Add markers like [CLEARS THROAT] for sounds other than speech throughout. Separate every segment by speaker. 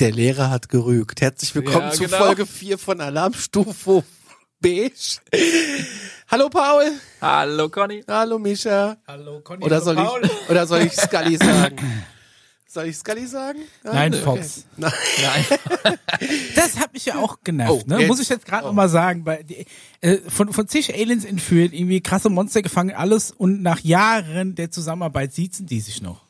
Speaker 1: Der Lehrer hat gerügt. Herzlich willkommen
Speaker 2: Ja,
Speaker 1: zu
Speaker 2: genau.
Speaker 1: Folge 4 von Alarmstufe Beige. Hallo Paul.
Speaker 2: Hallo Conny.
Speaker 1: Hallo Misha.
Speaker 3: Hallo, Conny.
Speaker 1: Oder
Speaker 3: hallo,
Speaker 1: soll
Speaker 3: Paul.
Speaker 1: ich, oder soll ich Scully sagen? Soll ich Scully sagen? Ah,
Speaker 3: Nein,
Speaker 1: okay.
Speaker 3: Fox.
Speaker 1: Nein.
Speaker 3: [LAUGHS] Das hat mich ja auch genervt,
Speaker 1: Oh,
Speaker 3: ne?
Speaker 1: jetzt-
Speaker 3: Muss ich jetzt gerade
Speaker 1: oh.
Speaker 3: noch nochmal sagen, weil die, äh, von, von zig Aliens entführt, irgendwie krasse Monster gefangen, alles und nach Jahren der Zusammenarbeit siezen die sich noch.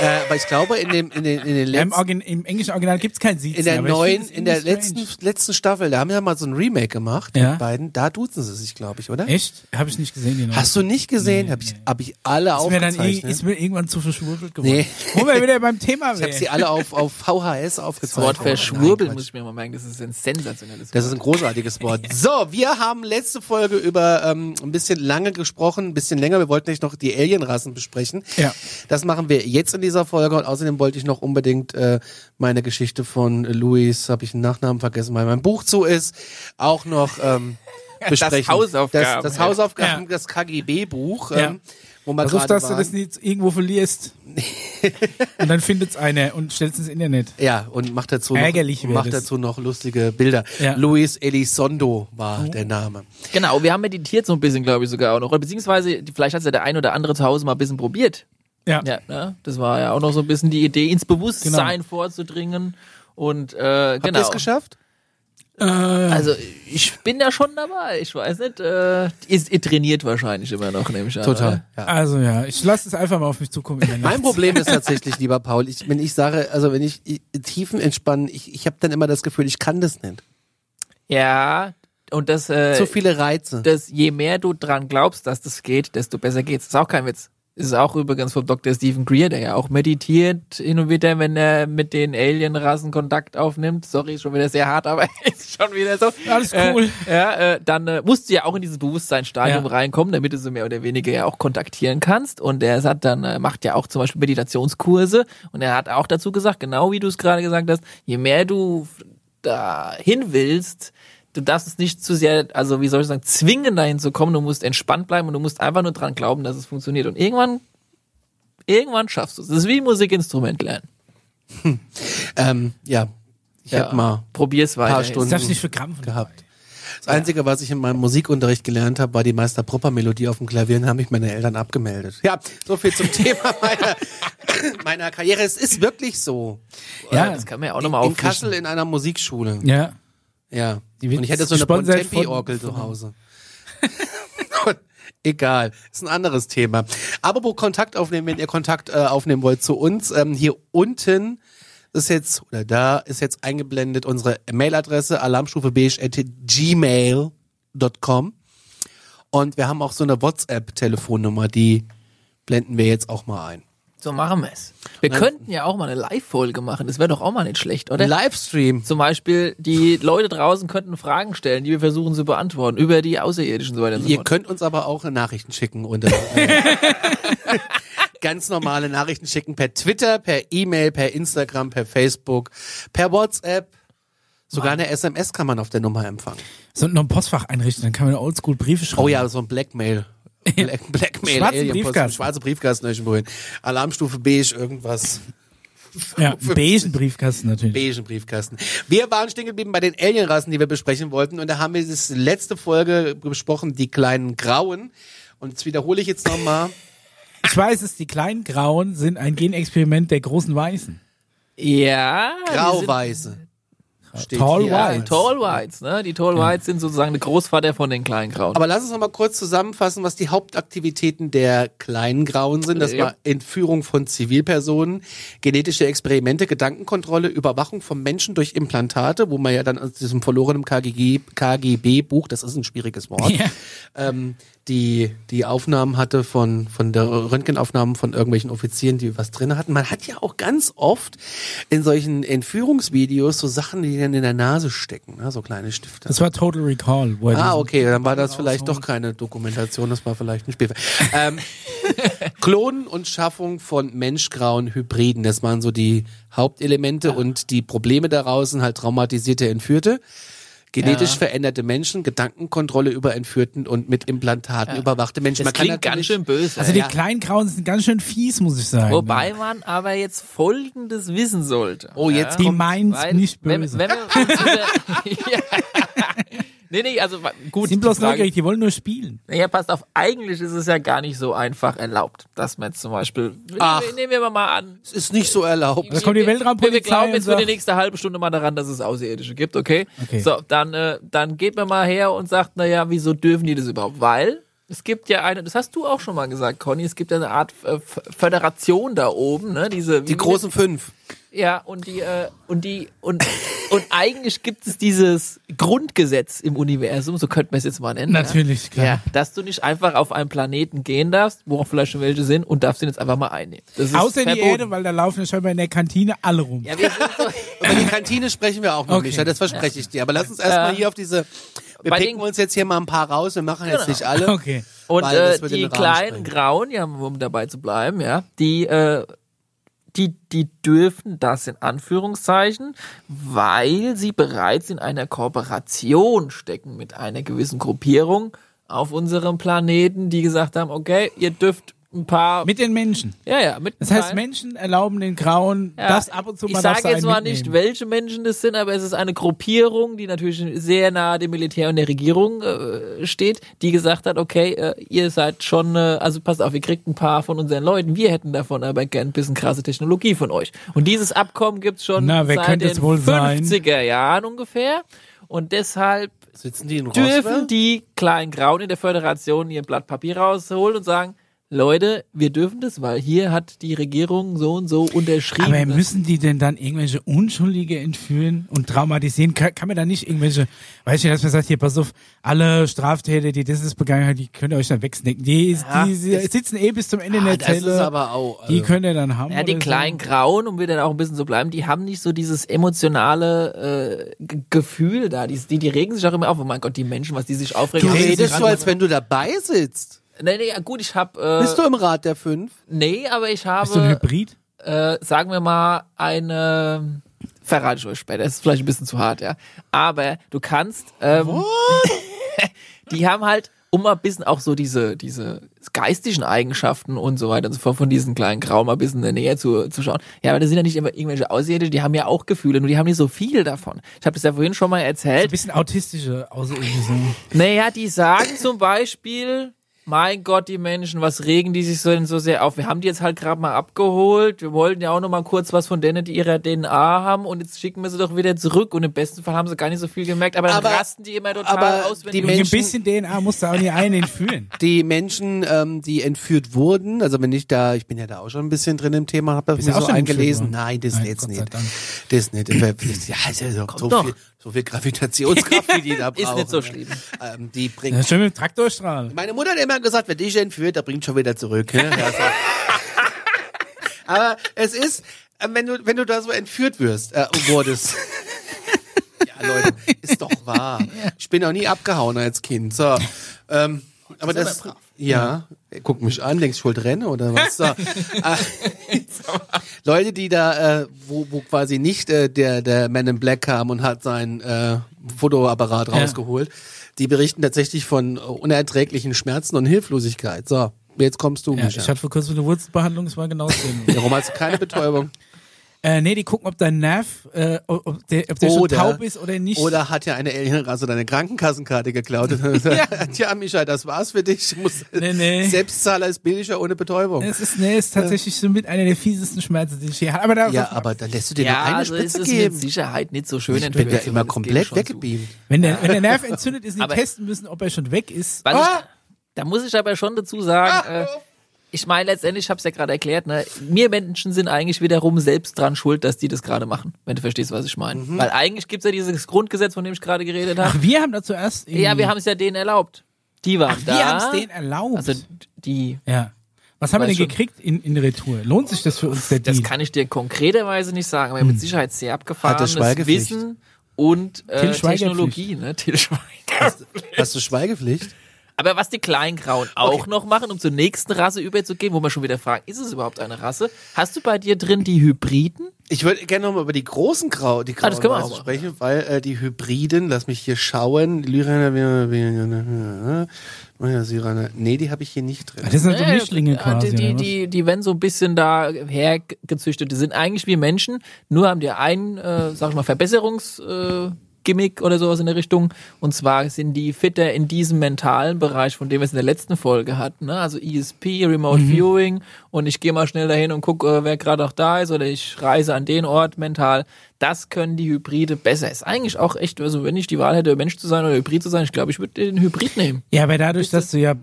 Speaker 1: Äh, aber ich glaube, in dem, in den, in den
Speaker 3: Im,
Speaker 1: letzten,
Speaker 3: Origin, Im englischen Original gibt's kein Siezen.
Speaker 1: in der
Speaker 3: aber ich
Speaker 1: neuen,
Speaker 3: find das
Speaker 1: in der
Speaker 3: irgendwie
Speaker 1: letzten,
Speaker 3: strange.
Speaker 1: letzten Staffel, da haben wir mal so ein Remake gemacht,
Speaker 3: Ja.
Speaker 1: mit beiden. Da duzen sie sich, glaube ich, oder?
Speaker 3: Echt? Habe ich nicht gesehen, die neue.
Speaker 1: Hast du nicht gesehen? Hab ich, hab ich alle
Speaker 3: ist mir dann ir-
Speaker 1: aufgezeichnet.
Speaker 3: ist mir irgendwann zu verschwurbelt geworden.
Speaker 1: Nee.
Speaker 3: Nee. Wo wir wieder beim Thema
Speaker 1: Ich habe sie
Speaker 3: wären.
Speaker 1: alle auf, auf VHS
Speaker 2: Das Wort
Speaker 1: aufgezeichnet.
Speaker 2: verschwurbeln
Speaker 1: Nein,
Speaker 2: muss ich mir mal merken, das ist ein sensationelles
Speaker 1: Das ist
Speaker 2: Wort.
Speaker 1: ein großartiges
Speaker 3: [LAUGHS]
Speaker 1: Wort. So, wir haben letzte Folge über ähm, ein bisschen lange gesprochen, ein bisschen länger. Wir wollten nämlich noch die Alienrassen besprechen.
Speaker 3: Ja.
Speaker 1: Das machen wir jetzt in dieser Folge und außerdem wollte ich noch unbedingt äh, meine Geschichte von Luis, habe ich den Nachnamen vergessen, weil mein Buch zu ist, auch noch
Speaker 3: [LAUGHS]
Speaker 1: ähm, besprechen.
Speaker 2: Hausaufgaben.
Speaker 1: Das, das Hausaufgaben,
Speaker 3: Ja.
Speaker 1: das KGB-Buch, ähm,
Speaker 3: Ja.
Speaker 1: wo man
Speaker 3: Versuch,
Speaker 1: gerade
Speaker 3: dass du
Speaker 1: waren.
Speaker 3: das nicht irgendwo verlierst. und dann findet's einer und stellt's ins Internet.
Speaker 1: Ja, und macht dazu,
Speaker 3: Ärgerlich
Speaker 1: noch,
Speaker 3: wäre
Speaker 1: macht
Speaker 3: das.
Speaker 1: dazu noch lustige Bilder.
Speaker 3: Ja. Hm.
Speaker 1: Luis Elizondo war der Name.
Speaker 2: Genau, wir haben meditiert so ein bisschen, glaube ich, sogar auch noch. Oder beziehungsweise, die- vielleicht hat ja der ein oder andere zu Hause mal ein bisschen probiert.
Speaker 3: Ja.
Speaker 2: Ja, Genau. ne? Das war ja auch noch so ein bisschen die Idee, ins Bewusstsein vorzudringen. Und äh,
Speaker 1: Habt
Speaker 2: genau.
Speaker 1: ihr es geschafft?
Speaker 2: Also ich bin da schon dabei. Ich weiß nicht. Äh, ihr, ihr trainiert wahrscheinlich immer noch, nehme ich an.
Speaker 1: Total. Ja.
Speaker 3: Also ja, ich lasse es einfach mal auf mich zukommen. in der Nacht.
Speaker 1: Mein Problem ist tatsächlich, lieber Paul, ich, wenn ich sage, also wenn ich, ich tiefen entspannen, ich, ich habe dann immer das Gefühl, ich kann das nicht.
Speaker 2: Oder? Ja. Und das, äh,
Speaker 1: Zu viele Reize.
Speaker 2: dass je mehr du dran glaubst, dass das geht, desto besser geht's. Ist auch kein Witz. Ist auch übrigens vom Dr. Stephen Greer, der ja auch meditiert hin und wieder, wenn er mit den Alienrassen Kontakt aufnimmt. Sorry, schon wieder sehr hart, aber [LAUGHS] ist schon wieder so.
Speaker 3: Alles cool.
Speaker 2: Äh, ja, äh, dann äh, musst du ja auch in dieses Bewusstseinsstadium
Speaker 3: Ja.
Speaker 2: reinkommen, damit du so mehr oder weniger ja auch kontaktieren kannst. Und er hat dann äh, macht ja auch zum Beispiel Meditationskurse und er hat auch dazu gesagt, genau wie du es gerade gesagt hast, je mehr du da hin willst, du darfst es nicht zu sehr, also wie soll ich sagen, zwingen dahin zu kommen. Du musst entspannt bleiben und du musst einfach nur dran glauben, dass es funktioniert. Und irgendwann, irgendwann schaffst du es. Es ist wie Musikinstrument lernen.
Speaker 1: Ähm, ja, ich hab habe mal
Speaker 2: probier's weiter.
Speaker 1: paar Stunden.
Speaker 3: Das darfst du nicht verkrampfen.
Speaker 1: gehabt. Das Einzige, was ich in meinem Musikunterricht gelernt habe, war die Meister Proper Melodie auf dem Klavier und haben mich meine Eltern abgemeldet. Ja, so viel zum [LAUGHS] Thema meiner, meiner Karriere. Es ist wirklich so.
Speaker 2: Ja,
Speaker 3: Ja,
Speaker 2: das kann man ja auch
Speaker 1: In,
Speaker 2: nochmal
Speaker 1: in
Speaker 2: auffrischen.
Speaker 1: Kassel in einer Musikschule.
Speaker 3: ja.
Speaker 1: Ja.
Speaker 3: Die wird
Speaker 1: Und ich hätte so eine
Speaker 3: gesponsert von-
Speaker 1: Bontempi-Orgel zu Hause. [LAUGHS] Egal, ist ein anderes Thema. Aber wo Kontakt aufnehmen, wenn ihr Kontakt äh, aufnehmen wollt zu uns, ähm, hier unten ist jetzt, oder da ist jetzt eingeblendet unsere Mailadresse alarmstufebeige.gmail.com und wir haben auch so eine WhatsApp-Telefonnummer, die blenden wir jetzt auch mal ein.
Speaker 2: So machen wir es. Wir könnten ja auch mal eine Live-Folge machen. Das wäre doch auch mal nicht schlecht, oder?
Speaker 1: Livestream.
Speaker 2: Zum Beispiel, die Leute draußen könnten Fragen stellen, die wir versuchen zu beantworten, über die Außerirdischen und so weiter und so
Speaker 1: Ihr
Speaker 2: fort.
Speaker 1: könnt uns aber auch Nachrichten schicken und äh, [LAUGHS] ganz normale Nachrichten schicken per Twitter, per E-Mail, per Instagram, per Facebook, per WhatsApp. Sogar eine SMS kann man auf der Nummer empfangen.
Speaker 3: Sollten noch ein Postfach einrichten, dann kann man oldschool Briefe schreiben.
Speaker 1: Oh ja, so ein Blackmail. Black, Blackmail.
Speaker 3: Schwarzen
Speaker 1: Alien-Post.
Speaker 3: Briefkasten.
Speaker 1: Schwarze Briefkasten irgendwo hin. Alarmstufe beige, irgendwas.
Speaker 2: [LAUGHS]
Speaker 3: Ja, einen beigen Briefkasten natürlich.
Speaker 1: Beigen Briefkasten. Wir waren stehen geblieben bei den Alienrassen, die wir besprechen wollten. Und da haben wir das letzte Folge besprochen, die kleinen Grauen. Und das wiederhole ich jetzt nochmal.
Speaker 3: Ich weiß es, die kleinen Grauen sind ein Genexperiment der großen Weißen.
Speaker 2: Ja. die
Speaker 1: Grauweiße. Steht
Speaker 3: Tall
Speaker 1: hier.
Speaker 2: sind- Ja, die
Speaker 3: Whites.
Speaker 2: Tall Whites, ne? Die Tall Whites sind sozusagen der Großvater von den kleinen Grauen.
Speaker 1: Aber lass uns noch mal kurz zusammenfassen, was die Hauptaktivitäten der kleinen Grauen sind. Das
Speaker 2: Ja.
Speaker 1: war Entführung von Zivilpersonen, genetische Experimente, Gedankenkontrolle, Überwachung von Menschen durch Implantate, wo man ja dann aus diesem verlorenen KGB-Buch, das ist ein schwieriges Wort,
Speaker 3: [LAUGHS] Ja.
Speaker 1: ähm, die, die Aufnahmen hatte von, von der Röntgenaufnahmen von irgendwelchen Offizieren, die was drin hatten. Man hat ja auch ganz oft in solchen Entführungsvideos so Sachen, die dann in der Nase stecken, ne? so kleine Stifte.
Speaker 3: Das war Total Recall. Wo er
Speaker 1: Ah,
Speaker 2: Also,
Speaker 3: diesen-
Speaker 1: okay, dann war das vielleicht doch keine Dokumentation, das war vielleicht ein Spielfilm.
Speaker 2: [LAUGHS]
Speaker 1: Ähm, Klonen und Schaffung von menschgrauen Hybriden, das waren so die Hauptelemente und die Probleme daraus sind halt traumatisierte Entführte. genetisch
Speaker 2: Ja.
Speaker 1: veränderte Menschen, Gedankenkontrolle über Entführten und mit Implantaten überwachte Menschen.
Speaker 2: Das klingt ganz
Speaker 1: natürlich-
Speaker 2: schön böse.
Speaker 3: Also
Speaker 2: ja.
Speaker 3: die kleinen Grauen sind ganz schön fies, muss ich sagen. ne?
Speaker 2: Wobei man aber jetzt Folgendes wissen sollte.
Speaker 1: Oh, jetzt
Speaker 3: die
Speaker 1: kommt-
Speaker 3: meint's
Speaker 2: Weil,
Speaker 3: nicht
Speaker 2: wenn-
Speaker 3: böse.
Speaker 2: Wenn, wir uns über, [LAUGHS] ja. Nee, nee, also wa- gut. die
Speaker 3: sind bloß
Speaker 2: Frage-
Speaker 3: neugierig, die wollen nur spielen.
Speaker 2: Naja, passt auf, eigentlich ist es ja gar nicht so einfach erlaubt, dass man jetzt zum Beispiel,
Speaker 1: Ach.
Speaker 2: nehmen wir mal an,
Speaker 1: Es ist nicht so erlaubt.
Speaker 3: Da kommt die Weltraumpolizei
Speaker 2: wir glauben
Speaker 3: und
Speaker 2: jetzt für die
Speaker 3: sagt-
Speaker 2: nächste halbe Stunde mal daran, dass es Außerirdische gibt, okay?
Speaker 3: Okay.
Speaker 2: So, dann, äh, dann geht man mal her und sagt, naja, wieso dürfen die das überhaupt? Weil es gibt ja eine, das hast du auch schon mal gesagt, Conny, es gibt ja eine Art äh, F- Föderation da oben, ne? Diese,
Speaker 1: Die großen fünf.
Speaker 2: ja, und die, äh, und die, und, und eigentlich gibt es dieses Grundgesetz im Universum, so könnten wir es jetzt mal nennen.
Speaker 3: Natürlich,
Speaker 2: Ja?
Speaker 3: klar.
Speaker 2: Ja, dass du nicht einfach auf einen Planeten gehen darfst, wo auch vielleicht schon welche sind, und darfst ihn jetzt einfach mal einnehmen. Das ist
Speaker 3: Außer die
Speaker 2: verboten.
Speaker 3: Erde, weil da laufen ja scheinbar in der Kantine alle rum.
Speaker 2: Ja, wir sind so,
Speaker 1: [LAUGHS] Über die Kantine sprechen wir auch noch
Speaker 3: Okay.
Speaker 1: nicht, ja, das verspreche ich dir. Aber lass uns erstmal hier auf diese. Wir
Speaker 2: Bei
Speaker 1: picken
Speaker 2: den-
Speaker 1: uns jetzt hier mal ein paar raus, wir machen jetzt
Speaker 2: Genau.
Speaker 1: nicht alle.
Speaker 3: Okay.
Speaker 2: Und
Speaker 1: Weil das
Speaker 2: äh,
Speaker 1: wird
Speaker 2: die
Speaker 1: den Rahmen
Speaker 2: kleinen
Speaker 1: sprengen.
Speaker 2: Grauen, ja, um dabei zu bleiben, ja, die, äh, die, die dürfen das in Anführungszeichen, weil sie bereits in einer Kooperation stecken mit einer gewissen Gruppierung auf unserem Planeten, die gesagt haben, okay, ihr dürft ein paar,
Speaker 3: Mit den Menschen.
Speaker 2: ja, ja, mit
Speaker 3: Das
Speaker 2: ein
Speaker 3: heißt,
Speaker 2: paar-
Speaker 3: Menschen erlauben den Grauen,
Speaker 2: ja,
Speaker 3: das ab und zu mal
Speaker 2: Äh, Ich
Speaker 3: darfst
Speaker 2: sage
Speaker 3: du
Speaker 2: jetzt
Speaker 3: einen
Speaker 2: mal nicht,
Speaker 3: mitnehmen.
Speaker 2: welche Menschen das sind, aber es ist eine Gruppierung, die natürlich sehr nahe dem Militär und der Regierung äh, steht, die gesagt hat, okay, äh, ihr seid schon, äh, also passt auf, ihr kriegt ein paar von unseren Leuten, wir hätten davon aber gern ein bisschen krasse Technologie von euch. Und dieses Abkommen gibt's schon
Speaker 3: Na, wer
Speaker 2: seit
Speaker 3: könnte
Speaker 2: den
Speaker 3: es wohl sein?
Speaker 2: 50er Jahren ungefähr. Und deshalb
Speaker 1: Sitzen die in Roswell?
Speaker 2: dürfen die kleinen Grauen in der Föderation ihr Blatt Papier rausholen und sagen, Leute, wir dürfen das, weil hier hat die Regierung so und so unterschrieben.
Speaker 3: Aber
Speaker 2: dass-
Speaker 3: müssen die denn dann irgendwelche Unschuldige entführen und traumatisieren? Kann, kann man da nicht irgendwelche, weißt du, dass man sagt, hier, pass auf, alle Straftäter, die das begangen haben, die könnt ihr euch dann wegsnacken. Die,
Speaker 2: Ja,
Speaker 3: die, sie sitzen eh bis zum Ende in
Speaker 1: Ah,
Speaker 3: der
Speaker 1: das ist
Speaker 3: Zelle.
Speaker 1: aber auch.
Speaker 3: die
Speaker 1: also-
Speaker 3: könnt ihr dann haben.
Speaker 2: äh, Ja, die
Speaker 3: oder so.
Speaker 2: kleinen Grauen, um wir dann auch ein bisschen so bleiben, die haben nicht so dieses emotionale äh, G- Gefühl da. Die, die, die regen sich auch immer auf. Oh mein Gott, die Menschen, was die sich aufregen.
Speaker 1: Du
Speaker 2: was die sich
Speaker 1: redest so,
Speaker 2: ran-
Speaker 1: als wenn du dabei sitzt.
Speaker 2: Nee, nee, ja, gut, ich habe. Äh,
Speaker 1: Bist du im Rat der Fünf?
Speaker 2: nee, aber ich
Speaker 3: Bist du
Speaker 2: habe,
Speaker 3: ein Hybrid?
Speaker 2: äh, sagen wir mal, eine. Verrate ich euch später. Das ist vielleicht ein bisschen zu hart, ja. Aber du kannst. Ähm, [LAUGHS] die haben halt. Um mal ein bisschen auch so diese, diese geistigen Eigenschaften und so weiter und so fort von diesen kleinen Grauen mal ein bisschen in der Nähe zu, zu schauen. Ja, aber das sind ja nicht immer irgendwelche Außerirdische, die haben ja auch Gefühle, nur die haben nicht so viel davon. Ich habe das ja vorhin schon mal
Speaker 3: Ein
Speaker 2: erzählt.
Speaker 3: bisschen autistische Außerirdische.
Speaker 2: Naja, die sagen zum Beispiel, mein Gott, die Menschen, was regen die sich so denn so sehr auf? Wir haben die jetzt halt gerade mal abgeholt. Wir wollten ja auch noch mal kurz was von denen, die ihre DNA haben und jetzt schicken wir sie doch wieder zurück und im besten Fall haben sie gar nicht so viel gemerkt, aber dann
Speaker 1: Aber-
Speaker 2: rasten die immer total
Speaker 1: aber
Speaker 2: aus, wenn die,
Speaker 1: die
Speaker 3: Ein
Speaker 1: Menschen-
Speaker 3: bisschen DNA musst du auch nicht einen entführen.
Speaker 1: Die Menschen, ähm, die entführt wurden, also wenn ich da, ich bin ja da auch schon ein bisschen drin im Thema, habe das
Speaker 3: Bist
Speaker 1: mir
Speaker 3: du auch
Speaker 1: so
Speaker 3: schon entführt
Speaker 1: eingelesen.
Speaker 3: worden?
Speaker 1: Nein, das
Speaker 3: Nein,
Speaker 1: jetzt
Speaker 3: Gott sei
Speaker 1: nicht.
Speaker 3: Dank.
Speaker 1: Das
Speaker 3: [LAUGHS]
Speaker 1: nicht. Ja, also so, so,
Speaker 2: doch.
Speaker 1: viel, so viel Gravitationskraft, wie die da brauchen.
Speaker 2: [LAUGHS] Ist nicht so
Speaker 1: ne?
Speaker 2: schlimm.
Speaker 1: Ähm, die
Speaker 3: Ja,
Speaker 1: bringt.
Speaker 3: schön mit dem Traktorstrahl.
Speaker 1: Meine Mutter hat immer gesagt, wer dich entführt, der bringt schon wieder zurück. ne? Ja, so.
Speaker 2: [LAUGHS]
Speaker 1: Aber es ist, äh, wenn du, wenn du da so entführt wirst, äh, wurdest. ja, Leute, ist doch
Speaker 3: [LAUGHS]
Speaker 1: wahr. Ich bin auch nie abgehauen als Kind. So, ähm, aber das, ja, guck mich an, denkst du, ich wollte rennen oder was?
Speaker 3: [LAUGHS]
Speaker 1: So. Äh, Leute, die da, äh, wo, wo quasi nicht äh, der, der Man in Black kam und hat seinen äh, Fotoapparat rausgeholt, die berichten tatsächlich von äh, unerträglichen Schmerzen und Hilflosigkeit. So, jetzt kommst du,
Speaker 3: Ja,
Speaker 1: Micha.
Speaker 3: ich hatte vor kurzem eine Wurzelbehandlung, es war genau das [LAUGHS] Thema.
Speaker 1: Warum hast du keine Betäubung?
Speaker 3: Äh, nee, die gucken, ob dein Nerv, äh, ob ob der, ob der schon taub ist oder nicht.
Speaker 1: Oder hat ja eine Alienrasse deine Krankenkassenkarte geklaut? ja. Tja, Micha, das war's für dich. Du musst-
Speaker 3: Nee, nee.
Speaker 1: Selbstzahler ist billiger ohne Betäubung.
Speaker 3: Es ist, nee, es ist tatsächlich so mit einer der fiesesten Schmerzen, die ich je hatte. Aber da,
Speaker 1: Ja, aber dann lässt du dir
Speaker 2: ja,
Speaker 1: nur eine
Speaker 2: also ist
Speaker 1: Spritze
Speaker 2: es mit
Speaker 1: geben.
Speaker 2: Sicherheit nicht so schön.
Speaker 1: Ich bin
Speaker 2: entwickelt,
Speaker 1: ja immer
Speaker 2: sondern das gebe ich
Speaker 1: komplett
Speaker 2: schon zu.
Speaker 1: weggebeamt.
Speaker 3: wenn, der, wenn der Nerv entzündet ist, die
Speaker 2: Aber-
Speaker 3: testen müssen, ob er schon weg ist.
Speaker 2: Was
Speaker 3: Ah! oh.
Speaker 2: ich, da muss ich aber schon dazu sagen, äh, ich meine, letztendlich, ich habe es ja gerade erklärt, ne, wir Menschen sind eigentlich wiederum selbst dran schuld, dass die das gerade machen, wenn du verstehst, was ich meine. Weil eigentlich gibt's ja dieses Grundgesetz, von dem ich gerade geredet habe.
Speaker 3: Mhm. Ach, wir haben da zuerst. irgendwie-
Speaker 2: Ja, wir haben es ja denen erlaubt. Die waren da.
Speaker 3: wir haben es denen erlaubt.
Speaker 2: Also die.
Speaker 3: ja. Was haben wir
Speaker 2: Weiß
Speaker 3: denn
Speaker 2: schon.
Speaker 3: gekriegt in, in Retour? Lohnt sich das für uns, der
Speaker 2: Das
Speaker 3: Deal?
Speaker 2: kann ich dir konkreterweise nicht sagen, aber
Speaker 3: Hm.
Speaker 2: mit Sicherheit sehr abgefahrenes
Speaker 1: Schweigepflicht?
Speaker 2: Wissen und äh,
Speaker 3: Till Schweiger
Speaker 2: Technologie, ne? Till Schweiger.
Speaker 1: Hast du Schweigepflicht?
Speaker 2: Aber was die kleinen Grauen auch noch machen, um zur nächsten Rasse überzugehen, wo man schon wieder fragt, ist es überhaupt eine Rasse? Hast du bei dir drin die Hybriden?
Speaker 1: Ich würde gerne nochmal über die großen Grau, die grauen
Speaker 2: das können wir
Speaker 1: Rassen
Speaker 2: auch mal.
Speaker 1: sprechen, weil äh, die Hybriden, lass mich hier schauen, Lyraner, wir- wir- wir- Syraner, nee, die habe ich hier nicht drin.
Speaker 3: Ah, Das sind so Mischlinge
Speaker 2: Äh,
Speaker 3: quasi.
Speaker 2: Die, die,
Speaker 3: oder was?
Speaker 2: die, die werden so ein bisschen da hergezüchtet. Die sind eigentlich wie Menschen, nur haben die einen, äh, sag ich mal, Verbesserungsgimmick äh, Gimmick oder sowas in der Richtung. Und zwar sind die fitter in diesem mentalen Bereich, von dem wir es in der letzten Folge hatten. Ne? Also ESP, Remote
Speaker 3: Mhm.
Speaker 2: Viewing und ich gehe mal schnell dahin und gucke, äh, wer gerade auch da ist oder ich reise an den Ort mental. Das können die Hybride besser. Ist eigentlich auch echt, also wenn ich die Wahl hätte, Mensch zu sein oder Hybrid zu sein, ich glaube, ich würde den Hybrid nehmen.
Speaker 3: Ja, aber dadurch, dass du ja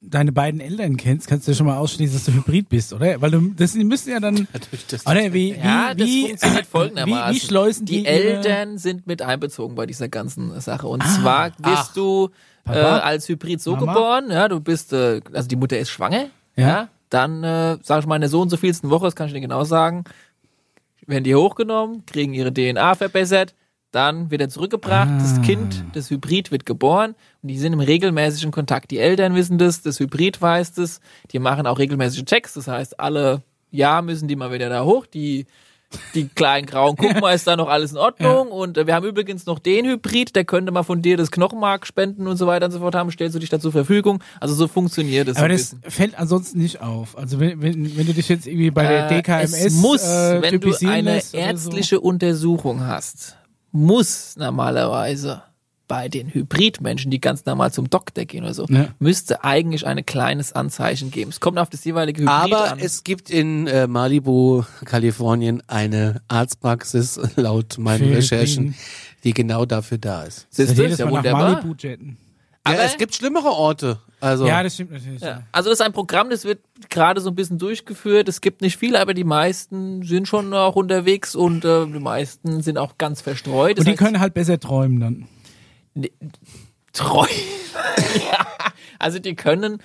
Speaker 3: deine beiden Eltern kennst, kannst du ja schon mal ausschließen, dass du Hybrid bist, oder? Weil du, das die müssen ja dann, oder Ah, ne, wie, wie,
Speaker 2: Ja, das
Speaker 3: wie,
Speaker 2: funktioniert folgendermaßen.
Speaker 3: Wie, wie schleusen die,
Speaker 2: die
Speaker 3: ihre-
Speaker 2: Eltern sind mit einbezogen bei dieser ganzen Sache. Und zwar bist
Speaker 1: ach.
Speaker 2: du äh,
Speaker 3: Ah. Papa?
Speaker 2: als Hybrid so
Speaker 3: Mama?
Speaker 2: geboren, ja, du bist, äh, also die Mutter ist schwanger,
Speaker 3: Ja.
Speaker 2: ja, dann, äh, sag ich mal, in der so und so vielsten Woche, das kann ich dir genau sagen, werden die hochgenommen, kriegen ihre DNA verbessert, dann wird er zurückgebracht,
Speaker 3: Ah.
Speaker 2: das Kind, das Hybrid wird geboren und die sind im regelmäßigen Kontakt. Die Eltern wissen das, das Hybrid weiß das, die machen auch regelmäßige Checks, das heißt, alle Jahr müssen die mal wieder da hoch, die die kleinen
Speaker 3: [LAUGHS]
Speaker 2: Grauen, guck mal, ist da noch alles in Ordnung und äh, wir haben übrigens noch den Hybrid, der könnte mal von dir das Knochenmark spenden und so weiter und so fort haben, stellst du dich da zur Verfügung, also so funktioniert es. so
Speaker 3: Aber
Speaker 2: ein
Speaker 3: das
Speaker 2: bisschen.
Speaker 3: fällt ansonsten nicht auf. Also wenn, wenn, wenn du dich jetzt irgendwie bei der
Speaker 2: Äh,
Speaker 3: DKMS
Speaker 2: es muss,
Speaker 3: äh,
Speaker 2: wenn du
Speaker 3: typisieren
Speaker 2: eine
Speaker 3: lässt oder
Speaker 2: ärztliche Untersuchung hast, muss normalerweise bei den Hybridmenschen, die ganz normal zum Doktor gehen oder so,
Speaker 3: Ja.
Speaker 2: müsste eigentlich ein kleines Anzeichen geben. Es kommt auf das jeweilige Hybrid
Speaker 1: Aber
Speaker 2: an.
Speaker 1: es gibt in äh, Malibu, Kalifornien, eine Arztpraxis, [LAUGHS] laut meinen
Speaker 3: Für
Speaker 1: Recherchen,
Speaker 3: Hybriden.
Speaker 1: die genau dafür da ist.
Speaker 3: so.
Speaker 2: Siehst
Speaker 3: Dass
Speaker 2: du,
Speaker 3: jedes
Speaker 2: ist ja
Speaker 3: Mal nach
Speaker 2: wunderbar.
Speaker 3: Malibu jetten.
Speaker 1: Aber
Speaker 2: Aber-
Speaker 1: ja, es gibt schlimmere Orte. Also,
Speaker 3: Ja, das stimmt natürlich.
Speaker 2: Ja.
Speaker 3: Ja.
Speaker 2: Also das ist ein Programm, das wird gerade so ein bisschen durchgeführt. Es gibt nicht viele, aber die meisten sind schon auch unterwegs und äh, die meisten sind auch ganz verstreut. Das
Speaker 3: Und die
Speaker 2: heißt,
Speaker 3: können halt besser träumen dann.
Speaker 2: treu. ja. Also die können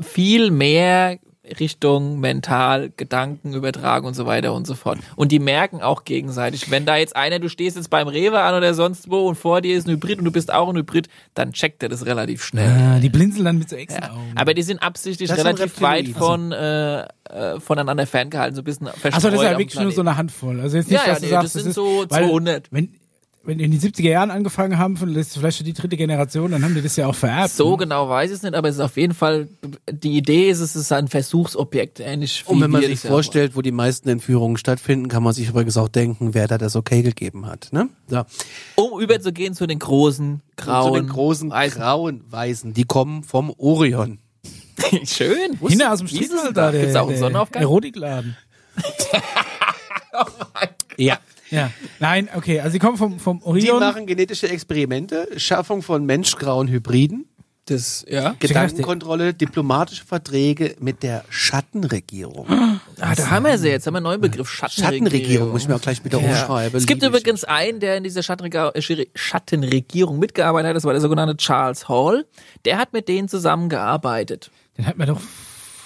Speaker 2: viel mehr Richtung mental, Gedanken übertragen und so weiter und so fort. Und die merken auch gegenseitig, wenn da jetzt einer, du stehst jetzt beim Rewe an oder sonst wo und vor dir ist ein Hybrid und du bist auch ein Hybrid, dann checkt er das relativ schnell.
Speaker 3: Ah, die blinzeln dann mit so Echsenaugen.
Speaker 2: Ja. Aber die sind absichtlich
Speaker 1: Das sind
Speaker 2: relativ weit
Speaker 1: Reptiloiden.
Speaker 2: von, äh, äh, voneinander ferngehalten, so ein bisschen verstreut.
Speaker 3: Achso, das ist ja
Speaker 2: am
Speaker 3: wirklich nur so
Speaker 2: Planeten.
Speaker 3: eine Handvoll. Also jetzt nicht,
Speaker 2: Ja, ja,
Speaker 3: dass du
Speaker 2: nee,
Speaker 3: sagst,
Speaker 2: das sind
Speaker 3: ist,
Speaker 2: so
Speaker 3: weil
Speaker 2: 200.
Speaker 3: Wenn, wenn die in den 70er Jahren angefangen haben, von- das ist vielleicht schon die dritte Generation, dann haben die das ja auch vererbt.
Speaker 2: So
Speaker 3: ne?
Speaker 2: genau weiß ich es nicht, aber es ist auf jeden Fall, die Idee ist, es ist ein Versuchsobjekt, ähnlich wie
Speaker 1: und wenn man
Speaker 2: wir
Speaker 1: sich
Speaker 2: das ja
Speaker 1: vorstellt, wo die meisten Entführungen stattfinden, kann man sich übrigens auch denken, wer da das okay gegeben hat. Ne? So.
Speaker 2: machen. Um überzugehen zu den großen, grauen.
Speaker 1: Um Zu den großen
Speaker 2: Weißen.
Speaker 1: grauen Weisen. Die kommen vom Orion.
Speaker 2: [LAUGHS] Schön.
Speaker 3: Hinter aus dem
Speaker 2: Wie ist es
Speaker 3: Stiefel
Speaker 2: denn
Speaker 3: da, der,
Speaker 2: Gibt's auch einen
Speaker 3: der
Speaker 2: [LAUGHS] Sonnenaufgang? Oh
Speaker 3: Erotikladen.
Speaker 1: Ja.
Speaker 3: Ja. Nein, okay, also die kommen vom, vom
Speaker 1: Die
Speaker 3: Orion.
Speaker 1: machen genetische Experimente, Schaffung von menschgrauen Hybriden,
Speaker 2: Das, ja.
Speaker 1: Gedankenkontrolle, diplomatische Verträge mit der Schattenregierung.
Speaker 2: Ah, da haben wir sie jetzt, haben wir einen neuen Begriff, Schattenregierung.
Speaker 1: Schattenregierung, muss ich mir auch gleich wieder
Speaker 2: Ja.
Speaker 1: umschreiben.
Speaker 2: Es gibt
Speaker 1: Liebe ich.
Speaker 2: übrigens einen, der in dieser Schattenrega- äh, Schiri- Schattenregierung mitgearbeitet hat, das war der sogenannte Charles Hall. Der hat mit denen zusammengearbeitet.
Speaker 3: Den hat man doch.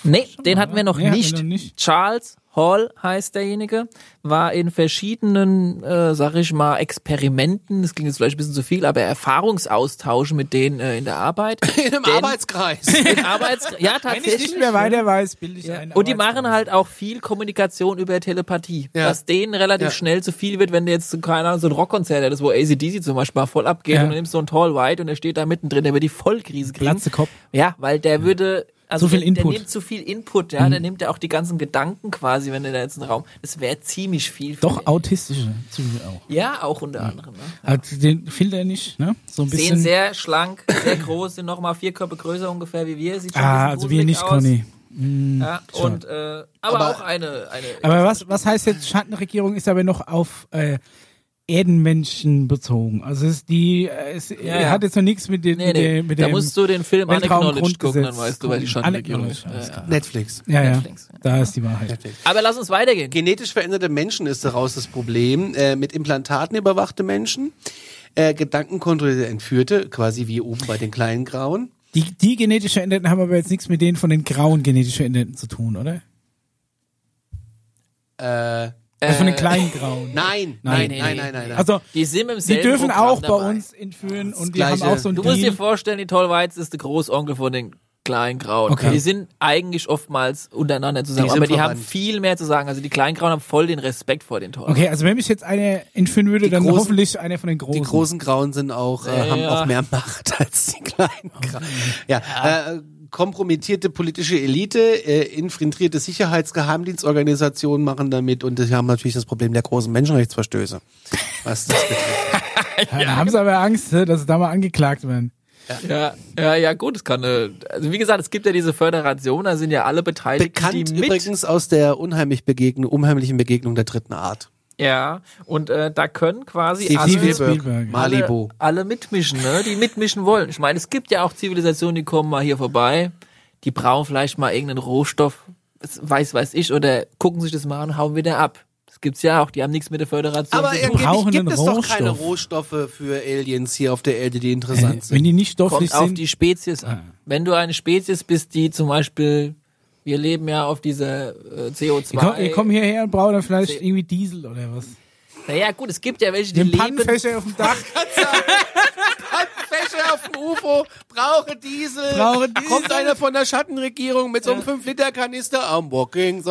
Speaker 2: Nee, den hatten wir noch,
Speaker 3: Nee, hatten wir
Speaker 2: nicht.
Speaker 3: noch nicht.
Speaker 2: Charles Hall heißt derjenige, war in verschiedenen, äh, sag ich mal, Experimenten, das klingt jetzt vielleicht ein bisschen zu viel, aber Erfahrungsaustauschen mit denen äh, in der Arbeit.
Speaker 3: [LAUGHS]
Speaker 1: in einem
Speaker 2: Denn-
Speaker 1: Arbeitskreis.
Speaker 2: [LAUGHS] Im Arbeits ja,
Speaker 3: Wenn ich
Speaker 2: tatsächlich.
Speaker 3: nicht mehr weiter weiß, bilde ich
Speaker 2: Ja.
Speaker 3: einen.
Speaker 2: Und die
Speaker 3: Arbeitskreis.
Speaker 2: machen halt auch viel Kommunikation über Telepathie,
Speaker 1: Ja.
Speaker 2: was denen relativ
Speaker 1: Ja.
Speaker 2: schnell zu viel wird, wenn du jetzt, so, keine Ahnung, so ein Rockkonzert hättest, wo ACDC zum Beispiel mal voll abgeht
Speaker 3: Ja.
Speaker 2: und du nimmst so einen Tall White und der steht da mittendrin, der wird die Vollkrise kriegen.
Speaker 3: Platze Kopf.
Speaker 2: Ja, weil der würde, also
Speaker 3: Zu viel
Speaker 2: der,
Speaker 3: Input. Mhm.
Speaker 2: der nimmt zu viel Input, ja, der nimmt ja auch die ganzen Gedanken quasi, wenn du da jetzt einen Raum, das wäre ziemlich viel. für
Speaker 3: Doch
Speaker 2: den.
Speaker 3: autistische Züge auch.
Speaker 2: Ja, auch unter anderem. Ne?
Speaker 3: Also den Filter nicht, ne? So ein
Speaker 2: Sehen
Speaker 3: bisschen.
Speaker 2: sehr schlank, sehr groß, sind nochmal vier Körper größer ungefähr wie wir. Sieht schon ein
Speaker 3: ah,
Speaker 2: bisschen
Speaker 3: also wir
Speaker 2: gruselig
Speaker 3: nicht,
Speaker 2: aus.
Speaker 3: Conny.
Speaker 2: Ja, und, äh, aber, auch eine, eine
Speaker 3: Aber was, was heißt jetzt Schattenregierung ist aber noch auf äh, Erdenmenschen bezogen. Also es, die äh, es
Speaker 2: Ja, ja.
Speaker 3: hat jetzt noch nichts mit den
Speaker 2: Nee,
Speaker 3: mit,
Speaker 2: nee.
Speaker 3: dem- mit
Speaker 2: da
Speaker 3: dem
Speaker 2: musst du den Film
Speaker 3: Weltraum-
Speaker 2: Unacknowledged gucken, dann
Speaker 3: Grundgesetz
Speaker 2: weißt du, weil die
Speaker 3: gucken.
Speaker 2: Schattenregierung ist.
Speaker 3: Unacknowledged, alles
Speaker 2: Ja,
Speaker 1: [LAUGHS]
Speaker 2: ja.
Speaker 1: Netflix.
Speaker 3: ja, ja.
Speaker 2: Netflix, ja.
Speaker 3: Da ist die Wahrheit.
Speaker 2: Aber lass uns weitergehen.
Speaker 1: Genetisch veränderte Menschen ist daraus das Problem. Äh, mit Implantaten überwachte Menschen, äh, gedankenkontrollierte Entführte, quasi wie oben bei den kleinen Grauen.
Speaker 3: Die, die genetisch veränderten haben aber jetzt nichts mit denen von den grauen genetisch veränderten zu tun, oder?
Speaker 1: Äh,
Speaker 3: Also von den kleinen Grauen.
Speaker 1: Nein,
Speaker 3: Nein,
Speaker 1: nein,
Speaker 2: nee,
Speaker 1: nein, nein, [LAUGHS]
Speaker 2: nee,
Speaker 1: nein, nein.
Speaker 3: Also,
Speaker 2: Die sind im
Speaker 3: die
Speaker 2: selben
Speaker 3: dürfen
Speaker 2: Programm
Speaker 3: auch bei
Speaker 2: dabei.
Speaker 3: uns entführen und die
Speaker 1: Gleiche.
Speaker 3: haben auch so ein
Speaker 2: Du musst dir
Speaker 3: Deal.
Speaker 2: vorstellen, die Tollweiz ist der Großonkel von den Kleingrauen.
Speaker 3: Okay.
Speaker 2: Die sind eigentlich oftmals untereinander zusammen,
Speaker 1: Die sind
Speaker 2: aber die
Speaker 1: verwandt.
Speaker 2: haben viel mehr zu sagen. Also die Kleingrauen haben voll den Respekt vor den Tollweizen.
Speaker 3: Okay, also wenn mich jetzt eine entführen würde, dann
Speaker 1: Großen-
Speaker 3: hoffentlich einer von den
Speaker 1: Die
Speaker 3: Großen.
Speaker 1: großen Grauen sind auch, äh, haben
Speaker 2: Ja.
Speaker 1: auch mehr Macht [LAUGHS] als die kleinen Grauen. Oh, Ja, Äh, kompromittierte politische Elite, äh, infiltrierte Sicherheitsgeheimdienstorganisationen machen damit und sie haben natürlich das Problem der großen Menschenrechtsverstöße. Was das betrifft.
Speaker 3: [LAUGHS] ja, da haben sie aber Angst, hä, dass sie da mal angeklagt werden.
Speaker 2: Ja, ja, ja, gut, es kann, äh, also wie gesagt, es gibt ja diese Föderation, da sind ja alle beteiligt,
Speaker 1: Bekannt
Speaker 2: die mit.
Speaker 1: übrigens aus der unheimlich Begegn unheimlichen Begegnung der dritten Art.
Speaker 2: Ja, und äh, da können quasi
Speaker 1: Steven
Speaker 2: alle,
Speaker 3: Spielberg.
Speaker 2: alle,
Speaker 1: Malibu.
Speaker 2: alle mitmischen, ne? die mitmischen wollen. Ich meine, es gibt ja auch Zivilisationen, die kommen mal hier vorbei, die brauchen vielleicht mal irgendeinen Rohstoff, das weiß, weiß ich, oder gucken sich das mal an und hauen wieder ab. Das gibt's ja auch, die haben nichts mit der Föderation
Speaker 1: Aber
Speaker 2: zu tun.
Speaker 1: angeblich
Speaker 3: brauchen
Speaker 1: gibt
Speaker 3: einen
Speaker 1: es doch keine
Speaker 3: Rohstoff.
Speaker 1: Rohstoffe für Aliens hier auf der Erde, die
Speaker 3: Äh,
Speaker 1: interessant
Speaker 3: wenn
Speaker 1: sind.
Speaker 3: die nicht stofflich
Speaker 2: Kommt auf
Speaker 3: sind.
Speaker 2: die Spezies
Speaker 3: Ah.
Speaker 2: an. Wenn du eine Spezies bist, die zum Beispiel, wir leben ja auf dieser äh, CO2.
Speaker 3: ihr, kommt, ihr kommt hierher und braucht dann vielleicht irgendwie Diesel oder was.
Speaker 2: Naja, gut, es gibt ja welche, die
Speaker 3: Den
Speaker 2: leben.
Speaker 3: Pannenfächer auf dem Dach.
Speaker 1: Wäsche auf dem UFO, brauche Diesel.
Speaker 3: Brauche Diesel.
Speaker 1: Kommt einer von der Schattenregierung mit so einem 5-Liter-Kanister am Walking, so,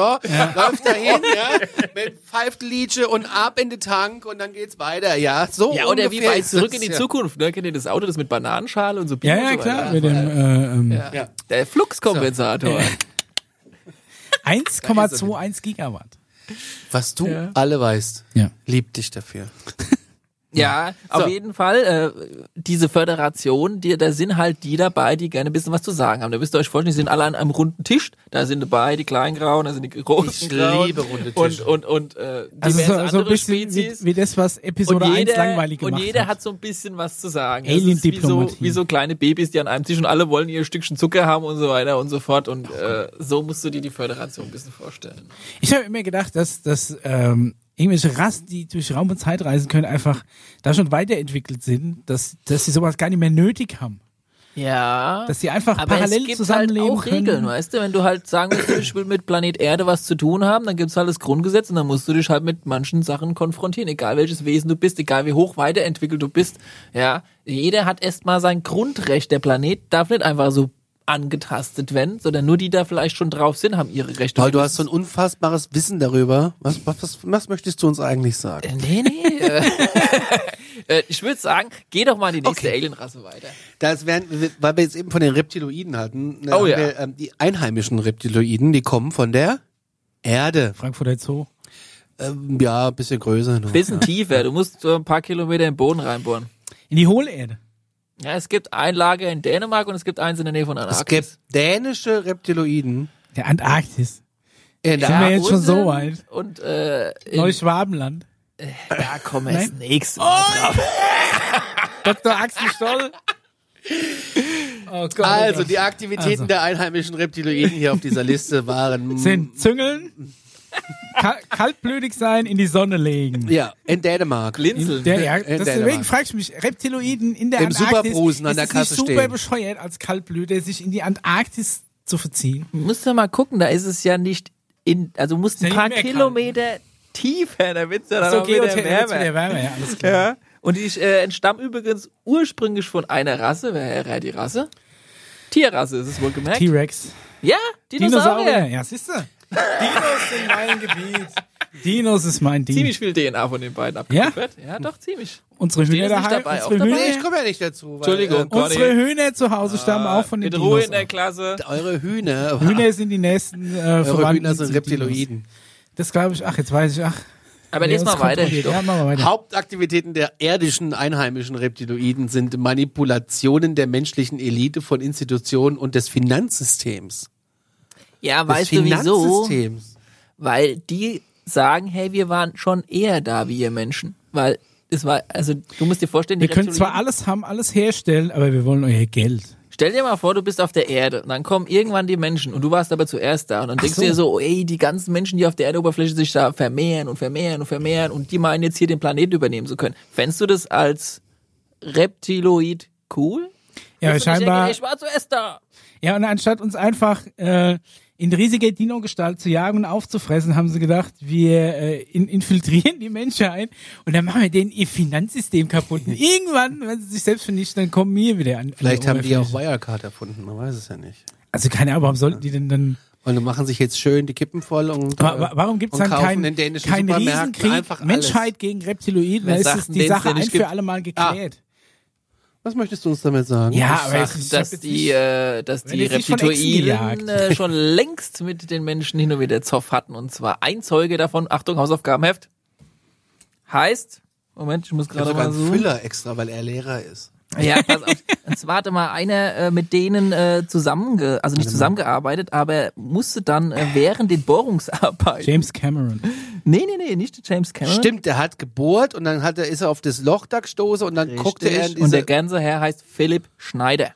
Speaker 1: läuft dahin, ja, mit pfeift Lietsche und ab in den Tank und dann geht's weiter, ja. So
Speaker 2: Ja, oder wie
Speaker 1: ungefähr
Speaker 2: bei
Speaker 1: ist
Speaker 2: Zurück
Speaker 1: das,
Speaker 2: in die
Speaker 1: ja.
Speaker 2: Zukunft, ne? Kennt ihr das Auto, das mit Bananenschale und so Bier
Speaker 3: Ja,
Speaker 2: und
Speaker 3: ja,
Speaker 2: so weiter?
Speaker 3: klar. Mit dem äh, ähm,
Speaker 1: Ja.
Speaker 2: Der Fluxkompensator.
Speaker 3: 1,21 Gigawatt.
Speaker 1: Was du alle weißt,
Speaker 3: Ja.
Speaker 1: lieb dich dafür.
Speaker 2: Ja, auf
Speaker 1: So.
Speaker 2: jeden Fall. Äh, diese Föderation, die, da sind halt die dabei, die gerne ein bisschen was zu sagen haben. Da müsst ihr euch vorstellen, die sind alle an einem runden Tisch. Da sind dabei die kleinen Grauen, da sind die
Speaker 1: Ich
Speaker 2: großen Grauen.
Speaker 1: liebe runde
Speaker 2: Und,
Speaker 1: Tische.
Speaker 2: und, und äh, diverse
Speaker 3: Also so, so ein
Speaker 2: andere
Speaker 3: bisschen wie,
Speaker 2: Spezies.
Speaker 3: wie das, was Episode
Speaker 2: und
Speaker 3: 1
Speaker 2: jeder,
Speaker 3: langweilig gemacht
Speaker 2: und jeder hat
Speaker 3: hat.
Speaker 2: so ein bisschen was zu sagen. Das ist wie so,
Speaker 3: Alien-Diplomatie.
Speaker 2: wie so kleine Babys, die an einem Tisch und alle wollen ihr Stückchen Zucker haben und so weiter und so fort. Und äh, so musst du dir die Föderation ein bisschen vorstellen.
Speaker 3: Ich habe immer gedacht, dass, dass ähm, irgendwelche Rassen, die durch Raum und Zeit reisen können, einfach da schon weiterentwickelt sind, dass, dass sie sowas gar nicht mehr nötig haben.
Speaker 2: Ja.
Speaker 3: Dass sie einfach
Speaker 2: aber
Speaker 3: parallel
Speaker 2: es gibt
Speaker 3: zusammenleben
Speaker 2: halt auch
Speaker 3: können.
Speaker 2: Regeln, weißt du? Wenn du halt sagen willst, ich will mit Planet Erde was zu tun haben, dann gibt's halt das Grundgesetz und dann musst du dich halt mit manchen Sachen konfrontieren, egal welches Wesen du bist, egal wie hoch weiterentwickelt du bist. Ja, jeder hat erstmal sein Grundrecht. Der Planet darf nicht einfach so angetastet werden, sondern nur die, die da vielleicht schon drauf sind, haben ihre Rechte.
Speaker 1: Paul,
Speaker 3: Halt.
Speaker 1: du hast so ein unfassbares Wissen darüber. Was, was, was, was möchtest du uns eigentlich sagen?
Speaker 2: Nee, nee.
Speaker 3: [LAUGHS]
Speaker 2: äh, äh, ich würde sagen, geh doch mal in die nächste Alienrasse weiter.
Speaker 1: Das wären, weil wir jetzt eben von den Reptiloiden hatten, ne,
Speaker 2: Oh
Speaker 1: haben
Speaker 2: ja.
Speaker 1: wir, ähm, die einheimischen Reptiloiden, die kommen von der Erde.
Speaker 3: Frankfurter Zoo.
Speaker 1: Ähm, ja, ein bisschen größer. Noch,
Speaker 2: Bisschen
Speaker 1: ja.
Speaker 2: tiefer, du musst so ein paar Kilometer im Boden reinbohren.
Speaker 3: In die Hohlerde.
Speaker 2: Ja, es gibt ein Lager in Dänemark und es gibt eins in der Nähe von
Speaker 1: Es
Speaker 2: Antarktis.
Speaker 1: gibt dänische Reptiloiden.
Speaker 3: Der Antarktis.
Speaker 1: In
Speaker 3: Sind wir
Speaker 1: der
Speaker 3: jetzt schon so weit?
Speaker 2: Und äh, in,
Speaker 3: Neuschwabenland.
Speaker 2: da kommen wir das
Speaker 3: Nein. Oh!
Speaker 2: nächste Mal drauf.
Speaker 3: Dr. Axel
Speaker 2: [LAUGHS]
Speaker 3: Stoll. Oh Gott.
Speaker 1: also
Speaker 3: oh Gott.
Speaker 1: die Aktivitäten
Speaker 3: Also.
Speaker 1: der einheimischen Reptiloiden hier auf dieser Liste waren
Speaker 3: [LAUGHS] sind züngeln, kal kaltblütig sein, in die Sonne legen.
Speaker 1: ja in Dänemark.
Speaker 2: Blinzeln.
Speaker 3: Der, ja,
Speaker 1: In
Speaker 3: das-
Speaker 1: Dänemark.
Speaker 3: deswegen frage ich mich, Reptiloiden in der
Speaker 1: äh, Im
Speaker 3: Antarktis,
Speaker 1: Superbrusen an der
Speaker 3: ist
Speaker 1: Kasse
Speaker 3: es nicht super
Speaker 1: stehen.
Speaker 3: bescheuert als Kaltblüter, sich in die Antarktis zu verziehen?
Speaker 2: Musst du mal gucken, da ist es ja nicht in, also du musst
Speaker 3: Ist ja
Speaker 2: ein paar
Speaker 3: nicht mehr ne? kalt.
Speaker 2: Kilometer tiefer, da wird's ja dann auch wieder
Speaker 3: Geothermie wird's
Speaker 2: wärmer.
Speaker 3: wieder wärmer, ja, alles klar.
Speaker 2: Ja. Und die äh, entstammen übrigens ursprünglich von einer Rasse. Wer wäre die Rasse? Tierrasse ist es wohl gemerkt.
Speaker 3: T-Rex.
Speaker 2: ja, Dinosaurier.
Speaker 3: Dinosaurier. Ja, siehst du? Dinos sind mein Gebiet. Dinos ist mein Ding.
Speaker 2: Ziemlich viel DNA von den beiden abgeliefert. Ja, doch, ziemlich.
Speaker 3: Unsere
Speaker 2: Stehen
Speaker 3: Hühner
Speaker 2: ist nicht
Speaker 3: daheim,
Speaker 2: dabei, auch
Speaker 3: unsere
Speaker 2: dabei?
Speaker 3: Hühner,
Speaker 1: Nee, ich komme ja nicht dazu. Weil, ähm,
Speaker 2: Entschuldigung.
Speaker 3: unsere Hühner zu Hause stammen auch von den
Speaker 2: Ah, Mit Ruhe
Speaker 3: Dinos.
Speaker 2: in der Klasse.
Speaker 1: äh, eure Hühner,
Speaker 3: Hühner sind die nächsten äh,
Speaker 1: eure
Speaker 3: Verwandten.
Speaker 1: Hühner sind
Speaker 3: zu Dinos.
Speaker 1: Reptiloiden.
Speaker 3: Das glaube ich. Ach, jetzt weiß ich. Ach,
Speaker 2: Aber
Speaker 3: Ja,
Speaker 2: lest
Speaker 3: das
Speaker 2: mal weiter.
Speaker 3: kontrolliert. Ja,
Speaker 2: Stopp.
Speaker 3: machen wir weiter.
Speaker 1: Hauptaktivitäten der irdischen einheimischen Reptiloiden sind Manipulationen der menschlichen Elite von Institutionen und des Finanzsystems.
Speaker 2: Ja,
Speaker 1: Des
Speaker 2: weißt du wieso?
Speaker 1: Finanzsystems.
Speaker 2: Weil die sagen, hey, wir waren schon eher da wie ihr Menschen. Weil es war, also du musst dir vorstellen, die
Speaker 3: Wir können zwar
Speaker 2: Reptilien-
Speaker 3: alles haben, alles herstellen, aber wir wollen euer Geld.
Speaker 2: Stell dir mal vor, du bist auf der Erde und dann kommen irgendwann die Menschen und du warst aber zuerst da. Und dann denkst du dir so, oh, ey, die ganzen Menschen, die auf der Erdoberfläche sich da vermehren und vermehren und vermehren und die meinen jetzt hier den Planeten übernehmen zu können. Fändst du das als Reptiloid cool?
Speaker 3: Ja,
Speaker 2: Dass du nicht
Speaker 3: scheinbar.
Speaker 2: denkst, Ich war zuerst da.
Speaker 3: Ja, und anstatt uns einfach äh, in riesiger Dino-Gestalt zu jagen und aufzufressen, haben sie gedacht, wir äh, in, infiltrieren die Menschheit und dann machen wir denen ihr
Speaker 2: [LAUGHS]
Speaker 3: Finanzsystem kaputt. Und irgendwann, wenn sie sich selbst vernichten, dann kommen wir wieder an.
Speaker 1: Vielleicht
Speaker 3: an
Speaker 1: haben
Speaker 3: die
Speaker 1: die auch
Speaker 3: Oberfläche.
Speaker 1: Wirecard erfunden, man weiß es ja nicht.
Speaker 3: Also keine Ahnung, warum sollten die denn dann...
Speaker 1: Und dann machen sich jetzt schön die Kippen voll und.
Speaker 3: Wa- wa-
Speaker 1: äh,
Speaker 3: Warum gibt es
Speaker 1: und
Speaker 3: dann
Speaker 1: kaufen
Speaker 3: keinen
Speaker 1: in dänischen
Speaker 3: keinen
Speaker 1: Supermärkten
Speaker 3: Riesenkrieg
Speaker 1: einfach alles.
Speaker 3: Menschheit gegen Reptiloiden? Da
Speaker 2: Wer
Speaker 3: ist
Speaker 2: sagt
Speaker 3: es
Speaker 2: denn,
Speaker 3: die
Speaker 2: den's
Speaker 3: Sache
Speaker 2: denn
Speaker 3: ein
Speaker 2: nicht
Speaker 3: für
Speaker 2: gibt?
Speaker 3: alle
Speaker 1: Ah.
Speaker 3: Mal geklärt.
Speaker 1: Was möchtest du uns damit sagen?
Speaker 3: Ja,
Speaker 2: Ich
Speaker 3: Ah, aber
Speaker 2: sag,
Speaker 3: es ist
Speaker 2: dass
Speaker 3: jetzt
Speaker 2: die,
Speaker 3: nicht-
Speaker 2: äh, dass die
Speaker 3: jetzt nicht von Echsen
Speaker 2: Reptitoiden
Speaker 3: gejagt.
Speaker 2: äh, schon längst mit den Menschen hin und wieder Zoff hatten. Und zwar ein Zeuge davon, Achtung, Hausaufgabenheft, heißt, Moment, ich muss
Speaker 1: Ich hab
Speaker 3: Also
Speaker 1: sogar
Speaker 2: gerade mal
Speaker 1: einen
Speaker 2: so.
Speaker 1: Füller extra, weil er Lehrer ist.
Speaker 2: Ja, pass auf. Und zwar hatte mal einer äh, mit denen äh, zusammenge, also nicht zusammengearbeitet, aber musste dann äh, während den Bohrungsarbeiten.
Speaker 3: James Cameron.
Speaker 2: Nee, nee, nee, nicht James Cameron.
Speaker 1: Stimmt, der hat gebohrt und dann hat er, ist er auf das Loch da gestoßen und dann guckte er in
Speaker 2: und der
Speaker 1: diese.
Speaker 2: ganze Herr heißt Philipp Schneider.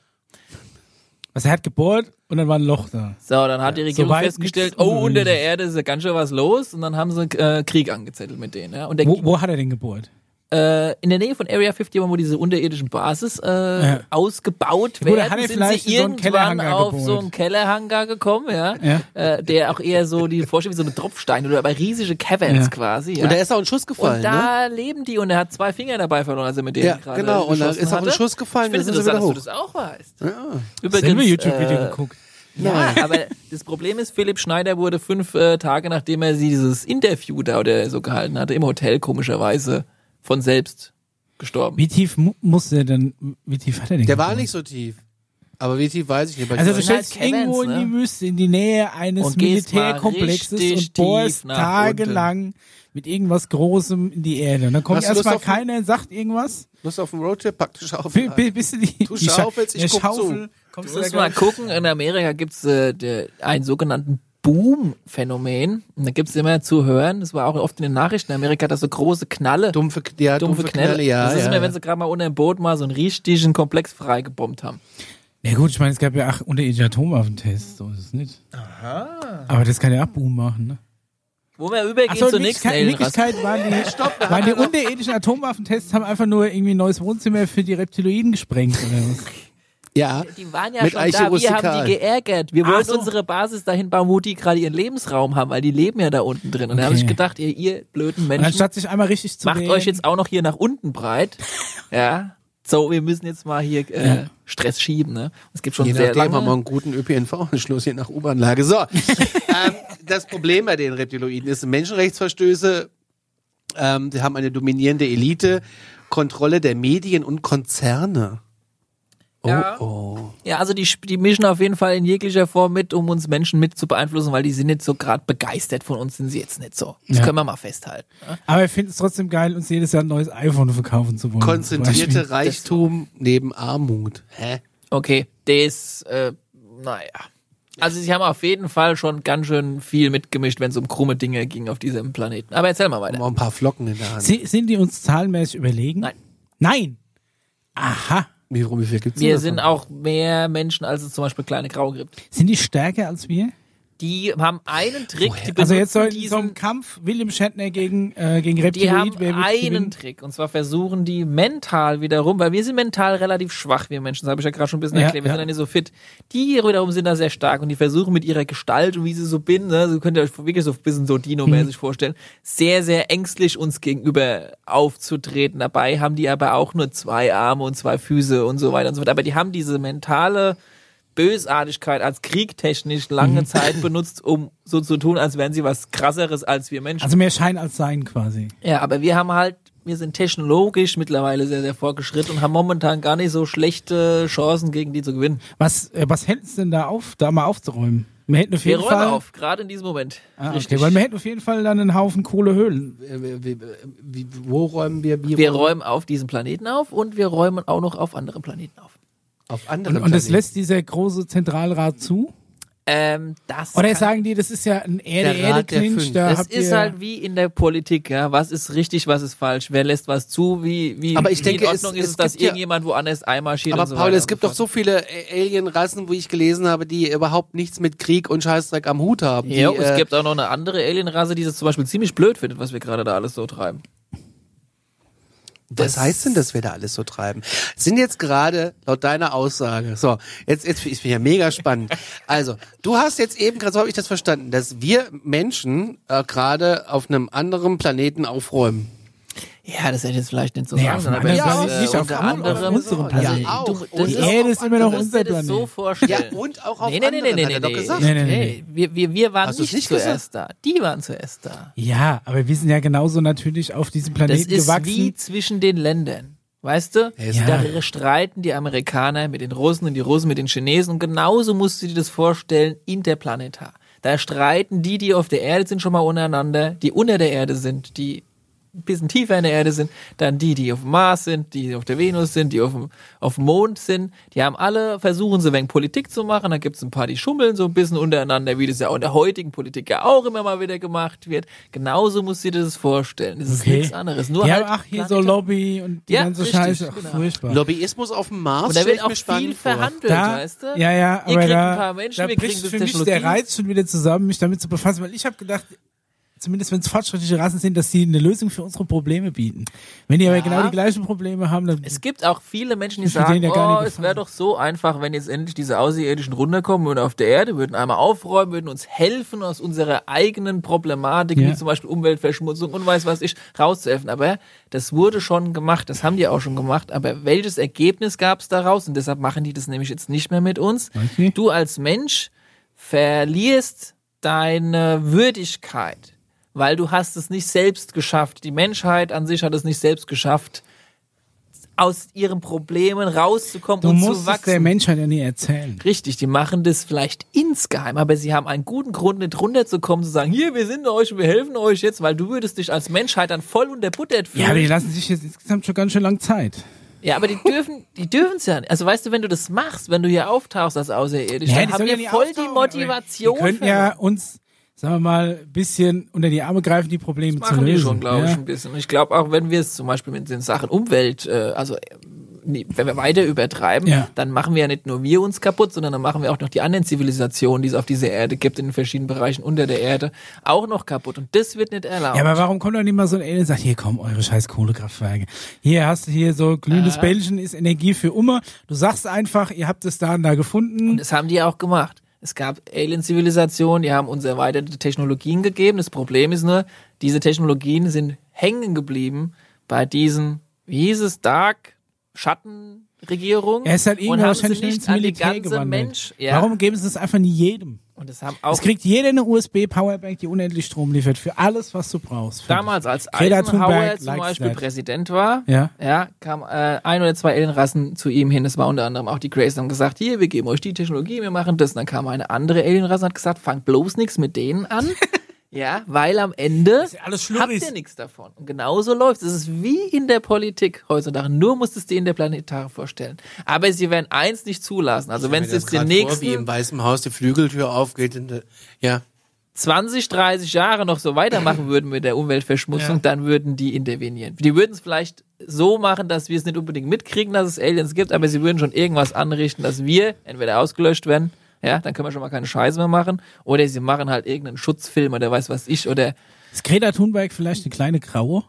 Speaker 3: Also er hat gebohrt und dann war ein Loch da.
Speaker 2: So, dann hat die Regierung
Speaker 3: Soweit
Speaker 2: festgestellt,
Speaker 3: nichts
Speaker 2: oh, unter der
Speaker 3: Ungewöhnliches.
Speaker 2: Erde ist ja ganz schön was los und dann haben sie äh, Krieg angezettelt mit denen. Ja. Und der,
Speaker 3: Wo, wo hat er denn gebohrt?
Speaker 2: äh, in der Nähe von Area 51, wo diese unterirdischen Basis äh, ausgebaut
Speaker 3: gut, da
Speaker 2: werden,
Speaker 3: hat er
Speaker 2: sind
Speaker 3: vielleicht
Speaker 2: sie
Speaker 3: in so einen
Speaker 2: irgendwann
Speaker 3: Kellerhangar
Speaker 2: auf
Speaker 3: gebohrt.
Speaker 2: so einen Kellerhangar gekommen, ja,
Speaker 3: Ja.
Speaker 2: Äh, der auch eher so die Vorstellung wie so eine Tropfsteine oder aber riesige Caverns
Speaker 3: Ja.
Speaker 2: quasi. Ja.
Speaker 1: Und da ist auch ein Schuss gefallen.
Speaker 2: Und
Speaker 1: ne?
Speaker 2: da leben die und er hat zwei Finger dabei verloren, als er mit denen
Speaker 1: Ja,
Speaker 2: gerade
Speaker 1: genau, und da
Speaker 2: geschossen
Speaker 1: ist auch ein
Speaker 2: hatte.
Speaker 1: Schuss gefallen,
Speaker 2: Ich finde
Speaker 1: da sind
Speaker 2: es
Speaker 1: sie wieder
Speaker 2: interessant, dass du das auch weißt.
Speaker 3: Übrigens, Selber YouTube-Video
Speaker 2: äh,
Speaker 3: geguckt.
Speaker 2: Ja, aber das Problem ist, Philipp Schneider wurde fünf äh, Tage, nachdem er dieses Interview da oder so gehalten hatte, im Hotel komischerweise von selbst gestorben.
Speaker 3: Wie tief mu muss er denn, wie tief hat er denn
Speaker 1: Der war
Speaker 3: gebohrt?
Speaker 1: nicht so tief. Aber wie tief weiß ich nicht. weil
Speaker 3: Also
Speaker 1: ich
Speaker 3: du
Speaker 2: sind
Speaker 1: weiß-
Speaker 3: stellst
Speaker 2: halt Caverns,
Speaker 3: irgendwo in die
Speaker 2: ne?
Speaker 3: Wüste, in die Nähe eines
Speaker 2: Und gehst mal
Speaker 3: Militärkomplexes
Speaker 2: richtig
Speaker 3: und bohrst
Speaker 2: tief nach unten.
Speaker 3: tagelang mit irgendwas Großem in die Erde. Und dann kommt
Speaker 1: Hast du Lust
Speaker 3: erstmal
Speaker 1: auf ein-
Speaker 3: keiner und sagt irgendwas.
Speaker 1: Lust auf einen Roadtrip, pack die
Speaker 3: Bi-
Speaker 1: Schaufel.
Speaker 3: bi- Bist du die,
Speaker 1: Äh, Du
Speaker 3: die Scha-
Speaker 1: schaufelst, ich
Speaker 3: der
Speaker 1: guck zu.
Speaker 3: Schaufel, kommst
Speaker 2: Du musst
Speaker 3: da
Speaker 2: mal
Speaker 3: gar-
Speaker 2: gucken, in Amerika gibt's äh, der, einen sogenannten Boom-Phänomen. Und da gibt's immer zu hören, das war auch oft in den Nachrichten in Amerika, dass so große Knalle,
Speaker 1: Dumpfe, ja, dumpfe, Knelle, ja.
Speaker 2: das ist
Speaker 1: ja,
Speaker 2: immer,
Speaker 1: ja.
Speaker 2: wenn sie gerade mal unter dem Boot mal so einen richtigen Komplex freigebombt haben.
Speaker 3: Ja gut, ich meine, es gab ja auch unterirdische Atomwaffentests, so ist es nicht. Aha. Aber das kann ja auch Boom machen, ne?
Speaker 2: Wo wir übergehen
Speaker 3: Achso,
Speaker 2: zur
Speaker 3: in
Speaker 2: nächsten
Speaker 3: Wirklichkeit, in
Speaker 2: Alien-Rasse.
Speaker 3: Wirklichkeit
Speaker 1: [LAUGHS]
Speaker 3: waren die, waren die unterirdischen Atomwaffentests, haben einfach nur irgendwie ein neues Wohnzimmer für die Reptiloiden gesprengt oder was.
Speaker 1: ja.
Speaker 2: Die waren ja
Speaker 1: Mit
Speaker 2: schon
Speaker 1: Eiche
Speaker 2: da, wir
Speaker 1: rustikal.
Speaker 2: haben die geärgert. Wir wollten
Speaker 3: so.
Speaker 2: unsere Basis dahin bauen, wo die gerade ihren Lebensraum haben, weil die leben ja da unten drin. Und da habe
Speaker 3: Okay.
Speaker 2: ich gedacht, ihr, ihr blöden
Speaker 3: Und
Speaker 2: Menschen,
Speaker 3: anstatt sich einmal richtig zu
Speaker 2: macht
Speaker 3: wehren,
Speaker 2: euch jetzt auch noch hier nach unten
Speaker 3: [LAUGHS]
Speaker 2: breit. ja. So, wir müssen jetzt mal hier äh,
Speaker 3: Ja.
Speaker 2: Stress schieben. Ne? Es gibt schon
Speaker 1: Je
Speaker 2: sehr
Speaker 1: nachdem haben wir
Speaker 2: lange...
Speaker 1: einen guten ÖPNV-Anschluss hier nach U-Bahnlage.
Speaker 2: [LAUGHS]
Speaker 1: So, ähm, das Problem bei den Reptiloiden ist Menschenrechtsverstöße. Ähm, sie haben eine dominierende Elite, Kontrolle der Medien und Konzerne. Oh,
Speaker 2: Ja.
Speaker 1: oh.
Speaker 2: Ja, also die, sp- die mischen auf jeden Fall in jeglicher Form mit, um uns Menschen mit zu beeinflussen, weil die sind jetzt so gerade begeistert von uns, sind sie jetzt nicht so. Das
Speaker 3: Ja.
Speaker 2: können wir mal festhalten. ne?
Speaker 3: Aber ich finde es trotzdem geil, uns jedes Jahr ein neues iPhone verkaufen zu wollen.
Speaker 2: Hm,
Speaker 3: Zum Beispiel.
Speaker 1: Konzentrierte Reichtum neben Armut. Hä?
Speaker 2: Okay, das, äh, naja. Also sie haben auf jeden Fall schon ganz schön viel mitgemischt, wenn es um krumme Dinge ging auf diesem Planeten. Aber erzähl mal
Speaker 3: Um
Speaker 1: Haben
Speaker 2: weiter.
Speaker 1: auch ein paar Flocken in der Hand.
Speaker 3: Sie, sind die uns zahlenmäßig überlegen?
Speaker 2: Nein.
Speaker 3: Nein! Aha.
Speaker 1: Wie, wie viel gibt's denn
Speaker 2: Wir
Speaker 1: davon?
Speaker 2: sind auch mehr Menschen, als es zum Beispiel kleine Graue gibt.
Speaker 3: Sind die stärker als wir?
Speaker 2: Die haben einen Trick, die benutzen
Speaker 3: Also jetzt soll in so einem
Speaker 2: diesen,
Speaker 3: Kampf William Shatner gegen, äh, gegen
Speaker 2: die
Speaker 3: Reptiloid,
Speaker 2: haben
Speaker 3: wer wird
Speaker 2: einen
Speaker 3: gewinnen?
Speaker 2: Trick. Und zwar versuchen die mental wiederum, weil wir sind mental relativ schwach, wir Menschen, das habe ich ja gerade schon ein bisschen
Speaker 3: Ja,
Speaker 2: erklärt, wir
Speaker 3: ja.
Speaker 2: sind ja nicht so fit. Die wiederum sind da sehr stark und die versuchen mit ihrer Gestalt und wie sie so bin, ne, so könnt ihr euch wirklich so ein bisschen so
Speaker 3: Mhm.
Speaker 2: Dino-mäßig vorstellen, sehr, sehr ängstlich uns gegenüber aufzutreten. Dabei haben die aber auch nur zwei Arme und zwei Füße und so weiter und so fort. Aber die haben diese mentale Bösartigkeit als kriegtechnisch
Speaker 3: Mhm.
Speaker 2: lange Zeit benutzt, um so zu tun, als wären sie was krasseres als wir Menschen.
Speaker 3: Also mehr Schein als Sein quasi.
Speaker 2: Ja, aber wir haben halt, wir sind technologisch mittlerweile sehr, sehr fortgeschritten und haben momentan gar nicht so schlechte Chancen, gegen die zu gewinnen.
Speaker 3: Was, äh, was hält uns denn da auf, da mal aufzuräumen? Wir hätten auf
Speaker 2: Wir
Speaker 3: jeden
Speaker 2: räumen
Speaker 3: Fall.
Speaker 2: auf, gerade in diesem Moment.
Speaker 3: Ah, okay,
Speaker 2: Richtig.
Speaker 3: weil wir hätten auf jeden Fall dann einen Haufen Kohlehöhlen.
Speaker 1: Äh, wie- wie- wie- Wo räumen wir Bier
Speaker 2: Wir räumen auf diesen Planeten auf und wir räumen auch noch auf andere Planeten auf.
Speaker 1: auf anderen
Speaker 3: Und, und das
Speaker 1: Planeten?
Speaker 3: lässt dieser große Zentralrat zu?
Speaker 2: Ähm, das
Speaker 3: Oder
Speaker 2: kann-
Speaker 3: sagen die, das ist ja
Speaker 1: Der
Speaker 3: ein
Speaker 1: Rat der
Speaker 3: Erde-Erde-Clinch,
Speaker 1: Fünf.
Speaker 3: da
Speaker 2: das
Speaker 3: habt
Speaker 2: ist
Speaker 3: ihr...
Speaker 2: halt wie in der Politik, ja. Was ist richtig, was ist falsch? Wer lässt was zu? Wie, wie,
Speaker 1: Aber ich
Speaker 2: wie
Speaker 1: denke,
Speaker 2: in
Speaker 1: es-
Speaker 2: Ordnung
Speaker 1: es
Speaker 2: ist es, dass
Speaker 1: gibt ja-
Speaker 2: irgendjemand woanders einmarschiert
Speaker 1: Aber
Speaker 2: und so
Speaker 1: Paul,
Speaker 2: weiter
Speaker 1: es
Speaker 2: und
Speaker 1: gibt
Speaker 2: so
Speaker 1: doch so viele äh, Alien-Rassen, wo ich gelesen habe, die überhaupt nichts mit Krieg und Scheißdreck am Hut haben.
Speaker 2: Ja,
Speaker 1: die,
Speaker 2: es
Speaker 1: äh,
Speaker 2: gibt auch noch eine andere Alienrasse, die das zum Beispiel ziemlich blöd findet, was wir gerade da alles so treiben.
Speaker 1: Was heißt denn, dass wir da alles so treiben? Sind jetzt gerade, laut deiner Aussage, so, jetzt, jetzt ich bin ja mega
Speaker 2: [LAUGHS]
Speaker 1: spannend. Also, du hast jetzt eben gerade, so habe ich das verstanden, dass wir Menschen äh, gerade auf einem anderen Planeten aufräumen.
Speaker 2: Ja, das hätte jetzt vielleicht nicht so
Speaker 3: Naja,
Speaker 2: sagen
Speaker 3: auf
Speaker 2: sollen,
Speaker 3: einem
Speaker 2: aber
Speaker 3: anderen
Speaker 2: jetzt,
Speaker 3: Planet, nicht
Speaker 2: äh,
Speaker 3: auf
Speaker 2: unter
Speaker 3: einem, auf
Speaker 2: anderem-
Speaker 3: unserem
Speaker 2: Also,
Speaker 3: Planeten.
Speaker 2: du-
Speaker 1: Auch.
Speaker 2: das
Speaker 1: Die
Speaker 2: ist
Speaker 3: Erde ist
Speaker 2: auf-
Speaker 3: immer noch
Speaker 2: du musst
Speaker 3: unser
Speaker 2: dir das so
Speaker 3: Planet.
Speaker 1: Ja,
Speaker 2: vorstellen.
Speaker 1: und auch auf
Speaker 2: Nee, nee, nee,
Speaker 1: anderen,
Speaker 2: nee,
Speaker 1: hat
Speaker 2: nee,
Speaker 1: er doch
Speaker 2: nee.
Speaker 1: gesagt.
Speaker 3: Nee, nee, nee.
Speaker 2: Nee, wir, wir, wir waren
Speaker 1: Hast du's
Speaker 2: nicht,
Speaker 1: nicht
Speaker 2: zuerst da. Die waren zuerst da.
Speaker 3: Ja, aber wir sind ja genauso natürlich auf diesem
Speaker 2: Das
Speaker 3: Planeten
Speaker 2: ist
Speaker 3: gewachsen.
Speaker 2: wie zwischen den Ländern. Weißt du?
Speaker 1: Ja, ist
Speaker 2: Da streiten die Amerikaner mit den Russen und die Russen mit den Chinesen. Und genauso musst du dir das vorstellen, interplanetar. Da streiten die, die auf der Erde sind, schon mal untereinander, die unter der Erde sind, die ein bisschen tiefer in der Erde sind, dann die, die auf dem Mars sind, die auf der Venus sind, die auf dem, auf dem Mond sind. Die haben alle, versuchen sie ein wenig Politik zu machen. Da gibt's ein paar, die schummeln so ein bisschen untereinander, wie das ja auch in der heutigen Politik ja auch immer mal wieder gemacht wird. Genauso musst du dir das vorstellen. Das ist nichts anderes. Nur
Speaker 3: ja,
Speaker 2: halt
Speaker 3: ach, hier so
Speaker 2: planetar.
Speaker 3: Lobby und die
Speaker 2: Ja,
Speaker 3: ganze
Speaker 2: richtig,
Speaker 3: Scheiße. Ach,
Speaker 2: genau.
Speaker 3: furchtbar.
Speaker 1: Lobbyismus auf dem Mars.
Speaker 2: Und da
Speaker 1: stell ich
Speaker 2: wird auch
Speaker 1: mir
Speaker 2: viel
Speaker 1: spannend vor.
Speaker 2: verhandelt,
Speaker 3: da,
Speaker 2: weißt du?
Speaker 3: Ja, ja,
Speaker 2: Ihr
Speaker 3: aber
Speaker 2: kriegt
Speaker 3: da,
Speaker 2: ein paar Menschen,
Speaker 3: da
Speaker 2: wir
Speaker 3: bricht
Speaker 2: kriegen das
Speaker 3: für mich
Speaker 2: Technologie.
Speaker 3: der Reiz schon wieder zusammen, mich damit zu befassen, weil ich habe gedacht, zumindest wenn es fortschrittliche Rassen sind, dass sie eine Lösung für unsere Probleme bieten. Wenn die aber
Speaker 2: Ja.
Speaker 3: genau die gleichen Probleme haben, dann
Speaker 2: Es gibt auch viele Menschen, die
Speaker 3: Ich will denen
Speaker 2: sagen,
Speaker 3: ja gar
Speaker 2: oh,
Speaker 3: nicht
Speaker 2: es wäre
Speaker 3: gefallen.
Speaker 2: doch so einfach, wenn jetzt endlich diese Außerirdischen runterkommen und auf der Erde würden einmal aufräumen, würden uns helfen, aus unserer eigenen Problematik,
Speaker 3: Ja.
Speaker 2: wie zum Beispiel Umweltverschmutzung und weiß was ich, rauszuhelfen. Aber das wurde schon gemacht, das haben die auch schon gemacht. Aber welches Ergebnis gab es daraus? Und deshalb machen die das nämlich jetzt nicht mehr mit uns.
Speaker 3: Okay.
Speaker 2: Du als Mensch verlierst deine Würdigkeit, weil du hast es nicht selbst geschafft. Die Menschheit an sich hat es nicht selbst geschafft, aus ihren Problemen rauszukommen
Speaker 3: du
Speaker 2: und
Speaker 3: musst
Speaker 2: zu
Speaker 3: es der
Speaker 2: wachsen.
Speaker 3: Menschheit ja nie erzählen.
Speaker 2: Richtig, die machen das vielleicht insgeheim, aber sie haben einen guten Grund, nicht runterzukommen, zu sagen, hier, wir sind euch, und wir helfen euch jetzt, weil du würdest dich als Menschheit dann voll unterbuttert fühlen.
Speaker 3: Ja, aber die lassen sich jetzt insgesamt schon ganz schön lang Zeit.
Speaker 2: Ja,
Speaker 3: [LAUGHS]
Speaker 2: aber die dürfen, die dürfen es ja nicht. Also weißt du, wenn du das machst, wenn du hier auftauchst als Außerirdischer,
Speaker 3: Naja,
Speaker 2: dann
Speaker 3: die
Speaker 2: haben
Speaker 3: sollen
Speaker 2: wir
Speaker 3: ja nicht
Speaker 2: voll die
Speaker 3: auftauchen, aber
Speaker 2: Motivation.
Speaker 3: Die könnten ja uns, sagen wir mal, ein bisschen unter die Arme greifen, die Probleme zu
Speaker 2: machen
Speaker 3: lösen.
Speaker 2: die schon, glaube ich,
Speaker 3: ja.
Speaker 2: ein bisschen. Und ich glaube auch, wenn wir es zum Beispiel mit den Sachen Umwelt, äh, also äh, nee, wenn wir weiter übertreiben,
Speaker 3: Ja.
Speaker 2: dann machen wir ja nicht nur wir uns kaputt, sondern dann machen wir auch noch die anderen Zivilisationen, die es auf dieser Erde gibt, in den verschiedenen Bereichen unter der Erde, auch noch kaputt. Und das wird nicht erlaubt.
Speaker 3: Ja, aber warum kommt dann immer so ein Alien und sagt, hier kommen eure scheiß Kohlekraftwerke. Hier hast du hier so glühendes Bällchen ist Energie für immer. Du sagst einfach, ihr habt es da und da gefunden.
Speaker 2: das haben die auch gemacht. Es gab Alien-Zivilisationen, die haben uns erweiterte Technologien gegeben. Das Problem ist nur, diese Technologien sind hängen geblieben bei diesen, wie hieß es, Dark Schattenregierung.
Speaker 3: Er ist halt
Speaker 2: und
Speaker 3: irgendwann
Speaker 2: haben sie
Speaker 3: wahrscheinlich nur
Speaker 2: nicht
Speaker 3: ins
Speaker 2: an die
Speaker 3: Militär
Speaker 2: ganze
Speaker 3: gewandert.
Speaker 2: Mensch. Ja.
Speaker 3: Warum geben sie es einfach nie jedem?
Speaker 2: Und das haben auch
Speaker 3: Es kriegt jeder eine USB-Powerbank, die unendlich Strom liefert für alles, was du brauchst.
Speaker 2: damals, als
Speaker 3: Greta
Speaker 2: Eisenhower
Speaker 3: Thunberg
Speaker 2: zum
Speaker 3: likes
Speaker 2: Beispiel
Speaker 3: that.
Speaker 2: Präsident war,
Speaker 3: Ja.
Speaker 2: ja kam äh, ein oder zwei Alienrassen zu ihm hin. Das war unter anderem auch die Grace. Haben gesagt, hier, wir geben euch die Technologie, wir machen das. Und dann kam eine andere Alienrasse und hat gesagt, fangt bloß nichts mit denen
Speaker 3: [LAUGHS]
Speaker 2: an. Ja, weil am Ende
Speaker 3: ja alles
Speaker 2: habt
Speaker 3: Schlurris.
Speaker 2: ihr nichts davon. Und genauso läuft es. Es ist wie in der Politik heutzutage. Nur musst du es dir in der Planetare vorstellen. Aber sie werden eins nicht zulassen. Also wenn es
Speaker 1: Stell mir
Speaker 2: jetzt
Speaker 1: das
Speaker 2: den
Speaker 1: grad vor,
Speaker 2: nächsten...
Speaker 1: Wie im Weißen Haus die Flügeltür aufgeht. In der, ja.
Speaker 2: 20, 30 Jahre noch so
Speaker 3: [CLEARS THROAT]
Speaker 2: weitermachen würden mit der Umweltverschmutzung,
Speaker 3: Ja.
Speaker 2: dann würden die intervenieren. Die würden es vielleicht so machen, dass wir es nicht unbedingt mitkriegen, dass es Aliens gibt, aber sie würden schon irgendwas anrichten, dass wir entweder ausgelöscht werden, ja, dann können wir schon mal keine Scheiße mehr machen, oder sie machen halt irgendeinen Schutzfilm oder weiß was ich, oder
Speaker 3: Ist Greta Thunberg vielleicht eine kleine Graue?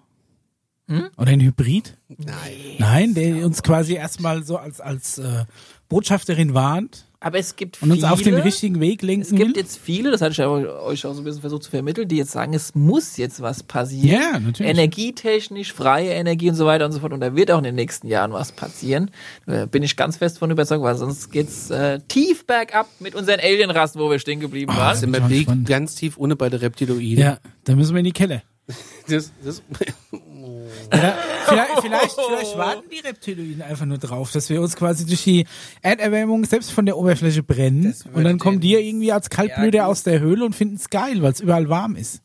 Speaker 2: Hm?
Speaker 3: Oder ein Hybrid?
Speaker 1: Nein.
Speaker 3: Nein, der uns quasi erstmal so als, als äh, Botschafterin warnt
Speaker 2: aber es gibt
Speaker 3: und
Speaker 2: viele,
Speaker 3: uns auf den richtigen Weg lenken
Speaker 2: es gibt
Speaker 1: Mhm.
Speaker 3: will.
Speaker 2: jetzt viele, das hatte ich ja euch auch so ein bisschen versucht zu vermitteln, die jetzt sagen, es muss jetzt was passieren.
Speaker 3: Ja, natürlich.
Speaker 2: Energietechnisch, freie Energie und so weiter und so fort. Und da wird auch in den nächsten Jahren was passieren. Äh, Bin ich ganz fest von überzeugt, weil sonst geht's äh, tief bergab mit unseren Alienrassen, wo wir stehen geblieben waren.
Speaker 1: Ah, Sind wir
Speaker 3: schon
Speaker 1: blieb
Speaker 3: spannend.
Speaker 1: ganz tief ohne bei der Reptiloiden.
Speaker 3: ja, dann müssen wir in die Kelle.
Speaker 1: [LAUGHS] Das, das,
Speaker 2: [LAUGHS]
Speaker 3: Vielleicht, vielleicht, vielleicht warten die Reptiloiden einfach nur drauf, dass wir uns quasi durch die Erderwärmung selbst von der Oberfläche brennen.
Speaker 2: Das würde
Speaker 3: Und dann kommen die ja
Speaker 2: denen-
Speaker 3: irgendwie als Kaltblüter
Speaker 2: Ja, gut.
Speaker 3: aus der Höhle und finden es geil, weil es überall warm ist.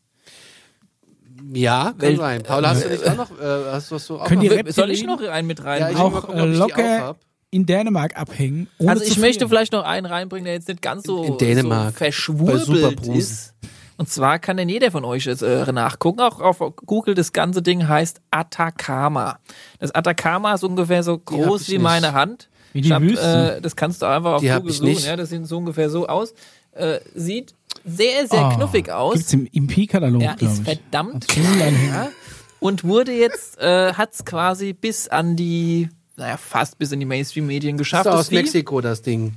Speaker 1: ja, kann
Speaker 2: Welt-
Speaker 1: sein. Paula, hast du dich auch noch, äh, hast, du- hast du auch
Speaker 3: Könnt
Speaker 1: noch
Speaker 3: ihr-
Speaker 2: Soll- Soll ich noch einen mit
Speaker 1: Ja,
Speaker 2: reinbringen?
Speaker 1: ich
Speaker 3: auch,
Speaker 1: mal gucken,
Speaker 3: äh,
Speaker 1: ob ich die
Speaker 3: locker
Speaker 1: auch hab.
Speaker 3: In Dänenemark abhängen. Ohne
Speaker 2: also ich
Speaker 3: zu
Speaker 2: möchte
Speaker 3: frieren.
Speaker 2: vielleicht noch einen reinbringen, der jetzt nicht ganz so,
Speaker 1: In- in Dänemark,
Speaker 2: so
Speaker 1: bei
Speaker 2: verschwurbelt
Speaker 1: Superbrusen.
Speaker 2: ist. Und zwar kann denn jeder von euch jetzt äh, nachgucken. Auch auf Google, das ganze Ding heißt Atacama. Das Atacama ist ungefähr so
Speaker 1: hab
Speaker 2: groß
Speaker 1: ich
Speaker 2: wie
Speaker 1: nicht.
Speaker 2: meine Hand.
Speaker 3: Wie die
Speaker 2: ich hab,
Speaker 3: Wüste.
Speaker 2: äh, das kannst du einfach auf
Speaker 1: Die hab
Speaker 2: Google
Speaker 1: ich
Speaker 2: suchen.
Speaker 1: nicht.
Speaker 2: Ja, das sieht so ungefähr so aus. Äh, sieht sehr, sehr
Speaker 3: Ah,
Speaker 2: knuffig aus.
Speaker 3: Gibt's im MP-Katalog,
Speaker 2: Ja,
Speaker 3: glaube
Speaker 2: ist
Speaker 3: ich.
Speaker 2: verdammt
Speaker 3: Cool,
Speaker 2: klein. Ja. und wurde jetzt, äh, hat es quasi bis an die, naja, fast bis in die Mainstream-Medien geschafft.
Speaker 1: Ist doch aus
Speaker 2: Vieh.
Speaker 1: Mexiko das Ding.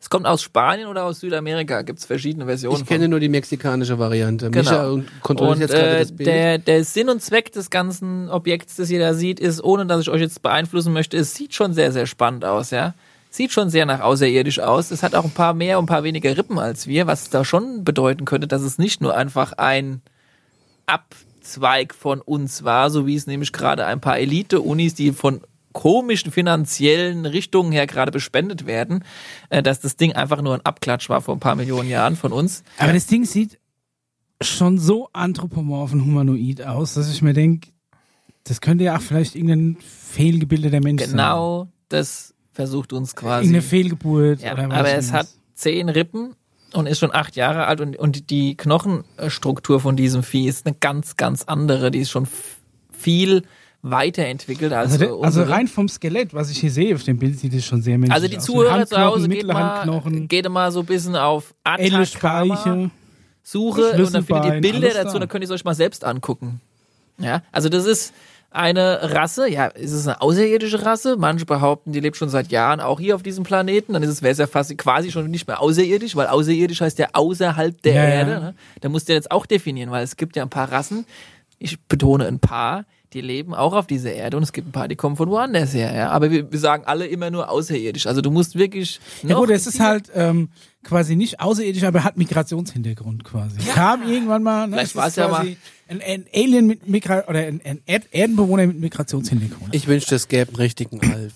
Speaker 2: Es kommt aus Spanien oder aus Südamerika, gibt es verschiedene Versionen.
Speaker 1: Ich kenne nur die mexikanische Variante.
Speaker 2: Genau.
Speaker 1: Micha kontrolliert
Speaker 2: und,
Speaker 1: jetzt gerade
Speaker 2: äh,
Speaker 1: das Bild.
Speaker 2: Der, der Sinn und Zweck des ganzen Objekts, das ihr da sieht, ist, ohne dass ich euch jetzt beeinflussen möchte, es sieht schon sehr, sehr spannend aus, ja. Sieht schon sehr nach außerirdisch aus. Es hat auch ein paar mehr und ein paar weniger Rippen als wir, was da schon bedeuten könnte, dass es nicht nur einfach ein Abzweig von uns war, so wie es nämlich gerade ein paar Elite-Unis, die von komischen finanziellen Richtungen her gerade bespendet werden, äh, dass das Ding einfach nur ein Abklatsch war vor ein paar Millionen Jahren von uns.
Speaker 3: Aber das Ding sieht schon so anthropomorphen humanoid aus, dass ich mir denke, das könnte ja auch vielleicht irgendein fehlgebildeter Mensch
Speaker 2: Genau das versucht uns
Speaker 3: sein.
Speaker 2: quasi.
Speaker 3: Irgendeine Fehlgeburt.
Speaker 2: ja,
Speaker 3: oder was
Speaker 2: aber
Speaker 3: weiß
Speaker 2: es
Speaker 3: ich.
Speaker 2: hat zehn Rippen und ist schon acht Jahre alt und, und die Knochenstruktur von diesem Vieh ist eine ganz, ganz andere. Die ist schon f- viel weiterentwickelt als
Speaker 3: Also, de- also
Speaker 2: unsere.
Speaker 3: rein vom Skelett, was ich hier sehe auf dem Bild, sieht es schon sehr menschlich
Speaker 2: Also die
Speaker 3: aus.
Speaker 2: Zuhörer zu
Speaker 3: Handknochen,
Speaker 2: Hause geht
Speaker 3: mittleren
Speaker 2: mal,
Speaker 3: Knochen,
Speaker 2: geht mal so ein bisschen auf Atacama,
Speaker 3: Ellenspeiche.
Speaker 2: Suche und dann findet ihr
Speaker 3: Schlüsselbein,
Speaker 2: Bilder
Speaker 3: alles
Speaker 2: dazu,
Speaker 3: da.
Speaker 2: dann könnt ihr es euch mal selbst angucken. Ja, also das ist eine Rasse, ja, ist es eine außerirdische Rasse? Manche behaupten, die lebt schon seit Jahren auch hier auf diesem Planeten, dann ist es wäre es ja fast quasi schon nicht mehr außerirdisch, weil außerirdisch heißt ja außerhalb der
Speaker 3: Ja, ja.
Speaker 2: Erde. Ne? Da musst du jetzt auch definieren, weil es gibt ja ein paar Rassen, ich betone ein paar, die leben auch auf dieser Erde und es gibt ein paar, die kommen von woanders her. Ja? Aber wir, wir sagen alle immer nur außerirdisch. Also du musst wirklich.
Speaker 3: Ja
Speaker 2: noch
Speaker 3: gut, es ist
Speaker 2: gezielter-
Speaker 3: halt ähm, quasi nicht außerirdisch, aber hat Migrationshintergrund quasi. Kam irgendwann mal, ne?
Speaker 2: Vielleicht
Speaker 3: es
Speaker 2: war's
Speaker 3: ist
Speaker 2: ja
Speaker 3: quasi ein, ein Alien mit Migra oder ein, ein Erd Erdenbewohner mit Migrationshintergrund.
Speaker 1: ich wünschte, es gäbe einen richtigen Alf.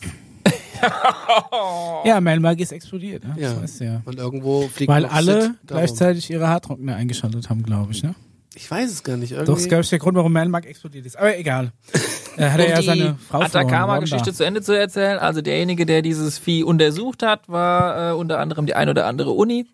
Speaker 2: Oh.
Speaker 3: ja, Melmark ist explodiert, ne?
Speaker 1: Ja.
Speaker 3: Das weißt du ja.
Speaker 1: Und irgendwo fliegt
Speaker 3: Weil
Speaker 1: noch
Speaker 3: alle
Speaker 1: Sid darum.
Speaker 3: gleichzeitig ihre Haartrockner eingeschaltet haben, glaube ich,
Speaker 2: Mhm.
Speaker 3: ne?
Speaker 1: Ich weiß es gar nicht. Irgendwie.
Speaker 3: Doch, das ist, glaube ich, der Grund, warum Melmark explodiert ist. Aber
Speaker 2: [LAUGHS]
Speaker 3: egal. Äh, hat
Speaker 2: um
Speaker 3: er ja
Speaker 2: die
Speaker 3: seine Frau verloren,
Speaker 2: Atacama-Geschichte
Speaker 3: Wanda.
Speaker 2: zu Ende zu erzählen. Also derjenige, der dieses Vieh untersucht hat, war äh, unter anderem die ein oder andere Uni.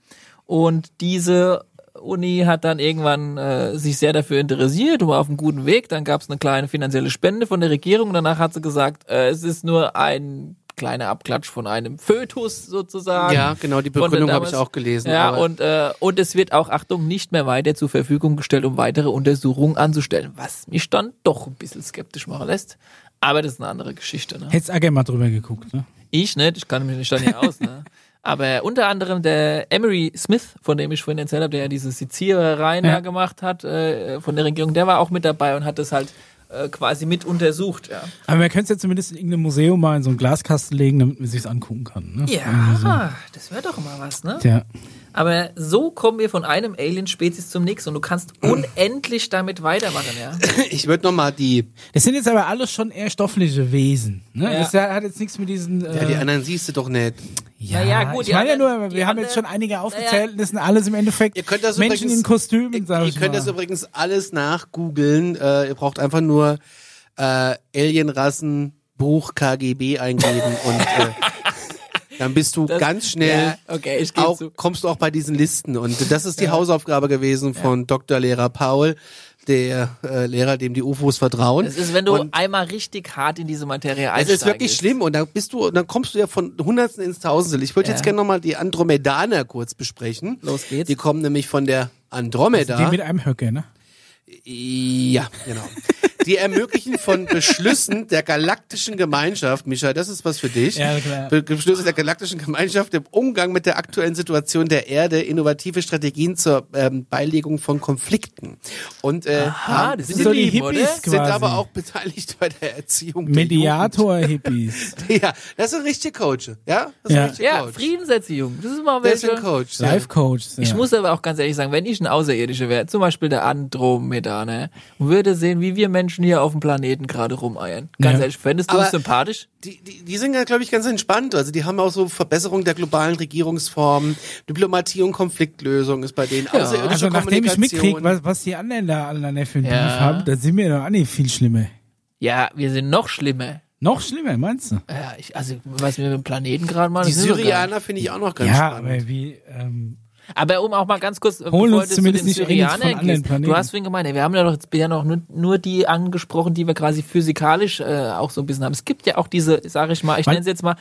Speaker 2: Und diese Uni hat dann irgendwann äh, sich sehr dafür interessiert und war auf einem guten Weg. Dann gab es eine kleine finanzielle Spende von der Regierung. Und danach hat sie gesagt, äh, es ist nur ein kleiner Abklatsch von einem Fötus sozusagen.
Speaker 1: ja, genau, die
Speaker 2: Von der
Speaker 1: Begründung habe
Speaker 2: damals-
Speaker 1: ich auch gelesen.
Speaker 2: Ja,
Speaker 1: aber-
Speaker 2: und, äh, und es wird auch, Achtung, nicht mehr weiter zur Verfügung gestellt, um weitere Untersuchungen anzustellen, was mich dann doch ein bisschen skeptisch machen lässt. Aber das ist eine andere Geschichte. Ne?
Speaker 3: Hättest auch gerne mal drüber geguckt, ne?
Speaker 2: Ich nicht, ich kann mich nicht dann hier aus. [LAUGHS] Ne? Aber unter anderem der Emery Smith, von dem ich vorhin erzählt habe, der ja diese Sizierereien
Speaker 3: Ja.
Speaker 2: da gemacht hat äh, von der Regierung, der war auch mit dabei und hat das halt äh, quasi mit untersucht. Ja,
Speaker 3: Aber man könnte es ja zumindest in irgendeinem Museum mal in so einen Glaskasten legen, damit man sich's angucken kann, ne?
Speaker 2: ja das wäre doch mal was, ne?
Speaker 3: Tja.
Speaker 2: Aber so kommen wir von einem Alien-Spezies zum nächsten und du [CLEARS THROAT] kannst unendlich damit weitermachen, ja?
Speaker 1: [LAUGHS] ich würde nochmal die,
Speaker 3: Das sind jetzt aber alles schon eher stoffliche Wesen. Ne?
Speaker 2: Ja.
Speaker 3: Das hat jetzt nichts mit diesen. Äh,
Speaker 1: ja, die anderen siehst du doch nicht.
Speaker 3: ja,
Speaker 2: Naja, gut,
Speaker 3: Ich
Speaker 2: die
Speaker 3: meine ja
Speaker 2: anderen-
Speaker 3: nur,
Speaker 2: die
Speaker 3: wir haben jetzt
Speaker 2: anderen-
Speaker 3: schon einige aufgezählt und das sind alles im Endeffekt
Speaker 1: Ihr könnt das
Speaker 3: Menschen
Speaker 1: übrigens,
Speaker 3: in Kostümen, sag
Speaker 1: ihr,
Speaker 3: ich
Speaker 1: ihr könnt
Speaker 3: mal.
Speaker 1: das übrigens alles nachgoogeln. Äh, ihr braucht einfach nur äh, Alienrassen Buch KGB
Speaker 2: [LAUGHS]
Speaker 1: eingeben und äh, dann bist du ganz schnell.
Speaker 2: Ja, okay, ich geh
Speaker 1: auch,
Speaker 2: zu.
Speaker 1: kommst du auch bei diesen Listen und das ist die Hausaufgabe gewesen von Dr. Lehrer Paul, der äh, Lehrer, dem die UFOs vertrauen.
Speaker 2: Es ist, wenn du
Speaker 1: Und
Speaker 2: einmal richtig hart in diese Materie
Speaker 1: es
Speaker 2: einsteigst.
Speaker 1: ist wirklich schlimm und dann bist du, dann kommst du ja von Hundertsten ins Tausendste. Ich würde
Speaker 2: Ja.
Speaker 1: jetzt gerne nochmal die Andromedaner kurz besprechen.
Speaker 2: Los geht's.
Speaker 1: Die kommen nämlich von der Andromeda.
Speaker 3: Die mit einem Höcke, ne?
Speaker 1: Ja, genau. Die ermöglichen von Beschlüssen der galaktischen Gemeinschaft, Micha, das ist was für dich.
Speaker 3: Ja, klar.
Speaker 1: Be- Beschlüsse der galaktischen Gemeinschaft im Umgang mit der aktuellen Situation der Erde, innovative Strategien zur ähm, Beilegung von Konflikten. Und äh,
Speaker 2: Aha,
Speaker 1: haben-
Speaker 2: das
Speaker 1: sind,
Speaker 2: sind
Speaker 3: so
Speaker 2: die
Speaker 3: die
Speaker 2: Lieben,
Speaker 3: Hippies
Speaker 2: oder?
Speaker 1: sind
Speaker 3: quasi.
Speaker 1: aber auch beteiligt bei der Erziehung. der
Speaker 3: Mediator-Hippies.
Speaker 1: Jugend. Ja, das sind richtige Coach. Ja, das
Speaker 3: Ja.
Speaker 1: sind richtige
Speaker 2: Ja,
Speaker 1: Coach.
Speaker 2: Friedenserziehung. um. Das ist mal
Speaker 1: das sind
Speaker 2: welche.
Speaker 1: Coach. [LAUGHS] ja.
Speaker 3: Life-Coach. Ja.
Speaker 2: Ich muss aber auch ganz ehrlich sagen, wenn ich ein Außerirdischer wäre, zum Beispiel der Andromedaner, und würde sehen, wie wir Menschen hier auf dem Planeten gerade rumeiern. Ganz
Speaker 3: Ja.
Speaker 2: ehrlich, fändest du
Speaker 1: Aber-
Speaker 2: uns sympathisch?
Speaker 1: die, die, die sind ja, glaube ich, ganz entspannt. Also die haben auch so Verbesserung der globalen Regierungsformen, Diplomatie und Konfliktlösung ist bei denen außerirdische
Speaker 3: also nachdem ich
Speaker 1: Kommunikation.
Speaker 3: mitkriege, was, was die anderen da alle für einen
Speaker 2: Ja.
Speaker 3: Brief haben, dann sind wir doch alle viel schlimmer.
Speaker 2: Ja, wir sind noch schlimmer.
Speaker 3: Noch schlimmer, meinst du?
Speaker 2: Ja, ich, also, was wir mit dem Planeten gerade machen,
Speaker 1: die
Speaker 2: das wissen wir gar nicht.
Speaker 1: Syrianer finde ich auch noch ganz
Speaker 3: ja,
Speaker 1: spannend.
Speaker 3: aber wie, ähm,
Speaker 2: Aber um auch mal ganz kurz, äh,
Speaker 3: Holen
Speaker 2: bevor du
Speaker 3: uns
Speaker 2: zu
Speaker 3: zumindest
Speaker 2: den
Speaker 3: nicht Aliens von
Speaker 2: Syrianern
Speaker 3: anderen
Speaker 2: gehst,
Speaker 3: Planeten.
Speaker 2: du hast vorhin gemeint, ey, wir haben ja doch jetzt bisher noch nur, nur die angesprochen, die wir quasi physikalisch äh, auch so ein bisschen haben. Es gibt ja auch diese, sage ich mal, ich
Speaker 3: Weil-
Speaker 2: nenne es jetzt mal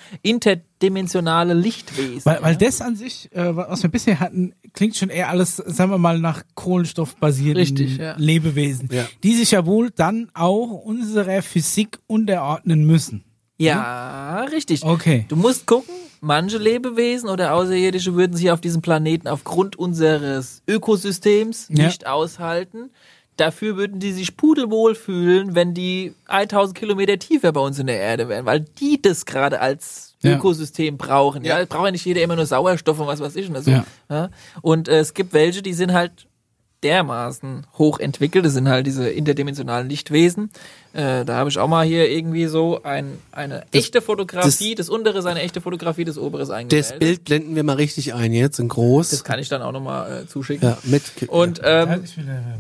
Speaker 2: interdimensionale Lichtwesen.
Speaker 3: Weil, weil
Speaker 2: ja?
Speaker 3: das an sich, äh, was wir bisher hatten, klingt schon eher alles, sagen wir mal, nach kohlenstoffbasierten
Speaker 2: Richtig, ja.
Speaker 3: Lebewesen,
Speaker 1: Ja.
Speaker 3: die sich ja wohl dann auch unserer Physik unterordnen müssen.
Speaker 2: ja, richtig.
Speaker 3: Okay.
Speaker 2: Du musst gucken, manche Lebewesen oder Außerirdische würden sich auf diesem Planeten aufgrund unseres Ökosystems
Speaker 3: Ja.
Speaker 2: nicht aushalten. Dafür würden die sich pudelwohl fühlen, wenn die 1000 Kilometer tiefer bei uns in der Erde wären, weil die das gerade als
Speaker 3: Ja.
Speaker 2: Ökosystem brauchen. Ja,
Speaker 1: Ja.
Speaker 2: braucht ja nicht jeder immer nur Sauerstoff und was weiß ich. Und, so.
Speaker 3: Ja.
Speaker 2: ja. und äh, es gibt welche, die sind halt dermaßen hoch entwickelt. Das sind halt diese interdimensionalen Lichtwesen. Äh, da habe ich auch mal hier irgendwie so ein, eine echte Fotografie. Das, untere ist eine echte Fotografie, das obere ist
Speaker 1: Das
Speaker 2: eingemeldet.
Speaker 1: Bild blenden wir mal richtig ein jetzt, in groß.
Speaker 2: Das kann ich dann auch nochmal äh, zuschicken.
Speaker 1: ja, mit.
Speaker 2: Und ähm,
Speaker 3: äh,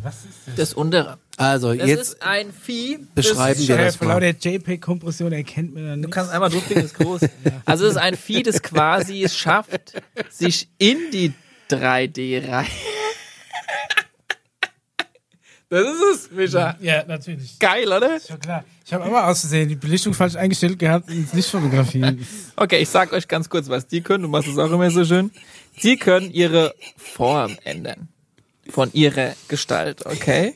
Speaker 3: was ist das?
Speaker 2: das untere.
Speaker 1: also,
Speaker 2: Das
Speaker 1: jetzt
Speaker 2: ist ein Vieh.
Speaker 1: beschreiben
Speaker 2: das
Speaker 1: wir
Speaker 3: Ja,
Speaker 1: das
Speaker 3: Äh, vor
Speaker 1: mal.
Speaker 3: lauter JPEG-Kompression erkennt man dann
Speaker 2: Du
Speaker 3: nicht.
Speaker 2: kannst einmal durchklicken, ist
Speaker 1: [LAUGHS]
Speaker 2: groß. Also es ist ein Vieh, das quasi es schafft, sich in die 3D rein. [LAUGHS] Das ist es, Micha.
Speaker 3: Ja, natürlich.
Speaker 2: Geil, oder?
Speaker 3: Schon klar. Ich habe immer aus Versehen die Belichtung falsch eingestellt gehabt und es nicht
Speaker 1: [LAUGHS]
Speaker 3: fotografiert.
Speaker 2: Okay, ich sag euch ganz kurz, was die können. Du machst es auch immer so schön. Sie können ihre Form ändern. Von ihrer Gestalt, okay?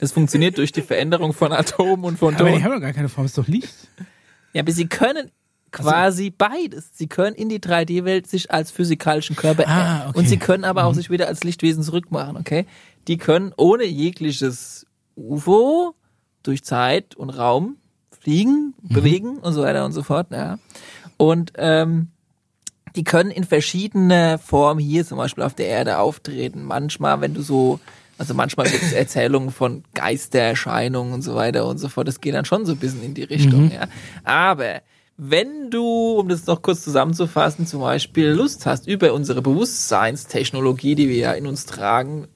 Speaker 2: Das funktioniert durch die Veränderung von Atomen und von
Speaker 3: Mhm. Aber die
Speaker 2: Tonen.
Speaker 3: haben doch gar keine Form, ist doch Licht.
Speaker 2: Ja, aber sie können quasi beides. Sie können in die 3D-Welt sich als physikalischen Körper ändern.
Speaker 3: Ah, okay. Mhm.
Speaker 2: Und sie können aber auch sich wieder als Lichtwesen zurückmachen, okay? Die können ohne jegliches UFO durch Zeit und Raum fliegen,
Speaker 3: Mhm.
Speaker 2: bewegen und so weiter und so fort, ja. Und ähm, die können in verschiedener Form hier zum Beispiel auf der Erde auftreten. Manchmal, wenn du so, also manchmal gibt es Erzählungen von Geistererscheinungen und so weiter und so fort. Das geht dann schon so ein bisschen in die Richtung, ja. Aber wenn du, um das noch kurz zusammenzufassen, zum Beispiel Lust hast, über unsere Bewusstseinstechnologie, die wir ja in uns tragen,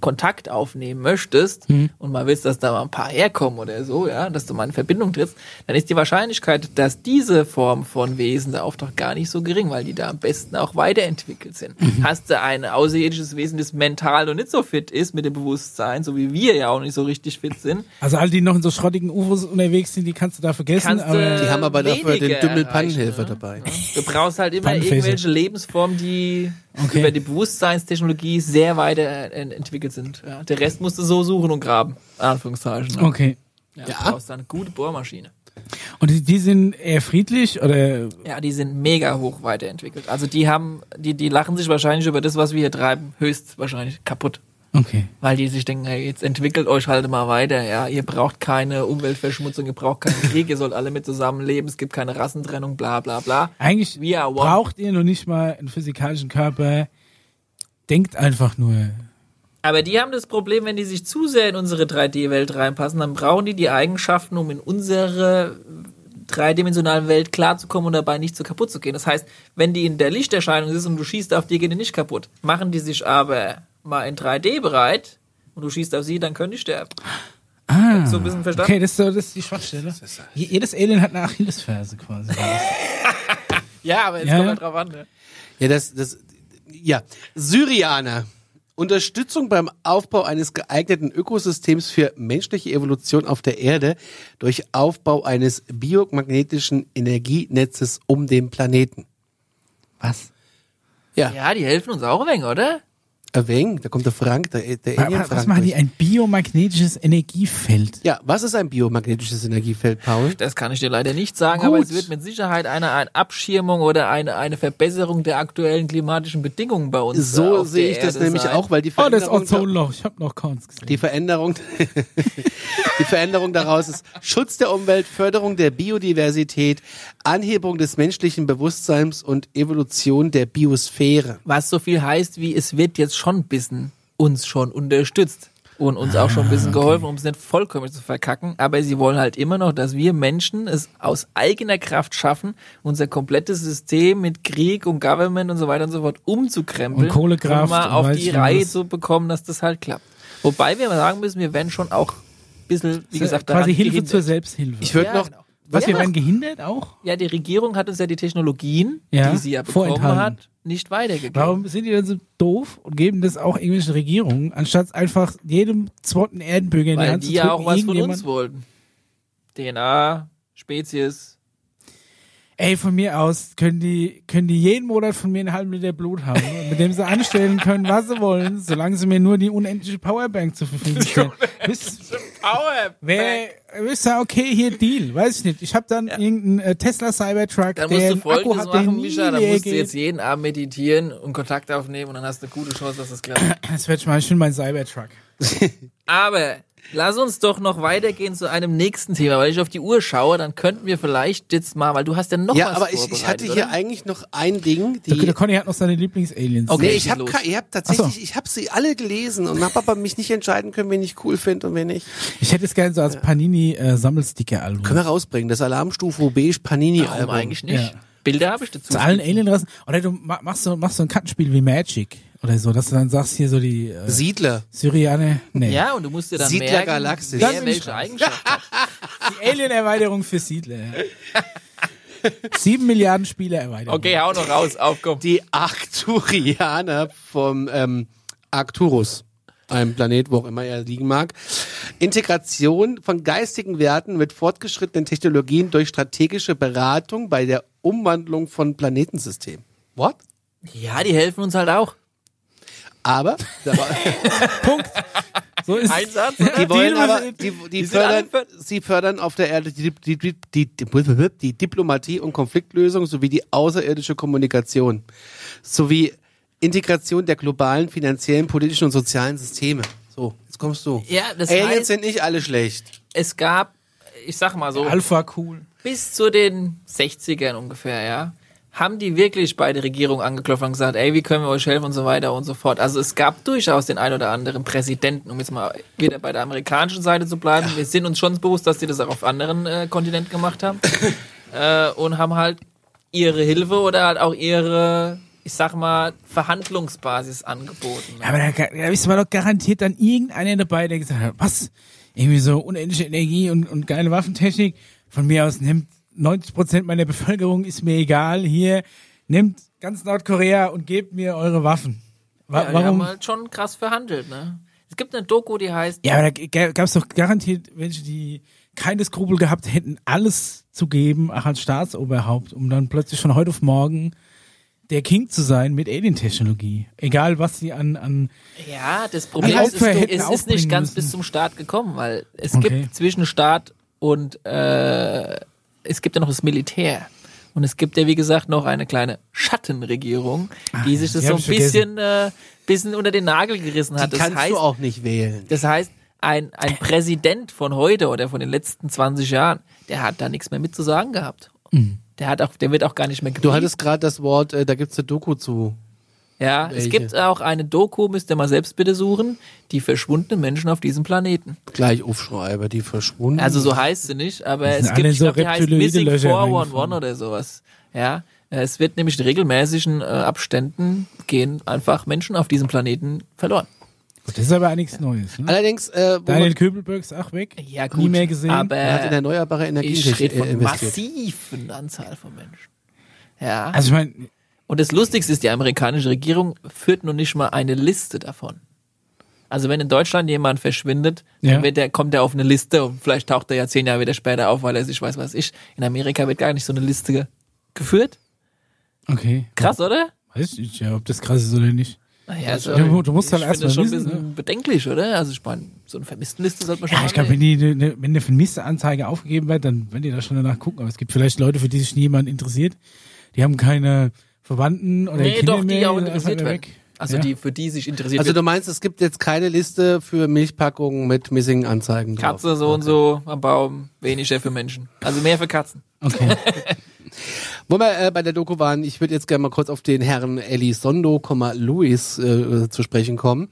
Speaker 2: Kontakt aufnehmen möchtest
Speaker 3: Mhm.
Speaker 2: und mal willst, dass da mal ein paar herkommen oder so, ja, dass du mal in Verbindung trittst, dann ist die Wahrscheinlichkeit, dass diese Form von Wesen da auftaucht, gar nicht so gering, weil die da am besten auch weiterentwickelt sind.
Speaker 3: Mhm.
Speaker 2: Hast du ein außerirdisches Wesen, das mental noch nicht so fit ist mit dem Bewusstsein, so wie wir ja auch nicht so richtig fit sind,
Speaker 3: Also all die noch in so schrottigen UFOs unterwegs sind, die kannst du da vergessen.
Speaker 2: kannst
Speaker 3: aber
Speaker 2: du
Speaker 1: Die haben aber dafür den
Speaker 2: weniger
Speaker 1: dümmel
Speaker 2: erreichen,
Speaker 1: Pannenhelfer
Speaker 2: ne?
Speaker 1: dabei.
Speaker 2: Du brauchst halt immer
Speaker 3: Pannenfäser.
Speaker 2: irgendwelche Lebensformen, die
Speaker 3: Okay.
Speaker 2: über die Bewusstseinstechnologie sehr weiterentwickelt sind. Ja, der Rest musst du so suchen und graben. in Anführungszeichen. ne?
Speaker 3: okay.
Speaker 2: Ja, Du brauchst dann eine gute Bohrmaschine.
Speaker 3: Und die, die sind eher friedlich oder
Speaker 2: Ja, die sind mega hoch weiterentwickelt. Also die haben, die, die lachen sich wahrscheinlich über das, was wir hier treiben, höchstwahrscheinlich kaputt.
Speaker 3: okay.
Speaker 2: Weil die sich denken, hey, jetzt entwickelt euch halt mal weiter, ja. Ihr braucht keine Umweltverschmutzung, ihr braucht keinen Krieg, ihr sollt alle mit zusammenleben, es gibt keine Rassentrennung, bla bla bla.
Speaker 3: Eigentlich
Speaker 2: We are one.
Speaker 3: braucht ihr noch nicht mal einen physikalischen Körper. Denkt einfach nur.
Speaker 2: Aber die haben das Problem, wenn die sich zu sehr in unsere 3D-Welt reinpassen, dann brauchen die die Eigenschaften, um in unsere dreidimensionalen Welt klarzukommen und dabei nicht so kaputt zu gehen. Das heißt, wenn die in der Lichterscheinung ist und du schießt auf die, gehen die nicht kaputt. Machen die sich aber mal in 3D bereit und du schießt auf sie, dann können die sterben.
Speaker 3: Ah,
Speaker 2: So ein bisschen verstanden?
Speaker 3: okay, das ist, so, das ist die Schwachstelle. Je- Jedes Alien hat eine Achillesferse quasi.
Speaker 2: Ja, aber jetzt
Speaker 3: Ja,
Speaker 2: kommt
Speaker 3: ja.
Speaker 2: halt drauf an. Ne?
Speaker 1: Ja, das, das, ja. Syrianer. Unterstützung beim Aufbau eines geeigneten Ökosystems für menschliche Evolution auf der Erde durch Aufbau eines biomagnetischen Energienetzes um den Planeten.
Speaker 3: [LAUGHS] Was?
Speaker 1: Ja,
Speaker 2: Ja, die helfen uns auch ein wenig, oder?
Speaker 1: erwähnt, da kommt der Frank, der, der Alien
Speaker 3: Was,
Speaker 1: Frank.
Speaker 3: was machen die?
Speaker 1: durch.
Speaker 3: Ein biomagnetisches Energiefeld.
Speaker 1: Ja, was ist ein biomagnetisches Energiefeld, Paul?
Speaker 2: Das kann ich dir leider nicht sagen,
Speaker 1: Gut.
Speaker 2: aber es wird mit Sicherheit eine, eine Abschirmung oder eine, eine Verbesserung der aktuellen klimatischen Bedingungen bei uns äh,
Speaker 1: So
Speaker 2: auf
Speaker 1: sehe
Speaker 2: der
Speaker 1: ich das
Speaker 2: Erde
Speaker 1: nämlich
Speaker 2: sein.
Speaker 1: auch, weil die
Speaker 3: Oh, das
Speaker 1: Veränderung
Speaker 3: Ozonloch. Ich habe noch keins gesehen.
Speaker 1: Die Veränderung, [LAUGHS] die Veränderung daraus ist Schutz der Umwelt, Förderung der Biodiversität, Anhebung des menschlichen Bewusstseins und Evolution der Biosphäre.
Speaker 2: Was so viel heißt, wie es wird jetzt schon ein bisschen uns schon unterstützt und uns auch schon ein
Speaker 3: Ah,
Speaker 2: bisschen geholfen, um es nicht vollkommen zu verkacken. Aber sie wollen halt immer noch, dass wir Menschen es aus eigener Kraft schaffen, unser komplettes System mit Krieg und Government und so weiter und so fort umzukrempeln.
Speaker 3: Und Kohlekraft
Speaker 2: Um mal
Speaker 3: und
Speaker 2: auf
Speaker 3: weiß
Speaker 2: die
Speaker 3: ich noch
Speaker 2: Reihe
Speaker 3: was.
Speaker 2: zu bekommen, dass das halt klappt. Wobei wir mal sagen müssen, wir werden schon auch ein bisschen, wie gesagt,
Speaker 3: Äh, quasi
Speaker 2: daran
Speaker 3: Hilfe
Speaker 2: gehindert.
Speaker 3: zur Selbsthilfe.
Speaker 1: Ich würde
Speaker 2: Ja,
Speaker 1: noch,
Speaker 2: genau.
Speaker 3: Was, wir
Speaker 2: Ja.
Speaker 3: werden gehindert auch?
Speaker 2: Ja, die Regierung hat uns ja die Technologien,
Speaker 3: Ja,
Speaker 2: die sie ja bekommen
Speaker 3: vorenthalten.
Speaker 2: hat, nicht weitergegeben.
Speaker 3: Warum sind die denn so doof und geben das auch irgendwelchen Regierungen, anstatt einfach jedem zweiten Erdenbürger in die
Speaker 2: Weil
Speaker 3: Hand
Speaker 2: die
Speaker 3: zu
Speaker 2: ja
Speaker 3: drücken,
Speaker 2: auch was von
Speaker 3: irgendjemand-
Speaker 2: uns wollten. DNA, Spezies.
Speaker 3: Ey, von mir aus können die, können die jeden Monat von mir einen halben Liter Blut haben, mit dem sie anstellen können, was sie wollen, solange sie mir nur die unendliche Powerbank zur Verfügung stellen. Wisst-
Speaker 2: Power!
Speaker 3: Wer ist ja okay, hier Deal, weiß ich nicht. Ich habe dann irgendeinen äh, Tesla Cybertruck,
Speaker 2: Dann musst
Speaker 3: der
Speaker 2: du
Speaker 3: Akku
Speaker 2: folgendes
Speaker 3: hat, der
Speaker 2: machen,
Speaker 3: nie
Speaker 2: Mischa. Dann
Speaker 3: leer
Speaker 2: musst du
Speaker 3: geht.
Speaker 2: jetzt jeden Abend meditieren und Kontakt aufnehmen und dann hast du eine gute Chance, dass es klappt.
Speaker 3: Das wird schon mal schön mein Cybertruck.
Speaker 2: Aber lass uns doch noch weitergehen zu einem nächsten Thema, weil ich auf die Uhr schaue, dann könnten wir vielleicht jetzt mal, weil du hast ja noch
Speaker 1: Ja,
Speaker 2: was
Speaker 1: aber ich, ich hatte
Speaker 2: vorbereitet,
Speaker 1: hier
Speaker 2: oder?
Speaker 1: eigentlich noch ein Ding,
Speaker 3: Der,
Speaker 1: die.
Speaker 3: der Conny hat noch seine Lieblings-Aliens.
Speaker 2: Okay.
Speaker 1: Nee, ich habe
Speaker 2: los.
Speaker 1: ich hab
Speaker 3: Ach
Speaker 1: tatsächlich,
Speaker 3: so.
Speaker 1: ich habe sie alle gelesen und habe aber mich nicht entscheiden können, wen ich cool finde und wen nicht.
Speaker 3: Ich hätte es gerne so als äh, Panini-Sammelsticker-Album.
Speaker 1: Können wir rausbringen, das Alarmstufe Beige Panini
Speaker 2: Warum
Speaker 1: Album.
Speaker 2: eigentlich nicht?
Speaker 3: Ja.
Speaker 2: Bilder habe ich dazu.
Speaker 3: Zu allen Alienrassen. Oder du ma- machst so, machst so ein Kartenspiel wie Magic oder so, dass du dann sagst, hier so die äh,
Speaker 1: Siedler.
Speaker 3: Syrianer. Nee.
Speaker 2: Ja, und du musst dir dann
Speaker 1: Siedler
Speaker 2: merken,
Speaker 1: Galaxis.
Speaker 3: Dann
Speaker 2: wer
Speaker 3: bin ich
Speaker 2: welche
Speaker 3: raus.
Speaker 1: [LAUGHS]
Speaker 2: Eigenschaft hat.
Speaker 3: Die Alien-Erweiterung für Siedler. ja. Sieben Milliarden Spieler erweitert.
Speaker 2: Okay, hau noch raus, aufkomm.
Speaker 1: Die Arcturianer vom ähm, Arcturus, einem Planet, wo auch immer er liegen mag. Integration von geistigen Werten mit fortgeschrittenen Technologien durch strategische Beratung bei der Umwandlung von Planetensystemen. What?
Speaker 2: Ja, die helfen uns halt auch.
Speaker 1: Aber, aber
Speaker 3: Punkt. So ist es.
Speaker 2: Einsatz.
Speaker 1: die wollen
Speaker 3: was-
Speaker 1: aber, die, die,
Speaker 2: die sind
Speaker 1: fördern,
Speaker 2: alle
Speaker 1: sie fördern auf der Erde die, die, die, die, die, die Diplomatie und Konfliktlösung sowie die außerirdische Kommunikation sowie Integration der globalen finanziellen, politischen und sozialen Systeme. So, jetzt kommst du.
Speaker 2: Ja, das
Speaker 1: Aliens
Speaker 2: heißt-
Speaker 1: sind nicht alle schlecht.
Speaker 2: Es gab, ich sag mal so,
Speaker 3: Alpha cool.
Speaker 2: bis zu den 60ern ungefähr, ja, haben die wirklich bei der Regierung angeklopft und gesagt, ey, wie können wir euch helfen und so weiter und so fort. Also es gab durchaus den ein oder anderen Präsidenten, um jetzt mal wieder bei der amerikanischen Seite zu bleiben. Wir sind uns schon bewusst, dass die das auch auf anderen äh, Kontinent gemacht haben äh, und haben halt ihre Hilfe oder halt auch ihre, ich sag mal, Verhandlungsbasis angeboten. ne?
Speaker 3: Ja, aber da, ga- da ist mal doch garantiert dann irgendeiner dabei, der gesagt hat, was? Irgendwie so unendliche Energie und, und geile Waffentechnik. Von mir aus nimmt 90 Prozent meiner Bevölkerung, ist mir egal. Hier, nimmt ganz Nordkorea und gebt mir eure Waffen. Wa
Speaker 2: Ja, die
Speaker 3: warum?
Speaker 2: haben halt schon krass verhandelt, ne? Es gibt eine Doku, die heißt
Speaker 3: Ja, aber da gab es doch garantiert welche, die keine Skrupel gehabt hätten, alles zu geben, auch als Staatsoberhaupt, um dann plötzlich von heute auf morgen der King zu sein mit Alien-Technologie. Egal, was sie an, an
Speaker 2: Ja, das Problem
Speaker 3: Alle
Speaker 2: ist, es
Speaker 3: Opfer hätten
Speaker 2: ist, ist nicht
Speaker 3: aufbringen
Speaker 2: ganz
Speaker 3: müssen.
Speaker 2: bis zum Start gekommen, weil es
Speaker 3: Okay.
Speaker 2: gibt zwischen Staat und äh, es gibt ja noch das Militär. Und es gibt ja, wie gesagt, noch eine kleine Schattenregierung, die sich das
Speaker 3: Ah, die
Speaker 2: so
Speaker 3: hab
Speaker 2: ein
Speaker 3: ich vergessen.
Speaker 2: bisschen, äh, bisschen unter den Nagel gerissen hat.
Speaker 1: Die
Speaker 2: das
Speaker 1: kannst
Speaker 2: heißt,
Speaker 1: du auch nicht wählen.
Speaker 2: das heißt, ein,
Speaker 3: [LAUGHS]
Speaker 2: ein Präsident von heute oder von den letzten 20 Jahren, der hat da nichts mehr mitzusagen gehabt.
Speaker 3: Mhm.
Speaker 2: Der hat auch, der wird auch gar nicht mehr
Speaker 1: Du
Speaker 2: geprüft.
Speaker 1: hattest gerade das Wort, äh, da gibt's eine Doku zu.
Speaker 2: Ja,
Speaker 1: Welche?
Speaker 2: es gibt auch eine Doku, müsst ihr mal selbst bitte suchen, die verschwundenen Menschen auf diesem Planeten.
Speaker 1: Gleich aufschreiben, die verschwunden.
Speaker 2: Also so heißt sie nicht, aber
Speaker 3: sind
Speaker 2: es gibt,
Speaker 3: alle
Speaker 2: ich
Speaker 3: so
Speaker 2: glaube, die heißt
Speaker 3: reptiloide
Speaker 2: Missing
Speaker 3: Löcher
Speaker 2: 411
Speaker 3: reingefallen.
Speaker 2: oder sowas. Ja, es wird nämlich in regelmäßigen äh, Abständen gehen einfach Menschen auf diesem Planeten verloren.
Speaker 3: Gut, das ist aber nichts Neues. Ne?
Speaker 1: Allerdings, äh, wo
Speaker 3: Daniel
Speaker 1: man
Speaker 3: Köbelbergs auch weg.
Speaker 2: Ja gut,
Speaker 3: Nie mehr gesehen.
Speaker 1: man hat in
Speaker 2: aber
Speaker 1: erneuerbare Energien
Speaker 2: ich rede
Speaker 1: äh,
Speaker 2: von
Speaker 1: investiert.
Speaker 2: massiven Anzahl von Menschen. Ja,
Speaker 3: also ich meine,
Speaker 2: und das Lustigste ist, die amerikanische Regierung führt noch nicht mal eine Liste davon. Also wenn in Deutschland jemand verschwindet,
Speaker 3: Ja.
Speaker 2: dann wird der, kommt er auf eine Liste und vielleicht taucht er ja zehn Jahre wieder später auf, weil er sich weiß, was ich. In Amerika wird gar nicht so eine Liste ge- geführt.
Speaker 3: okay.
Speaker 2: Krass, oder?
Speaker 3: Weiß ich nicht, ja, ob das krass ist oder nicht.
Speaker 2: Naja, also,
Speaker 3: du- du musst halt
Speaker 2: ich
Speaker 3: erst
Speaker 2: finde das
Speaker 3: mal
Speaker 2: schon ein
Speaker 3: wissen,
Speaker 2: bisschen bedenklich, oder? Also ich meine, so eine Vermisstenliste sollte man schon
Speaker 3: Ja, ich
Speaker 2: haben,
Speaker 3: glaube,
Speaker 2: ey.
Speaker 3: wenn die, ne- ne- wenn eine Vermisste-Anzeige aufgegeben wird, dann werden die da schon danach gucken. Aber es gibt vielleicht Leute, für die sich niemand interessiert. Die haben keine Verwandten oder
Speaker 2: Nee,
Speaker 3: Kinder
Speaker 2: doch,
Speaker 3: mehr.
Speaker 2: die auch
Speaker 3: sind
Speaker 2: interessiert
Speaker 3: einfach
Speaker 2: werden.
Speaker 3: weg.
Speaker 2: Also
Speaker 3: Ja.
Speaker 2: die, für die sich interessiert
Speaker 1: Also
Speaker 2: wird.
Speaker 1: du meinst, es gibt jetzt keine Liste für Milchpackungen mit Missing Anzeigen drauf.
Speaker 2: Katze so und so am Baum, weniger für Menschen. Also mehr für Katzen.
Speaker 3: Okay.
Speaker 1: Wo wir äh, bei der Doku waren, ich würde jetzt gerne mal kurz auf den Herrn Elizondo, Luis äh, zu sprechen kommen.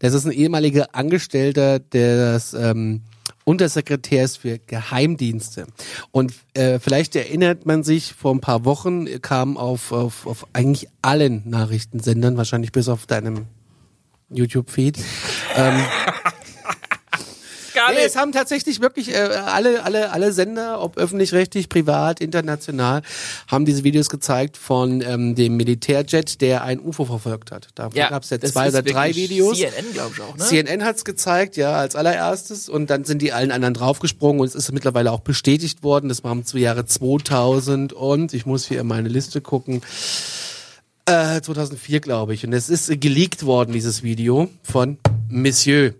Speaker 1: Das ist ein ehemaliger Angestellter des ähm, Untersekretärs für Geheimdienste. Und äh, vielleicht erinnert man sich, vor ein paar Wochen kam auf, auf, auf eigentlich allen Nachrichtensendern, wahrscheinlich bis auf deinem YouTube-Feed, ähm,
Speaker 2: gar
Speaker 1: Nee, es
Speaker 2: nicht.
Speaker 1: haben tatsächlich wirklich äh, alle, alle, alle Sender, ob öffentlich-rechtlich, privat, international, haben diese Videos gezeigt von ähm, dem Militärjet, der ein UFO verfolgt hat. Davon gab es ja
Speaker 2: das
Speaker 1: zwei
Speaker 2: ist
Speaker 1: oder drei
Speaker 2: wirklich
Speaker 1: Videos.
Speaker 2: CNN, glaube ich auch, ne?
Speaker 1: CNN hat's gezeigt, ja, als allererstes. Und dann sind die allen anderen draufgesprungen und es ist mittlerweile auch bestätigt worden. Das war im Jahre 2000 und ich muss hier in meine Liste gucken. Äh, 2004, glaube ich. Und es ist äh, geleakt worden, dieses Video von Monsieur.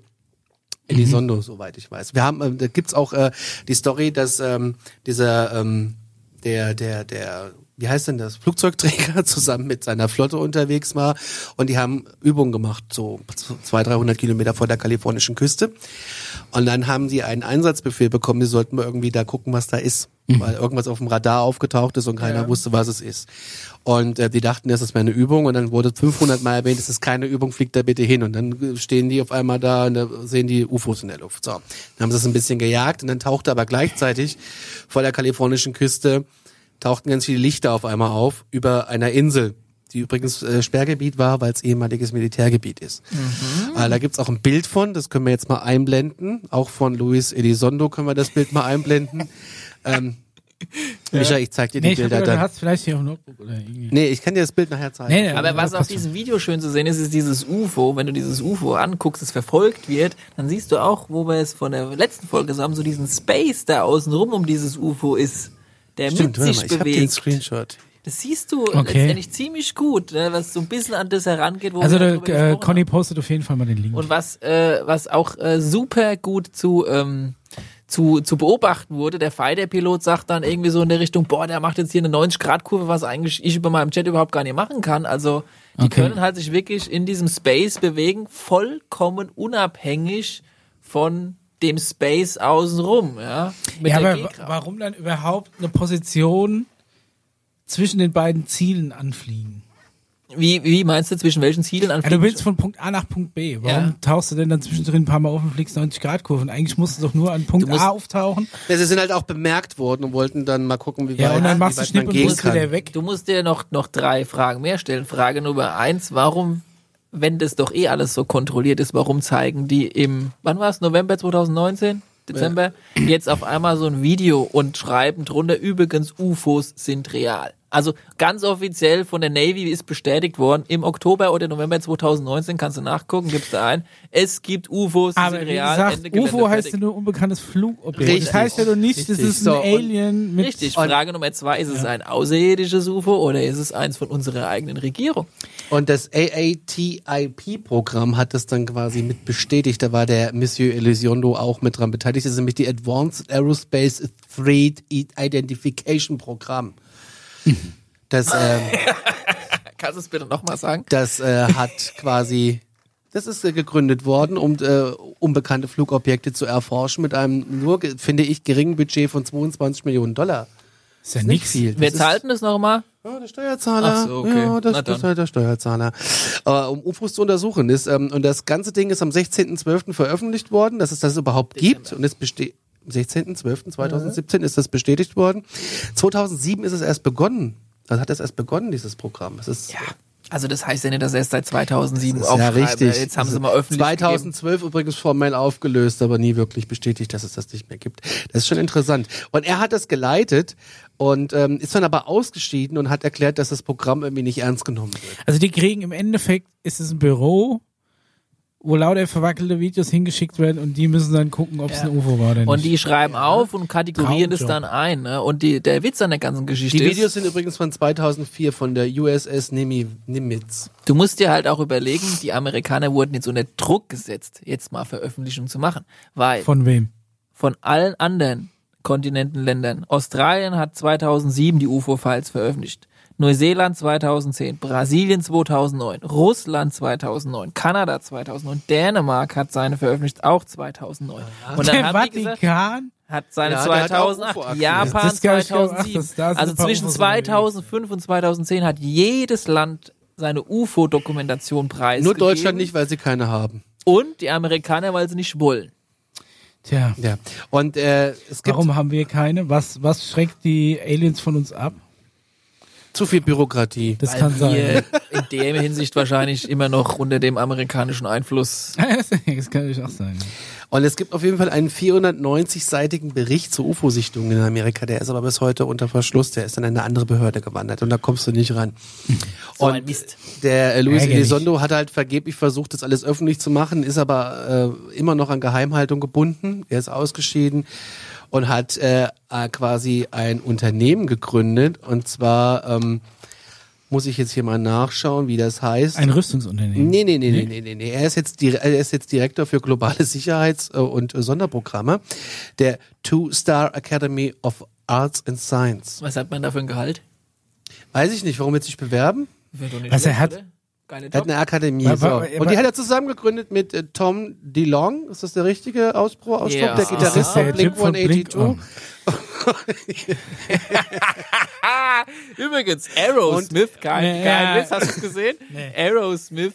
Speaker 1: Elizondo, soweit ich weiß. Wir haben, äh, da gibt's auch äh, die Story, dass ähm, dieser ähm, der der der wie heißt denn das Flugzeugträger [LAUGHS] zusammen mit seiner Flotte unterwegs war und die haben Übungen gemacht so 200, 300 Kilometer vor der kalifornischen Küste und dann haben sie einen Einsatzbefehl bekommen, sie sollten mal irgendwie da gucken, was da ist, weil irgendwas auf dem Radar aufgetaucht ist und keiner wusste, was es ist. Und äh, die dachten, das ist meine Übung und dann wurde 500 Mal erwähnt, das ist keine Übung, fliegt da bitte hin. Und dann äh, stehen die auf einmal da und da sehen die UFOs in der Luft. So, dann haben sie es ein bisschen gejagt und dann tauchte aber gleichzeitig vor der kalifornischen Küste tauchten ganz viele Lichter auf einmal auf über einer Insel, die übrigens äh, Sperrgebiet war, weil es ehemaliges Militärgebiet ist.
Speaker 3: Mhm.
Speaker 1: Äh, da gibt's auch ein Bild von, das können wir jetzt mal einblenden. Auch von Luis Elizondo können wir das Bild mal
Speaker 3: [LAUGHS]
Speaker 1: einblenden. ähm, Micha, ich zeig dir die
Speaker 3: Nee, ich hab
Speaker 1: Bilder
Speaker 3: gedacht, du
Speaker 1: dann.
Speaker 3: hast vielleicht hier auch ein Notebook oder irgendwie.
Speaker 1: Nee, ich kann dir das Bild nachher zeigen.
Speaker 3: Nee, nee,
Speaker 2: Aber was auf
Speaker 3: passt
Speaker 2: diesem Video schön zu sehen ist, ist dieses UFO. Wenn du dieses UFO anguckst, es verfolgt wird, dann siehst du auch, wo wir es von der letzten Folge haben, so diesen Space da außen rum um dieses UFO ist, der
Speaker 1: Stimmt,
Speaker 2: mit
Speaker 1: warte
Speaker 2: sich
Speaker 1: mal, ich habe den
Speaker 2: bewegt.
Speaker 1: Screenshot.
Speaker 2: das siehst du
Speaker 3: Okay.
Speaker 2: letztendlich ziemlich gut, ne, was so ein bisschen an das herangeht, wo
Speaker 3: Also,
Speaker 2: wir
Speaker 3: der,
Speaker 2: darüber
Speaker 3: äh,
Speaker 2: gesprochen
Speaker 3: Conny postet auf jeden Fall mal den Link.
Speaker 2: Und was, äh, was auch äh, super gut zu, ähm, zu, zu beobachten wurde, der Fighter-Pilot sagt dann irgendwie so in der Richtung, boah, der macht jetzt hier eine 90-Grad-Kurve, was eigentlich ich über meinem Chat überhaupt gar nicht machen kann. Also die
Speaker 3: Okay.
Speaker 2: können halt sich wirklich in diesem Space bewegen, vollkommen unabhängig von dem Space außenrum, ja. Mit
Speaker 3: ja,
Speaker 2: der
Speaker 3: aber wa-
Speaker 2: G-Kraft.
Speaker 3: warum dann überhaupt eine Position zwischen den beiden Zielen anfliegen?
Speaker 2: wie, wie meinst du, zwischen welchen Zielen an
Speaker 3: Ja, du willst von Punkt A nach Punkt B. Warum
Speaker 2: Ja.
Speaker 3: tauchst du denn dann zwischendrin ein paar Mal auf und fliegst 90 Grad Kurven? Eigentlich musst du doch nur an Punkt
Speaker 2: musst-
Speaker 3: A auftauchen.
Speaker 1: Ja, sie sind halt auch bemerkt worden und wollten dann mal gucken, wie
Speaker 3: Ja,
Speaker 1: weit,
Speaker 3: und dann machst
Speaker 1: wie
Speaker 3: du
Speaker 1: weit man
Speaker 3: Schnipp und
Speaker 1: gehen
Speaker 3: musst wieder
Speaker 1: kann.
Speaker 3: weg.
Speaker 2: Du musst dir noch, noch drei Fragen mehr stellen. Frage Nummer eins, warum, wenn das doch eh alles so kontrolliert ist, warum zeigen die im, wann war es, November 2019? Dezember? Jetzt auf einmal so ein Video und schreiben drunter, übrigens UFOs sind real. Also ganz offiziell von der Navy ist bestätigt worden, im Oktober oder November 2019, kannst du nachgucken, gibst du ein, es gibt UFOs, die
Speaker 3: Aber
Speaker 2: sind
Speaker 3: wie
Speaker 2: real.
Speaker 3: gesagt,
Speaker 2: Ende Gelände,
Speaker 3: UFO heißt ja
Speaker 2: fertig.
Speaker 3: nur unbekanntes Flugobjekt.
Speaker 1: Richtig.
Speaker 3: Das heißt ja nur nicht, das
Speaker 1: Richtig.
Speaker 3: ist ein
Speaker 1: So, und-
Speaker 3: Alien mit... Oh,
Speaker 2: Richtig,
Speaker 1: Und-
Speaker 2: Frage Nummer zwei, ist es ein außerirdisches UFO oder ist es eins von unserer eigenen Regierung?
Speaker 1: Und das AATIP-Programm hat das dann quasi mit bestätigt. Da war der Monsieur Elizondo auch mit dran beteiligt. Das ist nämlich die Advanced Aerospace Threat Identification Programm. Das, ähm,
Speaker 2: Kannst du es bitte nochmal sagen?
Speaker 1: das äh, hat quasi, das ist äh, gegründet worden, um äh, unbekannte Flugobjekte zu erforschen mit einem nur, ge- finde ich, geringen Budget von 22 Millionen Dollar.
Speaker 3: Ist ja nix.
Speaker 1: Viel.
Speaker 2: Wer
Speaker 1: Das ist-
Speaker 2: zahlt denn das nochmal?
Speaker 1: Ja, der Steuerzahler.
Speaker 2: Ach so, okay.
Speaker 1: Ja,
Speaker 2: Na
Speaker 1: das, das
Speaker 2: dann.
Speaker 1: ist halt der Steuerzahler. Äh, um UFOs zu untersuchen ist. Ähm, und das ganze Ding ist am 16.12. veröffentlicht worden, dass es das überhaupt gibt. Und es besteht. Am 16.12.2017 ist das bestätigt worden. 2007 ist es erst begonnen. Also hat es erst begonnen, dieses Programm. Es ist,
Speaker 2: Ja. Also das heißt ja nicht, dass er erst seit 2007
Speaker 1: es ist ja
Speaker 2: aufschreibt. ne?
Speaker 1: richtig.
Speaker 2: Jetzt haben sie mal öffentlich
Speaker 1: 2012 übrigens formell aufgelöst, aber nie wirklich bestätigt, dass es das nicht mehr gibt. Das ist schon interessant. Und er hat das geleitet und ähm, ist dann aber ausgeschieden und hat erklärt, dass das Programm irgendwie nicht ernst genommen wird.
Speaker 3: Also die kriegen im Endeffekt, ist es ein Büro, wo lauter verwackelte Videos hingeschickt werden und die müssen dann gucken, ob es ein UFO war oder
Speaker 2: gegeben.
Speaker 3: nicht.
Speaker 2: Und die schreiben auf und kategorieren es
Speaker 3: Traumjob.
Speaker 2: dann ein. Ne? Und die, der Witz an der ganzen Geschichte
Speaker 1: Die Videos
Speaker 2: ist,
Speaker 1: sind übrigens von 2004 von der USS Nimi, Nimitz.
Speaker 2: du musst dir halt auch überlegen, die Amerikaner wurden jetzt unter Druck gesetzt, jetzt mal Veröffentlichung zu machen. Weil
Speaker 3: Von wem?
Speaker 2: von allen anderen Kontinentenländern. Australien hat 2007 die UFO-Files veröffentlicht. Neuseeland 2010, Brasilien 2009, Russland 2009, Kanada 2009, Dänemark hat seine veröffentlicht auch 2009.
Speaker 1: Ah.
Speaker 2: Und dann
Speaker 3: Der
Speaker 2: haben die gesagt,
Speaker 3: Vatikan?
Speaker 2: hat seine
Speaker 1: Ja, der hat auch
Speaker 2: 2008,
Speaker 1: UFO-Aktien.
Speaker 2: Japan
Speaker 3: Das kann ich glauben, ach,
Speaker 2: 2007.
Speaker 3: das- da sind
Speaker 2: also
Speaker 3: ein paar
Speaker 2: zwischen
Speaker 3: UFOs unterwegs.
Speaker 2: 2005 und 2010 hat jedes Land seine UFO-Dokumentation preisgegeben.
Speaker 1: Nur Deutschland nicht, weil sie keine haben.
Speaker 2: Und die Amerikaner, weil sie nicht wollen.
Speaker 3: Tja,
Speaker 1: Ja. Und äh, es gibt
Speaker 3: warum haben wir keine? Was, was schreckt die Aliens von uns ab?
Speaker 1: Zu viel Bürokratie.
Speaker 3: Das
Speaker 2: Weil
Speaker 3: kann sein.
Speaker 2: wir in der Hinsicht wahrscheinlich immer noch unter dem amerikanischen Einfluss.
Speaker 3: [LAUGHS] das kann natürlich auch sein.
Speaker 1: Und es gibt auf jeden Fall einen 490-seitigen Bericht zur UFO-Sichtung in Amerika. Der ist aber bis heute unter Verschluss. Der ist dann in eine andere Behörde gewandert und da kommst du nicht ran.
Speaker 2: So
Speaker 1: und
Speaker 2: ein Mist.
Speaker 1: der äh, Luis
Speaker 3: Ärgerlich.
Speaker 1: Elizondo hat halt vergeblich versucht, das alles öffentlich zu machen, ist aber äh, immer noch an Geheimhaltung gebunden. Er ist ausgeschieden und hat äh, äh, quasi ein Unternehmen gegründet. Und zwar ähm, muss ich jetzt hier mal nachschauen, wie das heißt.
Speaker 3: Ein Rüstungsunternehmen.
Speaker 1: Nee, nee, nee, nee, nee, nee, nee. Er ist jetzt, dire- er ist jetzt Direktor für globale Sicherheits- äh, und Sonderprogramme der Two-Star Academy of Arts and Science.
Speaker 2: Was hat man da für ein Gehalt?
Speaker 1: Weiß ich nicht, warum jetzt sich bewerben?
Speaker 2: Wird doch nicht
Speaker 3: Was er
Speaker 2: schlecht,
Speaker 3: hat-
Speaker 2: oder? Keine
Speaker 1: Er hat
Speaker 2: Job.
Speaker 1: eine Akademie.
Speaker 3: Wa-
Speaker 1: So.
Speaker 3: wa- wa-
Speaker 1: Und die hat er zusammen gegründet mit äh, Tom DeLong. Ist das der richtige Ausspruch? Ausspruch?
Speaker 2: Ja.
Speaker 1: Der
Speaker 3: Ist
Speaker 1: Gitarrist
Speaker 3: das
Speaker 1: von
Speaker 3: der
Speaker 1: Blink
Speaker 3: Typ von Blink?
Speaker 1: 182.
Speaker 3: Oh.
Speaker 2: Ah, übrigens, Aerosmith, kein,
Speaker 3: Ja.
Speaker 2: kein Witz, hast du es gesehen? Aerosmith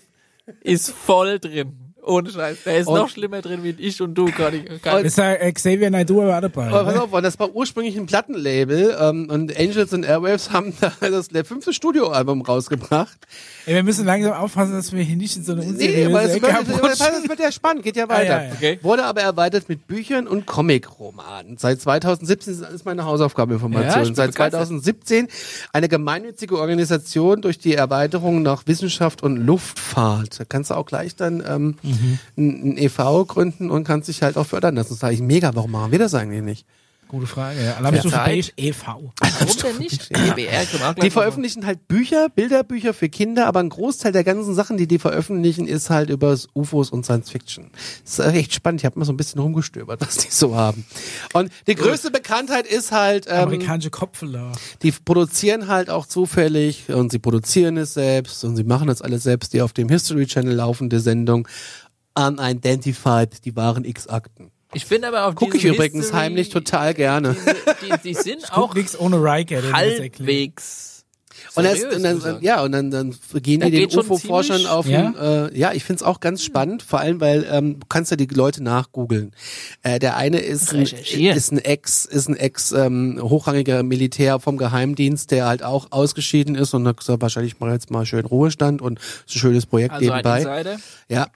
Speaker 2: ist voll drin. Ohne Scheiß. Der ist
Speaker 1: Und-
Speaker 2: noch schlimmer drin wie ich und du. Kann ich, kann
Speaker 3: Ist da äh, Xavier Naidoo aber auch dabei?
Speaker 1: [LAUGHS] Aber pass
Speaker 3: ne?
Speaker 1: auf, und das war ursprünglich ein Plattenlabel ähm, und Angels and Airwaves haben da das fünfte Studioalbum rausgebracht.
Speaker 3: Ey, wir müssen langsam aufpassen, dass wir hier nicht in so eine
Speaker 1: Nee,
Speaker 3: unseriöse
Speaker 1: aber es wird,
Speaker 3: Ecke
Speaker 1: es
Speaker 3: abrutschen.
Speaker 1: wird ja spannend, geht ja weiter.
Speaker 3: Ah, ja, ja.
Speaker 2: Okay.
Speaker 1: Wurde aber erweitert mit Büchern und Comicromanen. Seit 2017 das ist meine
Speaker 2: Ja,
Speaker 1: Hausaufgabeninformation.
Speaker 2: ich bin
Speaker 1: Seit
Speaker 2: begeistert.
Speaker 1: 2017 eine gemeinnützige Organisation durch die Erweiterung nach Wissenschaft und Luftfahrt. Da kannst du auch gleich dann ähm,
Speaker 2: Mhm.
Speaker 1: ein, ein EV gründen und kannst dich halt auch fördern lassen. Das sage ich mega. Warum machen wir das eigentlich nicht?
Speaker 3: Gute Frage. ja. Alarmstufe
Speaker 2: Ja.
Speaker 3: Beige E e.V.
Speaker 2: Warum denn nicht? EBR, können wir auch gleich
Speaker 1: Die
Speaker 2: noch mal-
Speaker 1: veröffentlichen halt Bücher, Bilderbücher für Kinder, aber ein Großteil der ganzen Sachen, die die veröffentlichen, ist halt über das UFOs und Science Fiction. Das ist äh, echt spannend. Ich habe mal so ein bisschen rumgestöbert, [LAUGHS] was die so haben. Und die größte Bekanntheit ist halt, ähm,
Speaker 3: Amerikanische Kopfler.
Speaker 1: die produzieren halt auch zufällig und sie produzieren es selbst und sie machen das alles selbst. Die auf dem History Channel laufende Sendung Unidentified, die wahren X-Akten.
Speaker 2: Ich finde aber auf
Speaker 1: Gucke ich
Speaker 2: diesem
Speaker 1: übrigens
Speaker 2: History-
Speaker 1: heimlich total ne? gerne.
Speaker 2: Die, die, die sind auch
Speaker 3: Auch nichts ohne Riker, der das erklärt.
Speaker 2: halbwegs.
Speaker 1: Und, das,
Speaker 2: seriös,
Speaker 1: und
Speaker 2: muss ich
Speaker 1: dann,
Speaker 2: sagen.
Speaker 1: ja, und dann, dann gehen
Speaker 2: Da
Speaker 1: die den
Speaker 2: geht schon
Speaker 1: UFO-Forschern
Speaker 2: ziemlich- Hm.
Speaker 1: auf.
Speaker 3: Ja?
Speaker 1: Ja, äh, ja ich find's auch ganz spannend, vor allem, weil ähm, du kannst ja die Leute nachgoogeln. Äh, der eine ist ein,
Speaker 2: Recherchieren.
Speaker 1: ist ein Ex, ist ein Ex ähm, hochrangiger Militär vom Geheimdienst, der halt auch ausgeschieden ist und hat gesagt, wahrscheinlich mal jetzt mal schön Ruhestand und ist ein schönes Projekt
Speaker 2: Also ein
Speaker 1: nebenbei.
Speaker 2: Insider.
Speaker 1: Ja,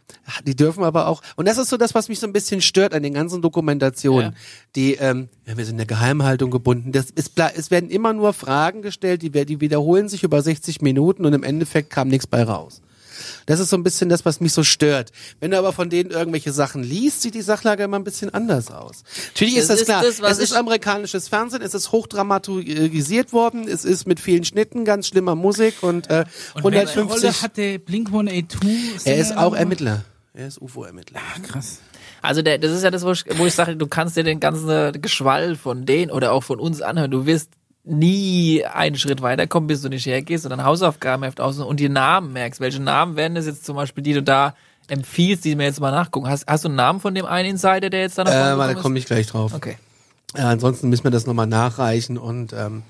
Speaker 1: die dürfen aber auch. Und das ist so das, was mich so ein bisschen stört an den ganzen Dokumentationen.
Speaker 2: Ja.
Speaker 1: Die, ähm, ja, wir sind der Geheimhaltung gebunden. Das ist, bla- es werden immer nur Fragen gestellt, die, wer- die wiederholen sich über 60 Minuten und im Endeffekt kam nichts bei raus. Das ist so ein bisschen das, was mich so stört. Wenn du aber von denen irgendwelche Sachen liest, sieht die Sachlage immer ein bisschen anders aus. Natürlich ist
Speaker 2: Das
Speaker 1: das,
Speaker 2: ist
Speaker 1: klar.
Speaker 2: das, was
Speaker 1: es ist
Speaker 2: ich-
Speaker 1: amerikanisches Fernsehen, es ist hochdramatisiert worden, es ist mit vielen Schnitten, ganz schlimmer Musik und, äh,
Speaker 3: Und welche
Speaker 1: 150.
Speaker 3: Rolle hat der Blink-182?
Speaker 1: Er ist auch
Speaker 3: er
Speaker 1: Ermittler. Er ist UFO-Ermittler.
Speaker 3: Ah, Krass.
Speaker 2: Also der, das ist ja das, wo ich, wo ich sage, du kannst dir den ganzen äh, Geschwall von denen oder auch von uns anhören. Du wirst nie einen Schritt weiterkommen, bis du nicht hergehst und ein Hausaufgabenheft aus und die Namen merkst. Welche Namen wären das jetzt zum Beispiel, die du da empfiehlst, die wir jetzt mal nachgucken? Hast, hast du einen Namen von dem einen Insider, der jetzt da noch
Speaker 1: Äh,
Speaker 2: vorgekommen
Speaker 1: da
Speaker 2: ist?
Speaker 1: komme ich gleich drauf.
Speaker 2: Okay.
Speaker 1: Äh, ansonsten müssen wir das nochmal nachreichen und ähm,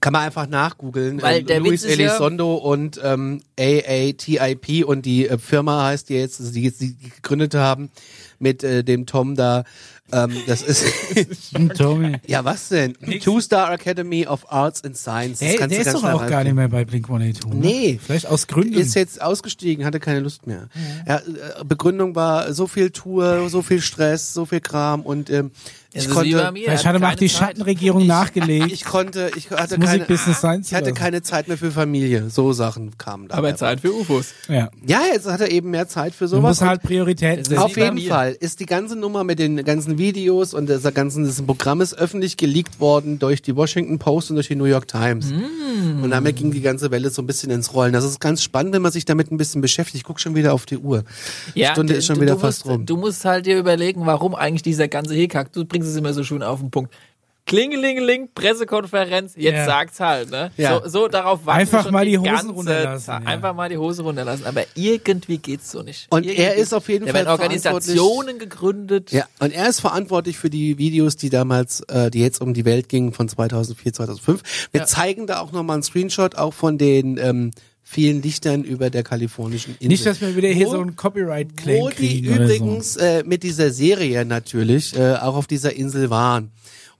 Speaker 1: kann man einfach nachgoogeln.
Speaker 2: Weil
Speaker 1: Ähm,
Speaker 2: der
Speaker 1: Luis
Speaker 2: Witz ist ja-
Speaker 1: Elizondo und ähm, AATIP und die äh, Firma heißt die jetzt, also die jetzt die gegründet haben mit äh, dem Tom da. Ähm, das ist [LAUGHS]
Speaker 3: Tommy.
Speaker 1: ja was denn? Two Star Academy of Arts and Science. Das
Speaker 3: Hey,
Speaker 1: kannst du
Speaker 3: der ist
Speaker 1: ganz
Speaker 3: doch
Speaker 1: schnell
Speaker 3: auch gar
Speaker 1: reinfinden.
Speaker 3: nicht mehr bei Blink-182. Ne?
Speaker 1: Nee.
Speaker 3: Vielleicht aus Gründen.
Speaker 1: ist jetzt ausgestiegen, hatte keine Lust mehr. Ja, äh, Begründung war so viel Tour, so viel Stress, so viel Kram und ähm,
Speaker 2: Das
Speaker 1: ich
Speaker 2: ist wie bei
Speaker 1: konnte
Speaker 2: Also mir. Er hat
Speaker 3: Vielleicht hat er mal
Speaker 2: keine
Speaker 3: die
Speaker 2: Zeit.
Speaker 3: Schattenregierung nachgelegt.
Speaker 1: ich konnte ich hatte
Speaker 3: muss
Speaker 1: keine
Speaker 3: ich Business sein
Speaker 1: ich
Speaker 3: zu
Speaker 1: hatte
Speaker 3: lassen.
Speaker 1: keine Zeit mehr für Familie. So Sachen kamen da.
Speaker 2: Aber Zeit für UFOs.
Speaker 3: ja.
Speaker 1: Ja, jetzt hat er eben mehr Zeit für
Speaker 3: Du
Speaker 1: sowas.
Speaker 3: musst halt Prioritäten
Speaker 2: Das ist-
Speaker 3: setzen.
Speaker 1: Auf
Speaker 2: wie bei
Speaker 1: jeden
Speaker 2: mir.
Speaker 1: Fall ist die ganze Nummer mit den ganzen Videos und dieser ganzen des Programmes öffentlich geleakt worden durch die Washington Post und durch die New York Times.
Speaker 2: Mm.
Speaker 1: Und damit ging die ganze Welle so ein bisschen ins Rollen. Das ist ganz spannend, wenn man sich damit ein bisschen beschäftigt. Ich guck schon wieder auf die Uhr. Die Stunde
Speaker 2: d-
Speaker 1: ist schon
Speaker 2: du-
Speaker 1: wieder
Speaker 2: du
Speaker 1: fast
Speaker 2: musst,
Speaker 1: rum.
Speaker 2: Du musst halt dir überlegen, warum eigentlich dieser ganze Hickhack. Du bringst es immer so schön auf den Punkt. Klingelingeling, Pressekonferenz, jetzt
Speaker 3: Ja.
Speaker 2: sagt's halt, ne?
Speaker 1: Ja.
Speaker 2: So, so darauf warten
Speaker 3: Einfach
Speaker 2: wir schon
Speaker 3: mal die Hosen
Speaker 2: ganze
Speaker 3: runterlassen,
Speaker 2: Zeit.
Speaker 3: ja.
Speaker 2: Einfach mal die Hose runterlassen, aber irgendwie geht's so nicht.
Speaker 1: Und
Speaker 2: irgendwie
Speaker 1: er ist auf jeden
Speaker 2: da
Speaker 1: Fall
Speaker 2: werden Organisationen gegründet.
Speaker 1: Ja, und er ist verantwortlich für die Videos, die damals, äh, die jetzt um die Welt gingen von 2004, 2005. Wir zeigen da auch nochmal einen Screenshot auch von den ähm, vielen Lichtern über der kalifornischen Insel.
Speaker 3: Nicht, dass wir wieder hier
Speaker 1: Wo-
Speaker 3: so einen Copyright-Claim
Speaker 1: wo die
Speaker 3: kriegen oder so.
Speaker 1: übrigens äh, mit dieser Serie natürlich äh, auch auf dieser Insel waren.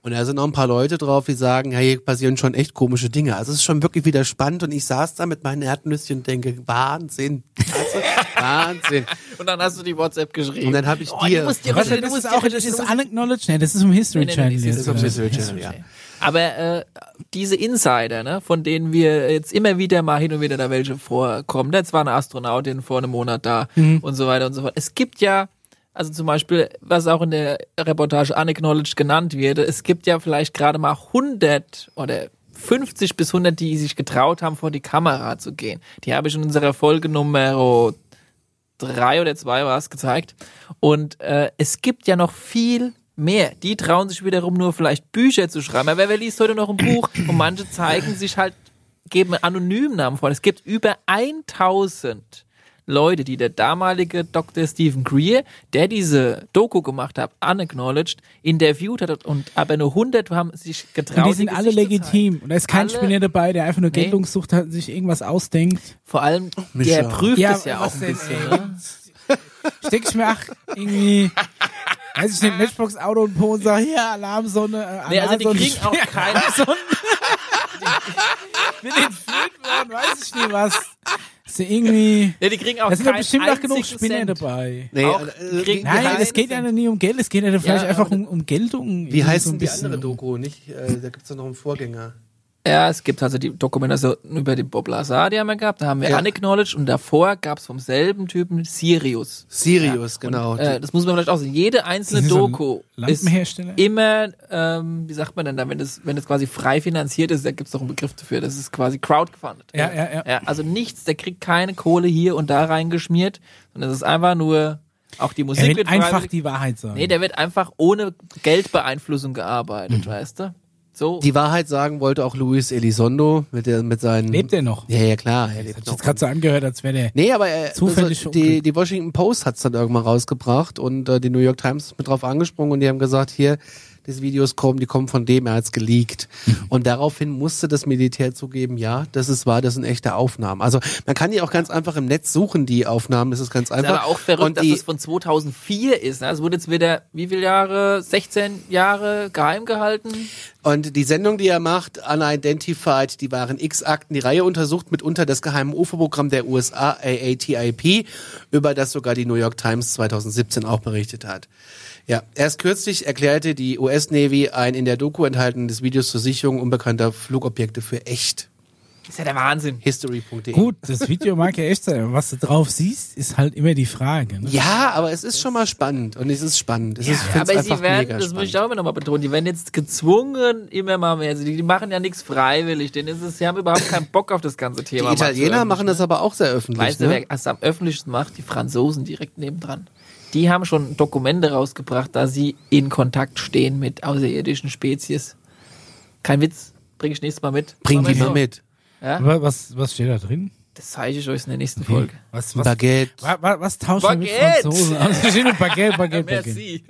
Speaker 1: Und Und da sind noch ein paar Leute drauf, die sagen, ja, hier passieren schon echt komische Dinge. Also es ist schon wirklich wieder spannend und ich saß da mit meinen Erdnüsschen und denke, Wahnsinn, Also,
Speaker 3: [LAUGHS]
Speaker 1: Wahnsinn.
Speaker 2: Und dann hast du die WhatsApp geschrieben.
Speaker 1: Und dann habe ich
Speaker 2: oh,
Speaker 1: dir-
Speaker 2: Du musst dir
Speaker 3: Was,
Speaker 2: du
Speaker 3: das
Speaker 2: musst
Speaker 3: ist
Speaker 2: dir-
Speaker 3: auch,
Speaker 2: du
Speaker 3: das ist
Speaker 2: musst-
Speaker 3: Unacknowledged? Nee, das ist vom History
Speaker 2: Nee, nee, nee,
Speaker 3: Channel. Also
Speaker 2: das ist
Speaker 3: jetzt,
Speaker 1: vom
Speaker 3: oder?
Speaker 1: History Channel, ja.
Speaker 2: Aber äh, diese Insider, ne, von denen wir jetzt immer wieder mal hin und wieder da welche vorkommen, ne, jetzt war eine Astronautin vor einem Monat da und so weiter und so fort. Es gibt ja, also zum Beispiel, was auch in der Reportage unacknowledged genannt wird, es gibt ja vielleicht gerade mal 100 oder 50 bis 100, die sich getraut haben, vor die Kamera zu gehen. Die habe ich in unserer Folge Nummer drei oder zwei war es gezeigt. Und äh, es gibt ja noch viel mehr. Die trauen sich wiederum nur vielleicht Bücher zu schreiben. Aber wer liest heute noch ein Buch? Und manche zeigen sich halt, geben einen anonymen Namen vor. Es gibt über 1000 Leute, die der damalige Dr. Stephen Greer, der diese Doku gemacht hat, unacknowledged, interviewt hat und aber nur 100 haben sich getraut.
Speaker 3: Und die sind
Speaker 2: ihr
Speaker 3: alle
Speaker 2: Gesicht zu zeigen.
Speaker 3: legitim. Und da ist kein
Speaker 2: Alle-
Speaker 3: Spinner dabei, der einfach nur
Speaker 2: Nee.
Speaker 3: Geltungssucht hat und sich irgendwas ausdenkt.
Speaker 2: Vor allem,
Speaker 1: Micha.
Speaker 2: der prüft
Speaker 3: Ja,
Speaker 2: es ja
Speaker 3: was
Speaker 2: auch ein
Speaker 3: denn,
Speaker 2: bisschen.
Speaker 3: ey?
Speaker 2: Ne?
Speaker 3: Steck ich mir ach, irgendwie, weiß ich nicht, Matchbox-Auto und Po und sag, hier, Alarmsonne, äh, Alarmsonne.
Speaker 2: Nee, also die kriegen auch keine.
Speaker 3: [LAUGHS] Mit den Flöten, weiß ich nicht was. Ist ja irgendwie,
Speaker 2: Ja, die kriegen auch
Speaker 3: da sind doch
Speaker 2: keinen
Speaker 3: bestimmt noch genug
Speaker 2: einzigen
Speaker 3: Spinner
Speaker 2: Cent.
Speaker 3: dabei.
Speaker 1: Nee,
Speaker 2: Auch
Speaker 1: äh,
Speaker 2: kriegen-
Speaker 1: wie,
Speaker 3: Nein,
Speaker 2: heißt-
Speaker 3: es geht ja nie um Geld, es geht ja dann vielleicht
Speaker 2: Ja,
Speaker 3: einfach
Speaker 2: aber-
Speaker 3: um, um Geltung.
Speaker 1: wie heißt
Speaker 3: so
Speaker 1: denn
Speaker 3: ein
Speaker 1: die
Speaker 3: bisschen.
Speaker 1: andere Doku? Nicht, äh, da gibt's doch noch einen Vorgänger.
Speaker 2: Ja, es gibt also die Dokumentation über den Bob Lazar, die haben wir gehabt. Da haben wir
Speaker 1: Ja.
Speaker 2: Unacknowledged und davor gab's vom selben Typen Sirius.
Speaker 1: Sirius, genau.
Speaker 2: Äh, das muss man vielleicht auch sehen. Jede einzelne
Speaker 3: Das ist so ein
Speaker 2: Doku ist
Speaker 3: Lampenhersteller?
Speaker 2: immer, ähm, wie sagt man denn da, wenn das, wenn das quasi frei finanziert ist, da gibt's doch einen Begriff dafür. Das ist quasi crowdfunded.
Speaker 3: Ja, ja, ja.
Speaker 2: also nichts, der kriegt keine Kohle hier und da reingeschmiert, sondern es ist einfach nur, auch die
Speaker 3: Er
Speaker 2: Musik
Speaker 3: will
Speaker 2: wird
Speaker 3: einfach
Speaker 2: freiwillig-
Speaker 3: die Wahrheit sagen.
Speaker 2: Nee, der wird einfach ohne Geldbeeinflussung gearbeitet,
Speaker 3: Mhm.
Speaker 2: weißt du? So.
Speaker 1: die Wahrheit sagen wollte auch Luis Elizondo mit, der, mit seinen...
Speaker 3: Lebt er noch?
Speaker 1: Ja, ja, klar, er
Speaker 3: Hat
Speaker 1: lebt
Speaker 3: sich jetzt
Speaker 1: noch.
Speaker 3: gerade so angehört, als wäre der.
Speaker 1: Nee, aber äh,
Speaker 3: Zufällig
Speaker 1: also, die,
Speaker 3: Unglück.
Speaker 1: die Washington Post hat's dann irgendwann rausgebracht und äh, die New York Times ist mit drauf angesprungen und die haben gesagt, hier, diese Videos kommen, die kommen von dem, er hat's geleakt. und daraufhin musste das Militär zugeben, ja, das ist wahr, das sind echte Aufnahmen. Also man kann die auch ganz einfach im Netz suchen, die Aufnahmen, das ist ganz
Speaker 2: Ist
Speaker 1: einfach.
Speaker 2: aber auch verrückt,
Speaker 1: und
Speaker 2: dass
Speaker 1: die,
Speaker 2: es von 2004 ist. ne? Es wurde jetzt wieder, wie viele Jahre, 16 Jahre geheim gehalten.
Speaker 1: Und die Sendung, die er macht, Unidentified, die waren X-Akten, die Reihe untersucht, mitunter das geheime UFO-Programm der USA, AATIP, über das sogar die New York Times 2017 auch berichtet hat. Ja, erst kürzlich erklärte die US-Navy ein in der Doku enthaltenes Video zur Sicherung unbekannter Flugobjekte für echt.
Speaker 2: Ist ja der Wahnsinn.
Speaker 1: History.de.
Speaker 3: Gut, das Video mag ja echt sein, aber was du drauf siehst, ist halt immer die Frage. Ne?
Speaker 1: Ja, aber es ist schon mal spannend und es ist spannend. Es ist, ich find's
Speaker 2: aber
Speaker 1: einfach
Speaker 2: sie werden,
Speaker 1: mega
Speaker 2: das möchte
Speaker 1: spannend.
Speaker 2: ich auch immer nochmal betonen, die werden jetzt gezwungen, immer mal mehr. Also die, die machen ja nichts freiwillig, denn es ist, sie haben überhaupt keinen Bock auf das ganze
Speaker 1: Die
Speaker 2: Thema. Also,
Speaker 1: Italiener machen das aber auch sehr öffentlich.
Speaker 2: Weißt du,
Speaker 1: ne?
Speaker 2: wer es am öffentlichsten macht? Die Franzosen direkt nebendran. Die haben schon Dokumente rausgebracht, da sie in Kontakt stehen mit außerirdischen Spezies. Kein Witz, bring ich nächstes Mal mit.
Speaker 1: Bring die mal
Speaker 2: so.
Speaker 1: mit.
Speaker 2: Ja?
Speaker 3: Aber was, was steht da drin?
Speaker 2: Das zeige ich euch in der nächsten Folge.
Speaker 3: Was, was,
Speaker 1: Baguette.
Speaker 3: wa, wa, was tauscht man mit
Speaker 2: Baguette!
Speaker 3: Franzosen aus? Da steht nur Baguette, Baguette, Baguette.
Speaker 2: Merci.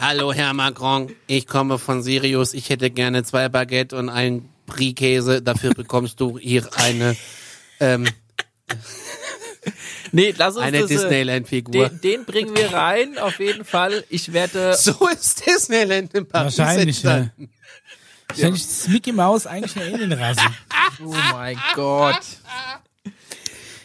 Speaker 1: Hallo, Herr Macron. Ich komme von Sirius. Ich hätte gerne zwei Baguette und einen Brie-Käse. Dafür bekommst du hier eine, ähm,
Speaker 2: Nee, lass uns
Speaker 1: eine
Speaker 2: das, äh,
Speaker 1: Disneyland-Figur.
Speaker 2: Den, den bringen wir rein, auf jeden Fall. Ich werde.
Speaker 1: So ist Disneyland in Paris.
Speaker 3: Wahrscheinlich,
Speaker 1: entstanden.
Speaker 3: ne? Wahrscheinlich ist Mickey Mouse eigentlich
Speaker 2: [LAUGHS]
Speaker 3: eine Alienrasse.
Speaker 2: Oh mein Gott.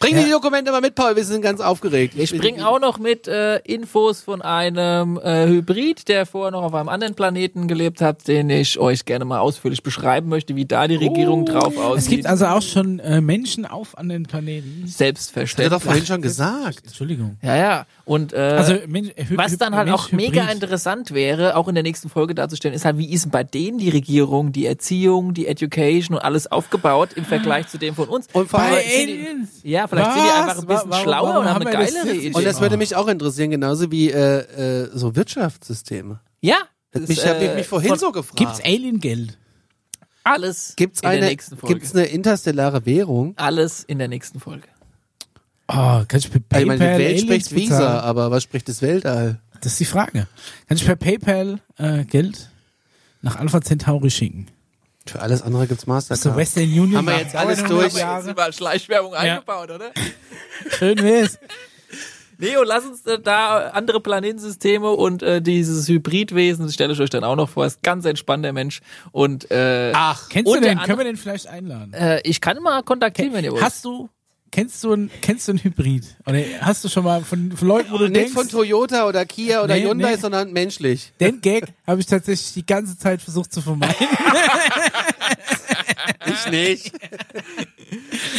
Speaker 1: Bring die Dokumente mal mit, Paul. Wir sind ganz aufgeregt.
Speaker 2: Ich bringe auch noch mit äh, Infos von einem äh, Hybrid, der vorher noch auf einem anderen Planeten gelebt hat, den ich euch gerne mal ausführlich beschreiben möchte, wie da die Regierung drauf aussieht.
Speaker 3: Oh. Es gibt also auch schon äh, Menschen auf anderen Planeten.
Speaker 1: Hat er doch
Speaker 2: Selbstverständlich.
Speaker 1: vorhin schon gesagt.
Speaker 3: Entschuldigung.
Speaker 2: Ja, ja. Und äh,
Speaker 3: Also, Mensch, äh, Hy-
Speaker 2: Was dann
Speaker 3: Hy-
Speaker 2: halt
Speaker 3: Mensch
Speaker 2: auch mega
Speaker 3: Hybrid.
Speaker 2: interessant wäre, auch in der nächsten Folge darzustellen, ist halt, wie ist denn bei denen die Regierung, die Erziehung, die Education und alles aufgebaut im Vergleich zu dem von uns?
Speaker 1: Und vor
Speaker 3: Bei
Speaker 1: allem,
Speaker 2: Vielleicht sind die-
Speaker 3: Aliens?
Speaker 2: Ja, vielleicht sind die
Speaker 3: Was?
Speaker 2: einfach ein bisschen
Speaker 3: Wa- warum-
Speaker 2: schlauer
Speaker 3: warum
Speaker 2: und haben
Speaker 3: haben
Speaker 2: eine
Speaker 3: wir das
Speaker 2: geilere
Speaker 3: jetzt nicht?
Speaker 1: und
Speaker 2: Idee.
Speaker 1: das würde mich auch interessieren, genauso wie äh, äh, so Wirtschaftssysteme.
Speaker 2: Ja,
Speaker 1: Das
Speaker 2: das
Speaker 1: mich,
Speaker 2: ist,
Speaker 1: hab ich
Speaker 2: äh,
Speaker 1: mich vorhin
Speaker 2: von
Speaker 1: so gefragt.
Speaker 3: Gibt's Alien-Geld?
Speaker 2: alles
Speaker 1: Gibt's
Speaker 2: in der
Speaker 1: eine,
Speaker 2: nächsten Folge.
Speaker 1: gibt's eine interstellare Währung?
Speaker 2: alles in der nächsten Folge.
Speaker 3: Oh, kann ich per PayPal
Speaker 1: Ah, ich meine, die Welt
Speaker 3: Aliens
Speaker 1: spricht Visa,
Speaker 3: bezahlen?
Speaker 1: aber was spricht das Weltall?
Speaker 3: Das ist die Frage. Kann ich per PayPal äh, Geld nach Alpha Centauri schicken?
Speaker 1: Für alles andere gibt's Mastercard.
Speaker 3: So Western Union.
Speaker 1: Haben wir
Speaker 3: nach
Speaker 1: jetzt alles
Speaker 3: 900
Speaker 1: durch?
Speaker 3: Jahren.
Speaker 2: überall Schleichwerbung
Speaker 3: eingebaut,
Speaker 2: oder?
Speaker 3: Schön wär's.
Speaker 2: Nee, und lass uns äh, da andere Planetensysteme und äh, dieses Hybridwesen, das stelle ich euch dann auch noch vor, ist ganz entspannt der Mensch. Und äh,
Speaker 1: Ach,
Speaker 3: Kennst du
Speaker 2: Unter
Speaker 3: den? Können wir
Speaker 2: anderem-
Speaker 3: den vielleicht einladen?
Speaker 2: äh, ich kann mal kontaktieren, wenn ihr wollt.
Speaker 3: Hast du, kennst du ein, kennst du ein Hybrid? Oder hast du schon mal von, von Leuten, wo du
Speaker 1: nicht
Speaker 3: denkst,
Speaker 1: von Toyota oder Kia oder
Speaker 3: Nee,
Speaker 1: Hyundai,
Speaker 3: nee.
Speaker 1: sondern menschlich.
Speaker 3: den Gag habe ich tatsächlich die ganze Zeit versucht zu vermeiden.
Speaker 1: Ich
Speaker 2: [LAUGHS]
Speaker 1: nicht. [LAUGHS]
Speaker 2: äh,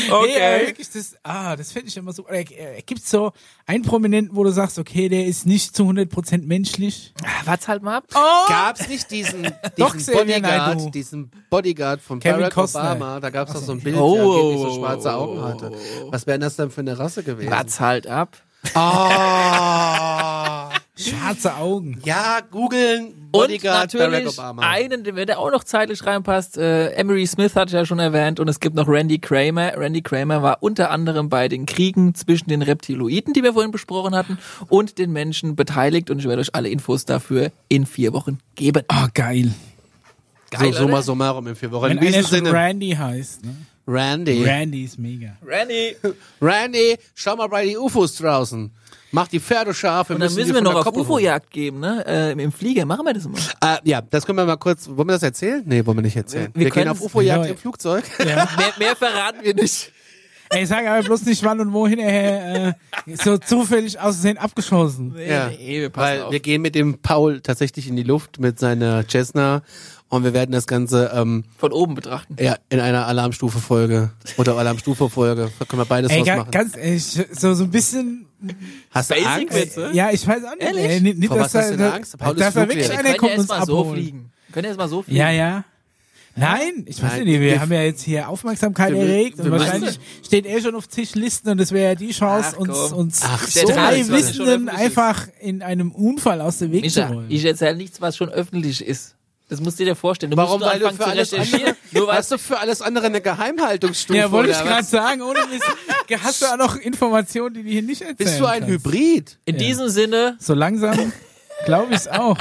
Speaker 3: Nee, aber wirklich, das, ah, das finde ich immer so. Oder, äh, gibt's so einen Prominenten, wo du sagst, okay, der ist nicht zu 100% menschlich?
Speaker 2: Wart's halt mal ab.
Speaker 1: Gab's nicht
Speaker 2: [LAUGHS]
Speaker 1: diesen,
Speaker 3: Doch,
Speaker 1: diesen
Speaker 3: Xavier Naidoo.
Speaker 1: Bodyguard, diesen Bodyguard von
Speaker 3: Kevin
Speaker 1: Barack
Speaker 3: Costner.
Speaker 1: Obama? Da gab's doch so ein Bild,
Speaker 2: Oh,
Speaker 1: der angeblich so
Speaker 2: oh,
Speaker 1: schwarze
Speaker 2: oh,
Speaker 1: Augen hatte. Was wäre das denn für eine Rasse gewesen?
Speaker 2: Wart's halt ab.
Speaker 1: Oh.
Speaker 3: Schwarze Augen.
Speaker 1: Ja, googeln
Speaker 2: Und
Speaker 1: Bodyguard Barack
Speaker 2: natürlich
Speaker 1: Obama.
Speaker 2: einen, der- der auch noch zeitlich reinpasst. Äh, Emery Smith hatte ich ja schon erwähnt und es gibt noch Randy Kramer. Randy Kramer war unter anderem bei den Kriegen zwischen den Reptiloiden, die wir vorhin besprochen hatten, und den Menschen beteiligt und ich werde euch alle Infos dafür in vier Wochen geben.
Speaker 3: Oh, geil.
Speaker 1: So, summa
Speaker 2: oder?
Speaker 1: summarum in vier Wochen.
Speaker 3: Wenn
Speaker 1: In diesem
Speaker 3: einer schon
Speaker 1: Sinne,
Speaker 3: Randy heißt. Ne?
Speaker 1: Randy.
Speaker 3: Randy ist mega.
Speaker 2: Randy!
Speaker 1: Randy, schau mal bei den UFOs draußen. Mach die Pferde scharf.
Speaker 2: Und dann müssen
Speaker 1: die
Speaker 2: wir
Speaker 1: von
Speaker 2: noch
Speaker 1: der
Speaker 2: auf
Speaker 1: Koppel holen.
Speaker 2: UFO-Jagd geben, ne? Äh, Im Flieger machen wir das immer.
Speaker 1: Ah, ja, das können wir mal kurz. Wollen wir das erzählen? Nee, wollen wir nicht erzählen.
Speaker 2: wir
Speaker 1: Wir, gehen
Speaker 2: können
Speaker 1: auf
Speaker 2: es-
Speaker 1: UFO-Jagd
Speaker 3: Ja.
Speaker 1: im Flugzeug.
Speaker 2: Mehr, mehr verraten wir nicht.
Speaker 3: Ey, sag aber bloß nicht wann und wohin er äh, so zufällig aus Versehen abgeschossen.
Speaker 1: Ja,
Speaker 2: Nee, wir passen
Speaker 1: weil
Speaker 2: auf.
Speaker 1: wir gehen mit dem Paul tatsächlich in die Luft mit seiner Cessna und wir werden das Ganze ähm,
Speaker 2: Von oben betrachten.
Speaker 1: ja, in einer Alarmstufe-Folge oder Alarmstufe-Folge. Da können wir beides
Speaker 3: Ey,
Speaker 1: draus
Speaker 3: ga,
Speaker 1: machen.
Speaker 3: ganz ehrlich, so, so ein bisschen.
Speaker 1: Hast du
Speaker 2: Basic
Speaker 1: Angst?
Speaker 2: Witz. Witze?
Speaker 3: Ja, ich weiß auch nicht.
Speaker 2: Ehrlich?
Speaker 3: Ey, nicht,
Speaker 1: Vor was
Speaker 3: dass
Speaker 1: hast du denn
Speaker 3: da,
Speaker 1: Angst? Paul ist
Speaker 3: dass da
Speaker 2: Äh,
Speaker 3: wirklich
Speaker 1: Fluglehrer.
Speaker 3: einer kommt und uns
Speaker 2: erstmal so
Speaker 3: abholen.
Speaker 2: fliegen. Können erstmal so fliegen.
Speaker 3: Ja, ja. Nein, ich weiß
Speaker 1: Nein,
Speaker 3: nicht, wir
Speaker 1: wir-
Speaker 3: haben ja jetzt hier Aufmerksamkeit
Speaker 1: wir-
Speaker 3: erregt und
Speaker 1: wir müssen-
Speaker 3: wahrscheinlich steht er schon auf Tischlisten und das wäre ja die Chance,
Speaker 2: Ach,
Speaker 3: uns,
Speaker 2: komm.
Speaker 3: uns
Speaker 1: Ach
Speaker 2: Der
Speaker 1: so.
Speaker 2: Traum
Speaker 3: drei
Speaker 2: ist, was nicht schon
Speaker 3: Wissenden
Speaker 2: öffentlich ist.
Speaker 3: einfach in einem Unfall aus dem Weg zu
Speaker 2: Micha,
Speaker 3: holen.
Speaker 2: ich erzähle nichts, was schon öffentlich ist. Das musst du dir vorstellen. Du
Speaker 1: Warum?
Speaker 2: musst nur
Speaker 1: Weil du
Speaker 2: anfangen
Speaker 1: für
Speaker 2: zu
Speaker 1: alles
Speaker 2: recherchieren.
Speaker 1: andere,
Speaker 2: [LAUGHS] Nur weil
Speaker 1: hast du für alles andere eine Geheimhaltungsstufe?
Speaker 3: ja, wollte ich
Speaker 1: oder
Speaker 3: gerade
Speaker 1: was?
Speaker 3: sagen, ohne Mist. Hast du auch noch Informationen, die du hier nicht erzählen
Speaker 1: Bist du ein
Speaker 3: kannst?
Speaker 1: Hybrid?
Speaker 2: in diesem Sinne,
Speaker 3: So langsam glaube ich es auch.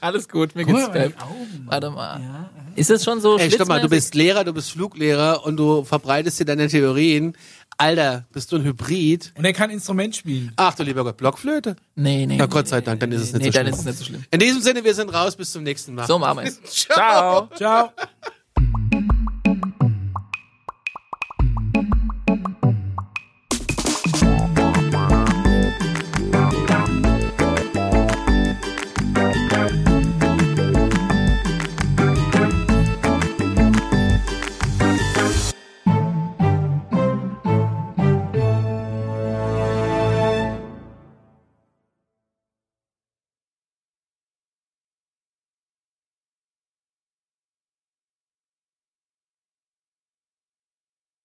Speaker 2: alles gut, mir
Speaker 3: Guck
Speaker 2: geht's
Speaker 3: mal, meine
Speaker 2: beim. Warte mal. Ist das schon so
Speaker 1: Ey, stopp mal, du
Speaker 2: schlitzmäßig?
Speaker 1: bist Lehrer, du bist Fluglehrer und du verbreitest dir deine Theorien. Alter, bist du ein Hybrid?
Speaker 3: Und er kann Instrument spielen.
Speaker 1: Ach du lieber Gott, Blockflöte?
Speaker 2: Nee, nee.
Speaker 1: Na
Speaker 2: nee,
Speaker 1: Gott sei
Speaker 2: nee,
Speaker 1: Dank, dann ist es
Speaker 2: nee,
Speaker 1: nicht so
Speaker 2: dann
Speaker 1: schlimm.
Speaker 2: ist es nicht so schlimm.
Speaker 1: [LAUGHS] In diesem Sinne, wir sind raus, bis zum nächsten Mal.
Speaker 2: So machen wir es.
Speaker 1: Ciao.
Speaker 3: Ciao.